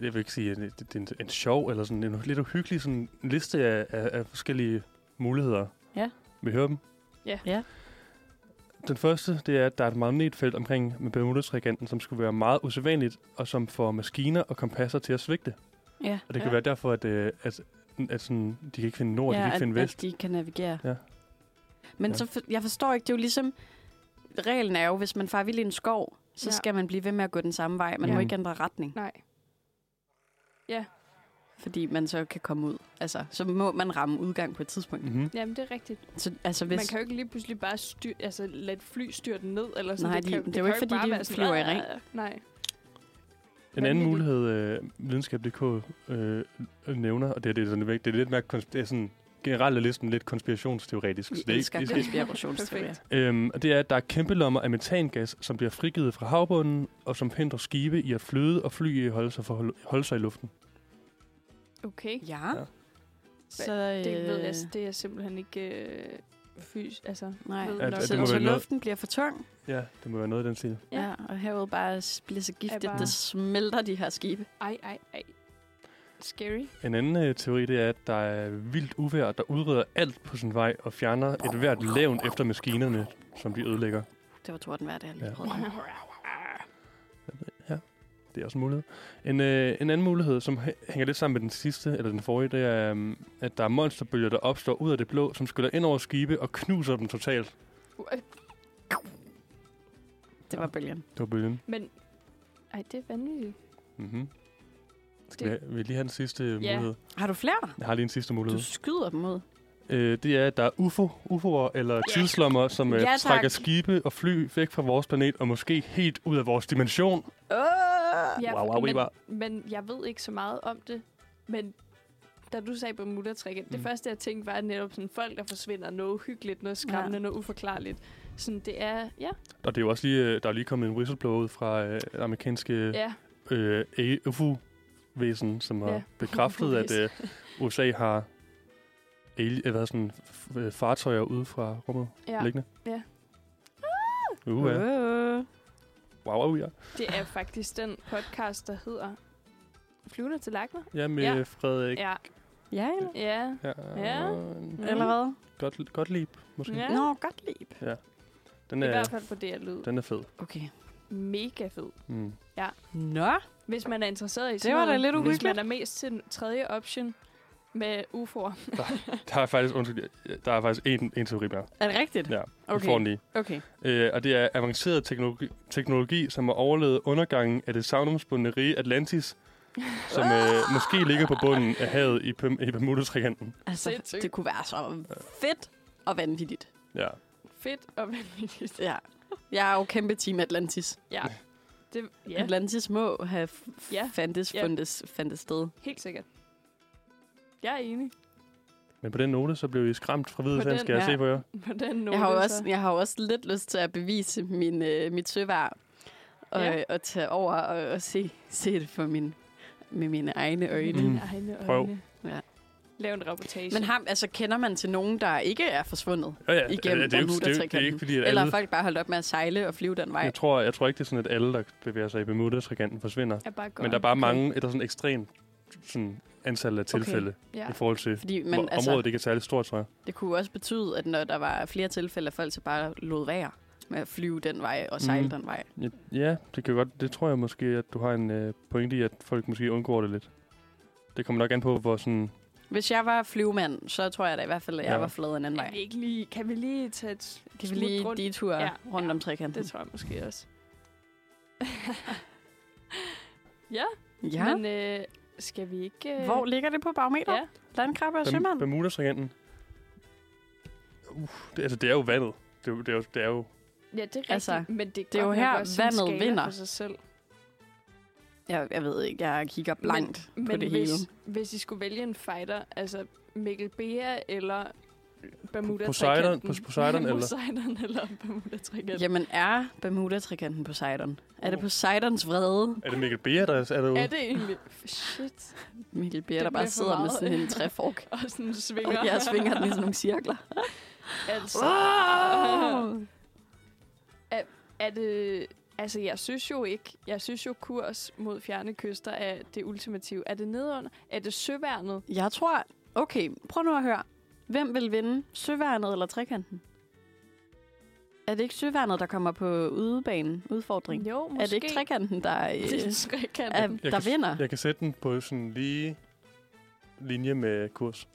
B: jeg vil ikke sige, en, det- det er en, en sjov eller sådan en lidt uhyggelig sådan, en liste af, af, af forskellige muligheder.
D: Ja.
B: Vil I høre dem?
C: Ja.
D: Ja.
B: Den første, det er, at der er et magnetfelt omkring med bermudas som skulle være meget usædvanligt, og som får maskiner og kompasser til at svigte.
D: Ja,
B: Og det kan
C: Ja.
B: være derfor, at, øh, at, at sådan, de kan ikke finde nord, ja, de kan
D: ja
B: ikke finde
D: at, at
B: vest.
D: de kan navigere.
B: Ja.
D: Men
B: Ja.
D: så, for- jeg forstår ikke, det er jo ligesom... Reglen er jo, hvis man farer vild i en skov, så
C: Ja.
D: skal man blive ved med at gå den samme vej. Man
B: Ja.
D: må ikke ændre retning,
C: Nej.
D: fordi man så kan komme ud. Altså, så må man ramme udgang på et tidspunkt.
B: Mm-hmm.
C: Jamen, det er rigtigt.
D: Så, altså,
C: Hvis...
D: hvis,
C: Man kan jo ikke lige pludselig bare styr, altså, lade et fly styre den ned, eller sådan.
D: Nej, de-
C: kan,
D: det er jo ikke,
C: kan
D: fordi
C: bare
D: de
C: være sådan,
D: flyver i
C: "Ah,
D: ring."
C: ah, ah." Nej.
B: En anden
C: Vanvittigt.
B: mulighed, øh, videnskab.dk øh, nævner, og det, er- det, er sådan, lidt- det er lidt mere kons- det er sådan, generelt er listen lidt konspirationsteoretisk.
D: vi
B: så det er
D: elsker
B: ikke, det
D: konspirationsteorier.
B: er, øhm, og det er, at der er kæmpe lommer af metangas, som bliver frigivet fra havbunden, og som hindrer skibe i at flyde og fly i at holde sig, for, holde, holde sig i luften.
C: Okay.
D: Ja.
B: Ja.
D: Så,
C: Det ved jeg,
D: øh,
C: det er jeg simpelthen ikke øh, fys, altså.
D: Nej,
C: ved
B: At-
C: nok.
B: at
D: så,
B: det må
D: så
B: være noget-
D: luften bliver for tung.
B: Ja, det må være noget i den stil.
C: Ja.
D: Ja, og herude bare s- bliver så giftigt,
C: bare-
D: det smelter de her skibe.
C: Ej, ej, ej. Scary.
B: En anden øh, teori, det er, at der er vildt uvejr, der udreder alt på sin vej og fjerner et hvert levn efter maskinerne, som de ødelægger.
D: Det var tordenvejr, det jeg lige
B: Ja.
D: prøvede.
B: Det er også en mulighed. En, øh, en anden mulighed, som hæ- hænger lidt sammen med den sidste, eller den forrige, det er, øhm, at der er monsterbølger, der opstår ud af det blå, som skyller ind over skibe og knuser dem totalt.
D: Det var bølgen.
B: Det var bølgen.
C: Men, ej, det er vanvittigt.
B: Mm-hmm. Skal
C: Det-
B: det... vi, vi lige have den sidste øh,
C: Ja.
B: mulighed?
D: Har du flere?
B: Jeg har lige en sidste mulighed.
D: Du skyder dem ud.
B: Øh, det er, at der er UFO, UFO'er eller tidslommer, som øh,
D: Ja, tak.
B: trækker skibe og fly væk fra vores planet, og måske helt ud af vores dimension.
D: Oh!
C: Ja,
B: Wow, wow,
C: men,
B: wow.
C: men jeg ved ikke så meget om det. Men da du sagde bermuda mm. det
B: Mm.
C: første jeg tænkte var netop sådan folk, der forsvinder. Noget hyggeligt, noget skræmmende, ja. noget uforklarligt. Sådan det er, ja,
B: Og det er jo også lige, øh, der er lige kommet en whistleblower ud fra øh, den amerikanske
C: ja.
B: øh, UFO-væsen, som har
C: Ja.
B: ja. bekræftet, at øh,
C: UFO-væsen.
B: USA har ali- øh, hvad, sådan, f- øh, fartøjer ude fra rummet
C: ja.
B: ja. liggende.
C: Ja.
B: Uh, ja.
D: Oh.
B: Wow, wow, ja.
C: Det er faktisk den podcast, der hedder Flyvende til Lagner.
B: ja, med
C: Ja.
B: ja. Frederik.
C: Ja,
D: Ja, eller,
C: ja.
B: Ja.
C: Ja. Mm.
B: øh,
D: eller hvad?
B: Godt, godt lib, måske.
C: Ja.
B: Ja.
D: Nå, godt lib.
B: Den,
C: I hvert
B: er,
C: fald på det her lyd.
B: den er fed.
D: Okay.
C: Mega fed.
B: Mm.
D: Nå,
C: Hvis man er interesseret i
D: det var da lidt
C: Hvis
D: uhyggeligt.
C: man er mest til den tredje option med UFO'er.
B: Der er faktisk, undskyld, jeg- der er faktisk en, en teori mere.
D: Er det rigtigt?
B: Ja, okay. får den
D: Okay.
B: lige.
D: okay.
B: Øh, og det er avanceret teknologi, teknologi, som har overlevet undergangen af det savnomsbundne rige Atlantis, som øh, måske ligger på bunden af havet i, Pem- i Bermuda-trikanten.
D: Altså,
C: Sindssygt.
D: det kunne være så fedt og vanvittigt.
B: Ja.
C: Fedt og vanvittigt.
D: Ja. Jeg er jo kæmpe team Atlantis.
C: Ja. Det,
D: Ja.
C: ja,
D: Atlantis må have
C: Ja.
D: ja. fandtes,
C: Ja.
D: fundes, fandtes sted.
C: helt sikkert. Jeg er enig
B: Men på den note, så blev I skræmt fra hvide
C: På
B: sand,
C: den
B: skal jeg
D: her.
B: se på jer.
C: på den note.
D: Jeg har, jo
C: så.
D: også, jeg har jo også lidt lyst til at bevise min, øh, mit søvær. Og,
C: Ja.
D: ja. og tage over og, og se, se det for min, med mine egne øjne.
B: Mm.
C: Egne
B: Prøv.
C: øjne.
D: Ja.
C: Lav en reportage.
D: Men ham, altså, kender man til nogen, der ikke er forsvundet
B: Ja, ja,
D: igennem
B: ja, det, er jo, det, er jo, det er ikke fordi, at alle...
D: Eller er folk bare holdt op med at sejle og flyve den vej?
B: Jeg tror, jeg tror ikke, det er sådan, at alle, der bevæger sig i Bermuda-trikanten, forsvinder.
C: er bare godt.
B: Men der er bare
D: Okay.
B: mange, et sådan ekstremt sådan, antal af tilfælde okay.
C: ja.
B: i forhold til
D: Fordi
B: Men,
D: man,
B: området,
D: altså,
B: det ikke er særlig stort, tror jeg.
D: det kunne jo også betyde, at når der var flere tilfælde, at folk så bare lod være med at flyve den vej og sejle
B: Mm.
D: mm. den vej.
B: Ja, Ja, det kan godt. Det tror jeg måske, at du har en øh, pointe i, at folk måske undgår det lidt. Det kommer nok an på, hvor sådan...
D: Hvis jeg var flyvemand, så tror jeg da i hvert fald, at jeg
B: Ja.
D: ja. var flad en anden
C: Kan vi
D: vej.
C: ikke lige, kan vi lige tage et
D: Kan vi lige
C: rundt?
D: de ture
C: Ja,
D: ja. rundt
C: ja.
D: om
C: Det
D: trekanten?
C: tror jeg måske også.
D: Ja.
C: Men øh, skal vi ikke... Øh,
D: Hvor ligger det på barometer?
C: Ja.
D: Ja. Landkrabbe og
B: Berm-
D: sømand?
B: Bermuda-trianten. Uh, det, altså, det er jo vandet. Det, er jo- det, er, jo, det er jo...
C: Ja, det er rigtigt.
D: Altså,
C: men det er,
D: det er jo
C: godt nok
D: her,
C: også en
D: vandet
C: skala
D: vinder.
C: For sig selv.
D: Jeg, jeg ved ikke, jeg kigger blankt
C: men,
D: på
C: men
D: det
C: hvis,
D: hele.
C: hvis I skulle vælge en fighter, altså Mikkel Bea eller Bermuda
B: Poseidon- Poseidon eller-
C: Poseidon eller Bermuda Trikanten.
D: Jamen, er Bermuda-trikanten Poseidon? Er det Poseidons vrede?
B: Er det Mikkel Bea, der er derude?
C: Er det egentlig? Shit.
D: Mikkel Bier, der
C: Det
D: bare
C: bliver for
D: sidder med
C: meget.
D: sådan en træfork.
C: Og sådan svinger.
D: Og jeg svinger den ligesom. i sådan nogle cirkler.
C: altså, er det... Altså, jeg synes jo ikke... Jeg synes jo, kurs mod fjerne kyster er det ultimative. Er det nedunder? Er det søværnet?
D: Jeg tror... Okay, prøv nu at høre. Hvem vil vinde? Søværnet eller trekanten? Er det ikke søværnet, der kommer på udebanen? Udfordring?
C: Jo, måske.
D: Er det ikke trekanten, der, øh,
C: Det er
D: er,
C: trekanten.
D: der
B: kan,
D: vinder?
B: Jeg kan sætte den på sådan lige linje med kurs.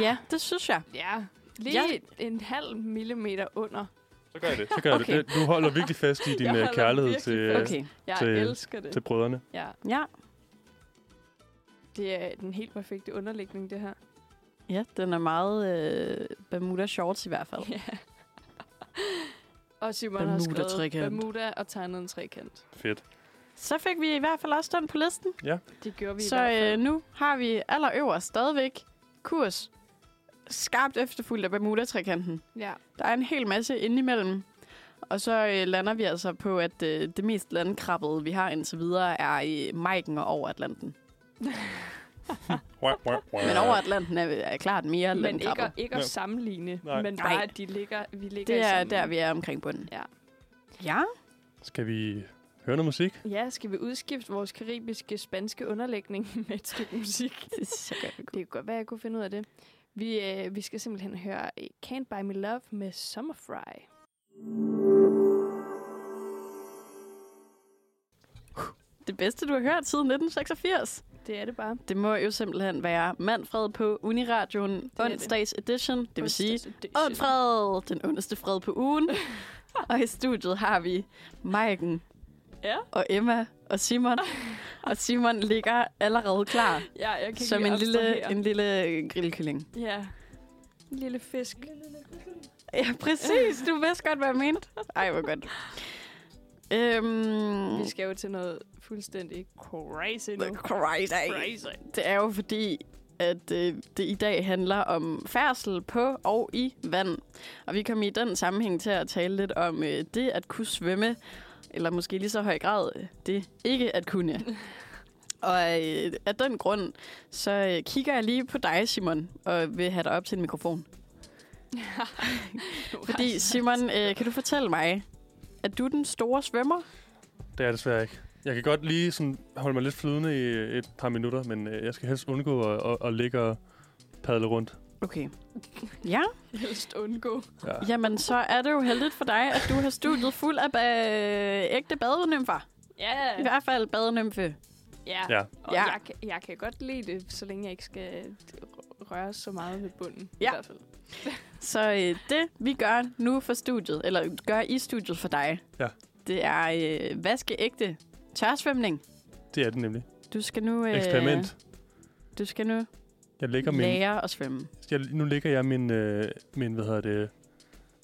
D: Ja, det synes jeg.
C: Ja, lige
D: Jeg-
C: en halv millimeter under.
B: Så gør jeg det. Så gør jeg
D: Okay.
B: det. Du holder virkelig fast i din
C: Jeg
B: øh,
C: holder
B: kærlighed
C: virkelig
B: til, øh,
C: fast.
D: Okay.
C: Jeg
B: Til-
C: elsker det.
B: til brødrene.
C: Ja,
D: Ja.
C: det er den helt perfekte underlægning, det her.
D: ja, den er meget øh, Bermuda Shorts i hvert fald.
C: Ja. Og Simon har skrevet
D: Bermuda-trekant.
C: Bermuda og tegnet en trekant.
B: Fedt.
D: Så fik vi i hvert fald også den på listen.
C: Det gjorde vi i
D: Så
C: hvert fald.
D: øh, nu har vi allerøverst stadigvæk kurs skarpt efterfulgt af Bermuda-trekanten.
C: Ja.
D: Der er en hel masse indimellem. Og så øh, lander vi altså på, at øh, det mest landkrabbede, vi har indtil videre, er i Majken og over Atlanten.
B: Wah, wah, wah.
D: Men over Atlanten er, er klart mere
C: Men ikke,
D: landkrabbet.
C: at- ikke at
B: Ja.
C: sammenligne,
B: Nej.
C: men bare,
D: Nej.
C: at de ligger, vi ligger
D: Det
C: i
D: er
C: samme-
D: der, vi er omkring bunden.
C: Ja.
D: Ja,
B: Skal vi høre noget musik?
C: Ja, skal vi udskifte vores karibiske spanske underlægning med et stykke musik?
D: det er så godt. vi
C: Det kan godt være, jeg kunne finde ud af det. Vi, øh, vi skal simpelthen høre øh, Can't Buy Me Love med Summerfry.
D: kunne. Det bedste, du har hørt siden 1986.
C: Det er det bare.
D: Det må jo simpelthen være Manfred på Uniradioen,
C: er det.
D: onsdags edition. Det vil sige,
C: Det
D: ond fred, den ondeste fred på ugen. og i studiet har vi Maiken
C: Ja.
D: og Emma og Simon. og Simon ligger allerede klar.
C: Ja, jeg kan
D: Som
C: ikke
D: en lille,
C: abstrahere.
D: en lille grillkylling.
C: Ja. En lille fisk.
D: Ja, præcis. Du vidste godt, hvad jeg mente. Ej, hvor godt. Øhm,
C: Vi skal jo til noget fuldstændig crazy nu.
D: crazy.
C: Crazy.
D: Det er jo fordi, at øh, det i dag handler om færdsel på og i vand. Og vi kom i den sammenhæng til at tale lidt om øh, det at kunne svømme, eller måske lige så høj grad øh, det ikke at kunne. Og øh, af den grund, så øh, kigger jeg lige på dig, Simon, og vil have dig op til en mikrofon. Fordi Simon, øh, kan du fortælle mig, at du er den store svømmer?
B: Det er jeg desværre ikke. Jeg kan godt lige sådan holde mig lidt flydende i øh, et par minutter, men øh, jeg skal helst undgå at, at, at ligge og padle rundt.
D: Okay. Ja,
C: Helst undgå.
B: Ja.
D: jamen så er det jo heldigt for dig, at du har studiet fuld af ba- ægte badenymfer.
C: Ja.
D: I hvert fald badenymfe.
C: Ja.
B: Ja.
C: Og
D: Ja.
C: Jeg, kan- jeg kan godt lide det, så længe jeg ikke skal røre så meget ved bunden.
D: Ja.
C: I hvert fald.
D: Så øh, det, vi gør nu for studiet, eller gør i studiet for dig,
B: Ja.
D: det er øh, vaskeægte tørsvømning.
B: Det er det nemlig.
D: Du skal nu... Øh,
B: Eksperiment.
D: Du skal nu
B: Jeg lægger min,
D: lære at svømme.
B: jeg, nu lægger jeg min, øh, min, hvad hedder det,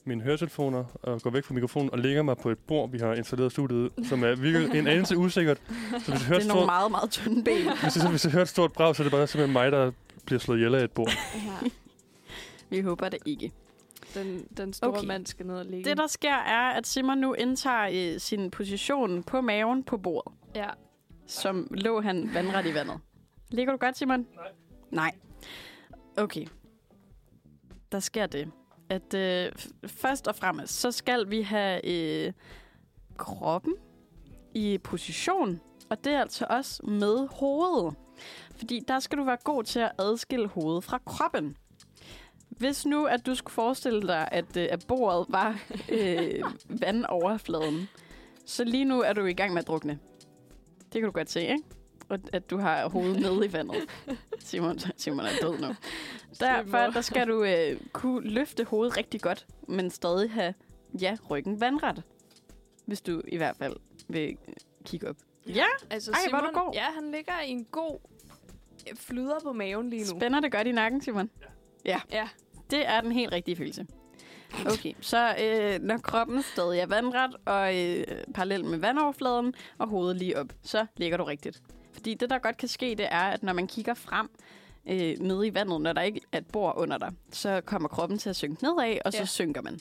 B: mine høretelefoner og går væk fra mikrofonen og lægger mig på et bord, vi har installeret i studiet, som er virkelig en anelse usikkert. Så hvis jeg hører et
D: Det er nogle
B: stort,
D: meget, meget tynde ben.
B: hvis jeg, hvis jeg hører et stort brag, så er det bare simpelthen mig, der bliver slået ihjel af et bord.
C: Ja.
D: Vi håber det ikke.
C: Den, den store okay.
D: Okay.
C: mand skal ned og ligge.
D: Det, der sker, er, at Simon nu indtager øh, sin position på maven på bordet,
C: Ja.
D: som lå han vandret i vandet. Ligger du godt, Simon? Nej. Nej. Okay. Der sker det, at øh, f- først og fremmest, så skal vi have øh, kroppen i position, og det er altså også med hovedet. Fordi der skal du være god til at adskille hovedet fra kroppen. Hvis nu, at du skulle forestille dig, at, øh, at bordet var øh, vandoverfladen, så lige nu er du i gang med at drukne. Det kan du godt se, ikke? Og at du har hovedet nede i vandet. Simon, Simon er død nu. Derfor der skal du øh, kunne løfte hovedet rigtig godt, men stadig have, ja, ryggen vandret. Hvis du i hvert fald vil øh, kigge op. Ja,
C: Altså,
D: Ej, hvor er
C: Simon,
D: du god.
C: Ja, han ligger i en god øh, flyder på maven lige nu.
D: spænder det godt i nakken, Simon.
C: Ja,
D: Det er den helt rigtige følelse. Okay, så øh, når kroppen stadig er vandret og øh, parallel med vandoverfladen og hovedet lige op, så ligger du rigtigt. Fordi det, der godt kan ske, det er, at når man kigger frem øh, nede i vandet, når der ikke er et bord under dig, så kommer kroppen til at synke nedad, og så
C: Ja.
D: synker man.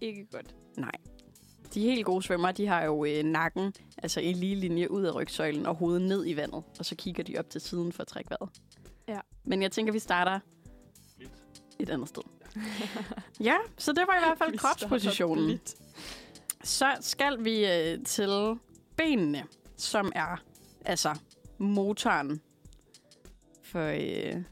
C: ikke godt.
D: Nej. De helt gode svømmere, de har jo øh, nakken, altså i lige linje ud af rygsøjlen og hovedet ned i vandet, og så kigger de op til siden for at trække vejret.
C: Ja.
D: Men jeg tænker, vi starter et andet sted. ja, så det var i hvert fald
C: Vi starter
D: kropspositionen.
C: blidt.
D: Så skal vi øh, til benene, som er altså motoren for øh,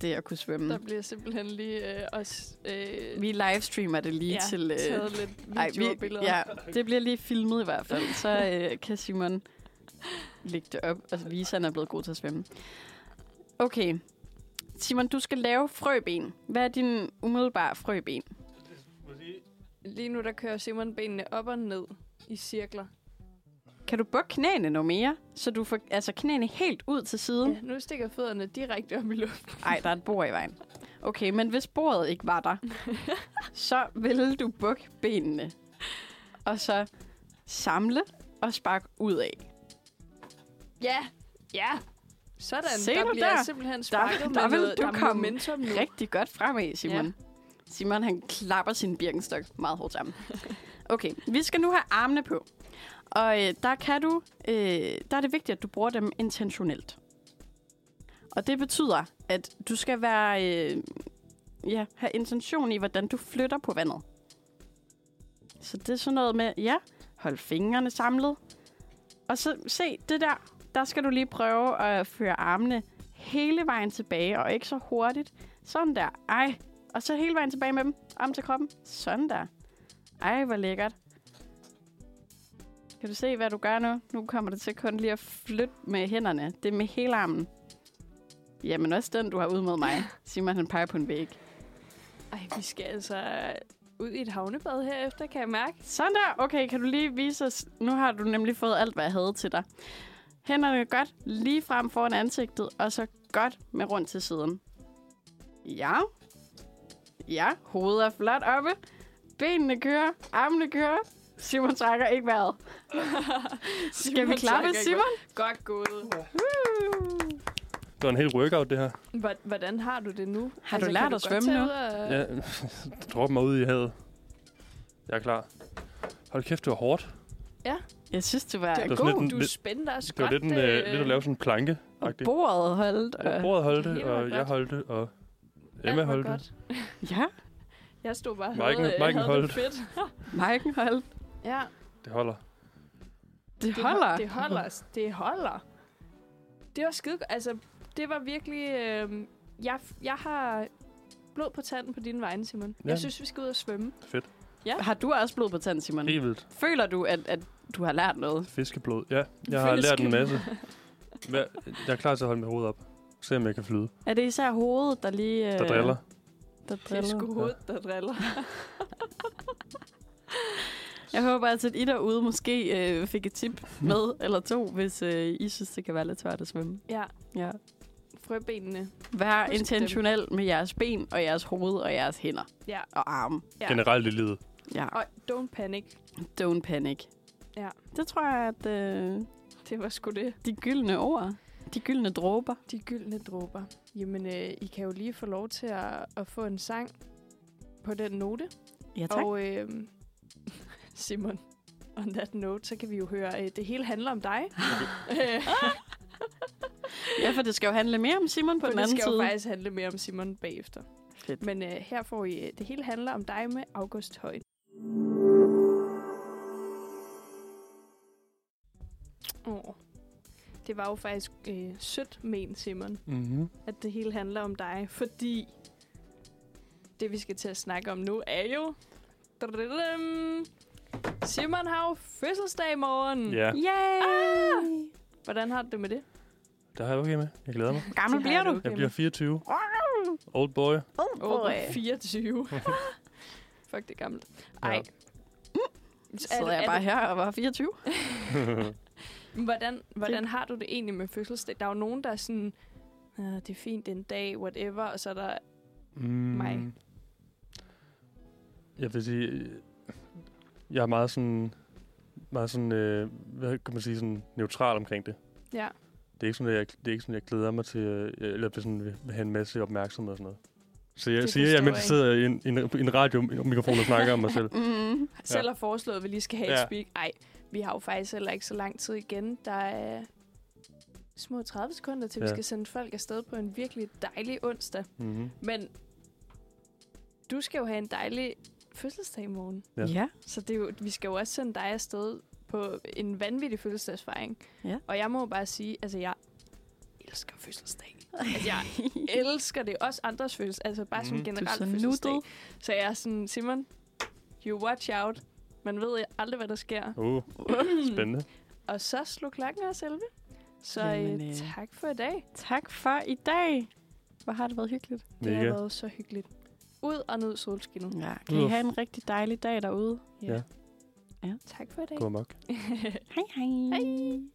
D: det at kunne svømme.
C: Der bliver simpelthen lige øh, os... Øh,
D: Vi livestreamer det lige
C: ja,
D: til... Øh,
C: taget lidt videoer og billeder.
D: ja, det bliver lige filmet i hvert fald. Så øh, kan Simon lægge det op og vise, at han er blevet god til at svømme. Okay. Simon, du skal lave frøben. Hvad er din umiddelbare frøben?
C: Lige nu, der kører Simon benene op og ned i cirkler.
D: Kan du bukke knæene noget mere, så du får altså knæene helt ud til siden?
C: Ja, nu stikker fødderne direkte op i luften.
D: Nej, der er et bord i vejen. Okay, men hvis bordet ikke var der, så ville du bukke benene. Og så samle og sparke ud af.
C: Ja, ja. Sådan,
D: Se
C: der
D: nu
C: bliver
D: der.
C: simpelthen
D: Der-
C: sparket
D: der
C: med
D: vil
C: noget,
D: du
C: der er
D: komme
C: momentum nu.
D: rigtig godt fremad, Simon. Ja. Simon, han klapper sin birkenstok meget hårdt sammen. Okay, vi skal nu have armene på. Og øh, der kan du, øh, der er det vigtigt, at du bruger dem intentionelt. Og det betyder, at du skal være, øh, ja, have intention i, hvordan du flytter på vandet. Så det er sådan noget med, ja, hold fingrene samlet. Og så se det der, der skal du lige prøve at føre armene hele vejen tilbage, og ikke så hurtigt. Sådan der. Ej. Og så hele vejen tilbage med dem. Om til kroppen. Sådan der. Ej, hvor lækkert. Kan du se, hvad du gør nu? Nu kommer det til kun lige at flytte med hænderne. Det er med hele armen. Jamen også den, du har ud mod mig. Simon, han peger på en væg.
C: Ej, vi skal altså ud i et havnebad herefter, kan jeg mærke.
D: Sådan der. Okay, kan du lige vise os? Nu har du nemlig fået alt, hvad jeg havde til dig. Hænderne godt lige frem foran ansigtet, og så godt med rundt til siden. Ja. Ja, hovedet er flot oppe. Benene kører, armene kører. Simon trækker ikke vejret. Skal vi
C: Simon
D: klappe,
C: trækker
D: Simon?
C: Godt gået.
B: Det var en hel workout, det her.
C: Hvor- Hvordan har du det nu? Altså,
D: Har du lært
C: kan
D: at
C: godt
D: svømme
C: tage
D: nu?
C: ud og-
B: Ja, drop mig ud i havet. Jeg er klar. Hold kæft, det var hårdt.
D: Jeg synes, det var,
C: Det
B: var
D: det
B: sådan
D: var
B: lidt
D: god.
B: en-
C: Du
B: lidt-
C: spændte os
B: Det var lidt, en, øh, lidt at lave sådan en planke.
D: Og bordet holdt. Og...
B: Bordet holdt
C: det
B: det,
C: hele var
B: og jeg
C: godt.
B: holdt det, og Emma holdt det.
C: det.
D: Ja,
C: Jeg stod bare og
B: Maiken-
C: havde, øh,
B: Maiken
C: havde
B: holdt.
C: det fedt.
D: Maiken holdt.
C: ja,
B: Det holder.
D: Det
C: det
D: holder.
C: Det holder. Det holder. Det var skide Altså, det var virkelig... Øh, jeg, jeg har blod på tanden på dine vegne, Simon.
B: Ja.
C: Jeg synes, vi skal ud og svømme.
D: Har du også blod på tanden, Simon?
B: Helt vildt.
D: Føler du, at, at du har lært noget?
B: Fiskeblod. Ja, jeg har lært en masse. Hva- Jeg er klar til at holde mit hoved op. Se om jeg kan flyde.
D: Er det især hovedet, der lige... øh,
B: Der driller.
D: Der
C: Det er sgu
D: driller.
C: hovedet, der driller.
D: Jeg håber altså, at I derude måske øh, fik et tip med, eller to, hvis øh, I synes, det kan være lidt svært at svømme.
C: Ja,
D: Ja.
C: frøbenene.
D: Vær
C: Husk
D: intentionel med jeres ben og jeres hoved og jeres hænder
C: Ja.
D: og arme.
C: Ja.
B: Generelt i livet.
D: Ja.
C: Og don't panic.
D: Don't panic.
C: Ja.
D: Det tror jeg, at øh,
C: Det var sgu det.
D: de gyldne ord, de gyldne dråber.
C: De gyldne dråber. Jamen, øh, I kan jo lige få lov til at, at få en sang på den note.
D: Ja,
C: Og øh, Simon, on that note, så kan vi jo høre, øh, det hele handler om dig. Øh,
D: Ja, for det skal jo handle mere om Simon på
C: For
D: den
C: det
D: anden
C: skal jo
D: side.
C: faktisk handle mere om Simon bagefter.
D: Fedt.
C: Men øh, her får I... øh, Det hele handler om dig med August Højen. Åh. Det var jo faktisk øh, sødt, men Simon,
B: Mm-hmm.
C: at det hele handler om dig, fordi det, vi skal til at snakke om nu, er jo... Dadadadam! Simon har jo fødselsdag i morgen.
B: Ja,
D: Yay!
C: Ah! Hvordan har du det med det?
B: der har jeg okay med. Jeg glæder mig.
D: Gammel
C: Det
D: bliver
C: har
D: du?
C: du.
B: Jeg bliver 24. Old boy.
C: Åh,
D: Åh,
C: 24. Fuck, det er gammelt. Ej.
B: Ja.
D: Så sidder jeg bare her og var 24.
C: Hvordan, hvordan har du det egentlig med fødselsdag? Der er jo nogen, der er sådan, "Ah, det er fint, det er en dag, whatever, og så er der...
B: Mm.
C: Mig.
B: Jeg vil sige, øh, jeg er meget sådan, meget sådan øh, hvad kan man sige, sådan neutral omkring det.
C: Ja,
B: Det er ikke sådan, at jeg, det er ikke sådan, at jeg glæder mig til, øh, eller vil sådan, vil have en masse opmærksomhed og sådan noget. Så jeg
C: Det
B: det siger, jeg,
C: forstår
B: mens jeg sidder i en, i en, i en radiomikrofon og snakker om mig selv.
D: Mm.
C: selv har foreslået, at vi lige skal have et
B: Ja.
C: speak. Ej, vi har jo faktisk heller ikke så lang tid igen. Der er små 30 sekunder, til ja. vi
B: Ja.
C: skal sende folk afsted på en virkelig dejlig onsdag.
B: Mm-hmm.
C: Men du skal jo have en dejlig fødselsdag i morgen.
B: Ja.
D: Ja.
C: Så det er jo, vi skal jo også sende dig afsted på en vanvittig fødselsdagsfejring.
D: Ja.
C: Og jeg må jo bare sige, altså jeg elsker fødselsdag. Altså jeg elsker det. Også andres fødselsdag. Altså bare mm, som
B: Mhm. Du er
C: generelt
D: så
C: fødselsdag.
D: nuttet.
C: Så jeg er sådan, Simon, you watch out. Man ved aldrig, hvad der sker.
B: Uh, spændende.
C: Og så slog klokken af selve. Så
D: Jamen,
C: øh,
D: øh,
C: tak for i dag.
D: Tak for i dag. Hvor har det været hyggeligt.
C: Det har
B: Mega.
C: været så hyggeligt. Ud og ned solskinnet.
D: Ja, kan I
B: Uff.
D: have en rigtig dejlig dag derude.
B: Ja.
C: Tak for i dag.
B: God nok.
D: Hej hej.
C: Hej.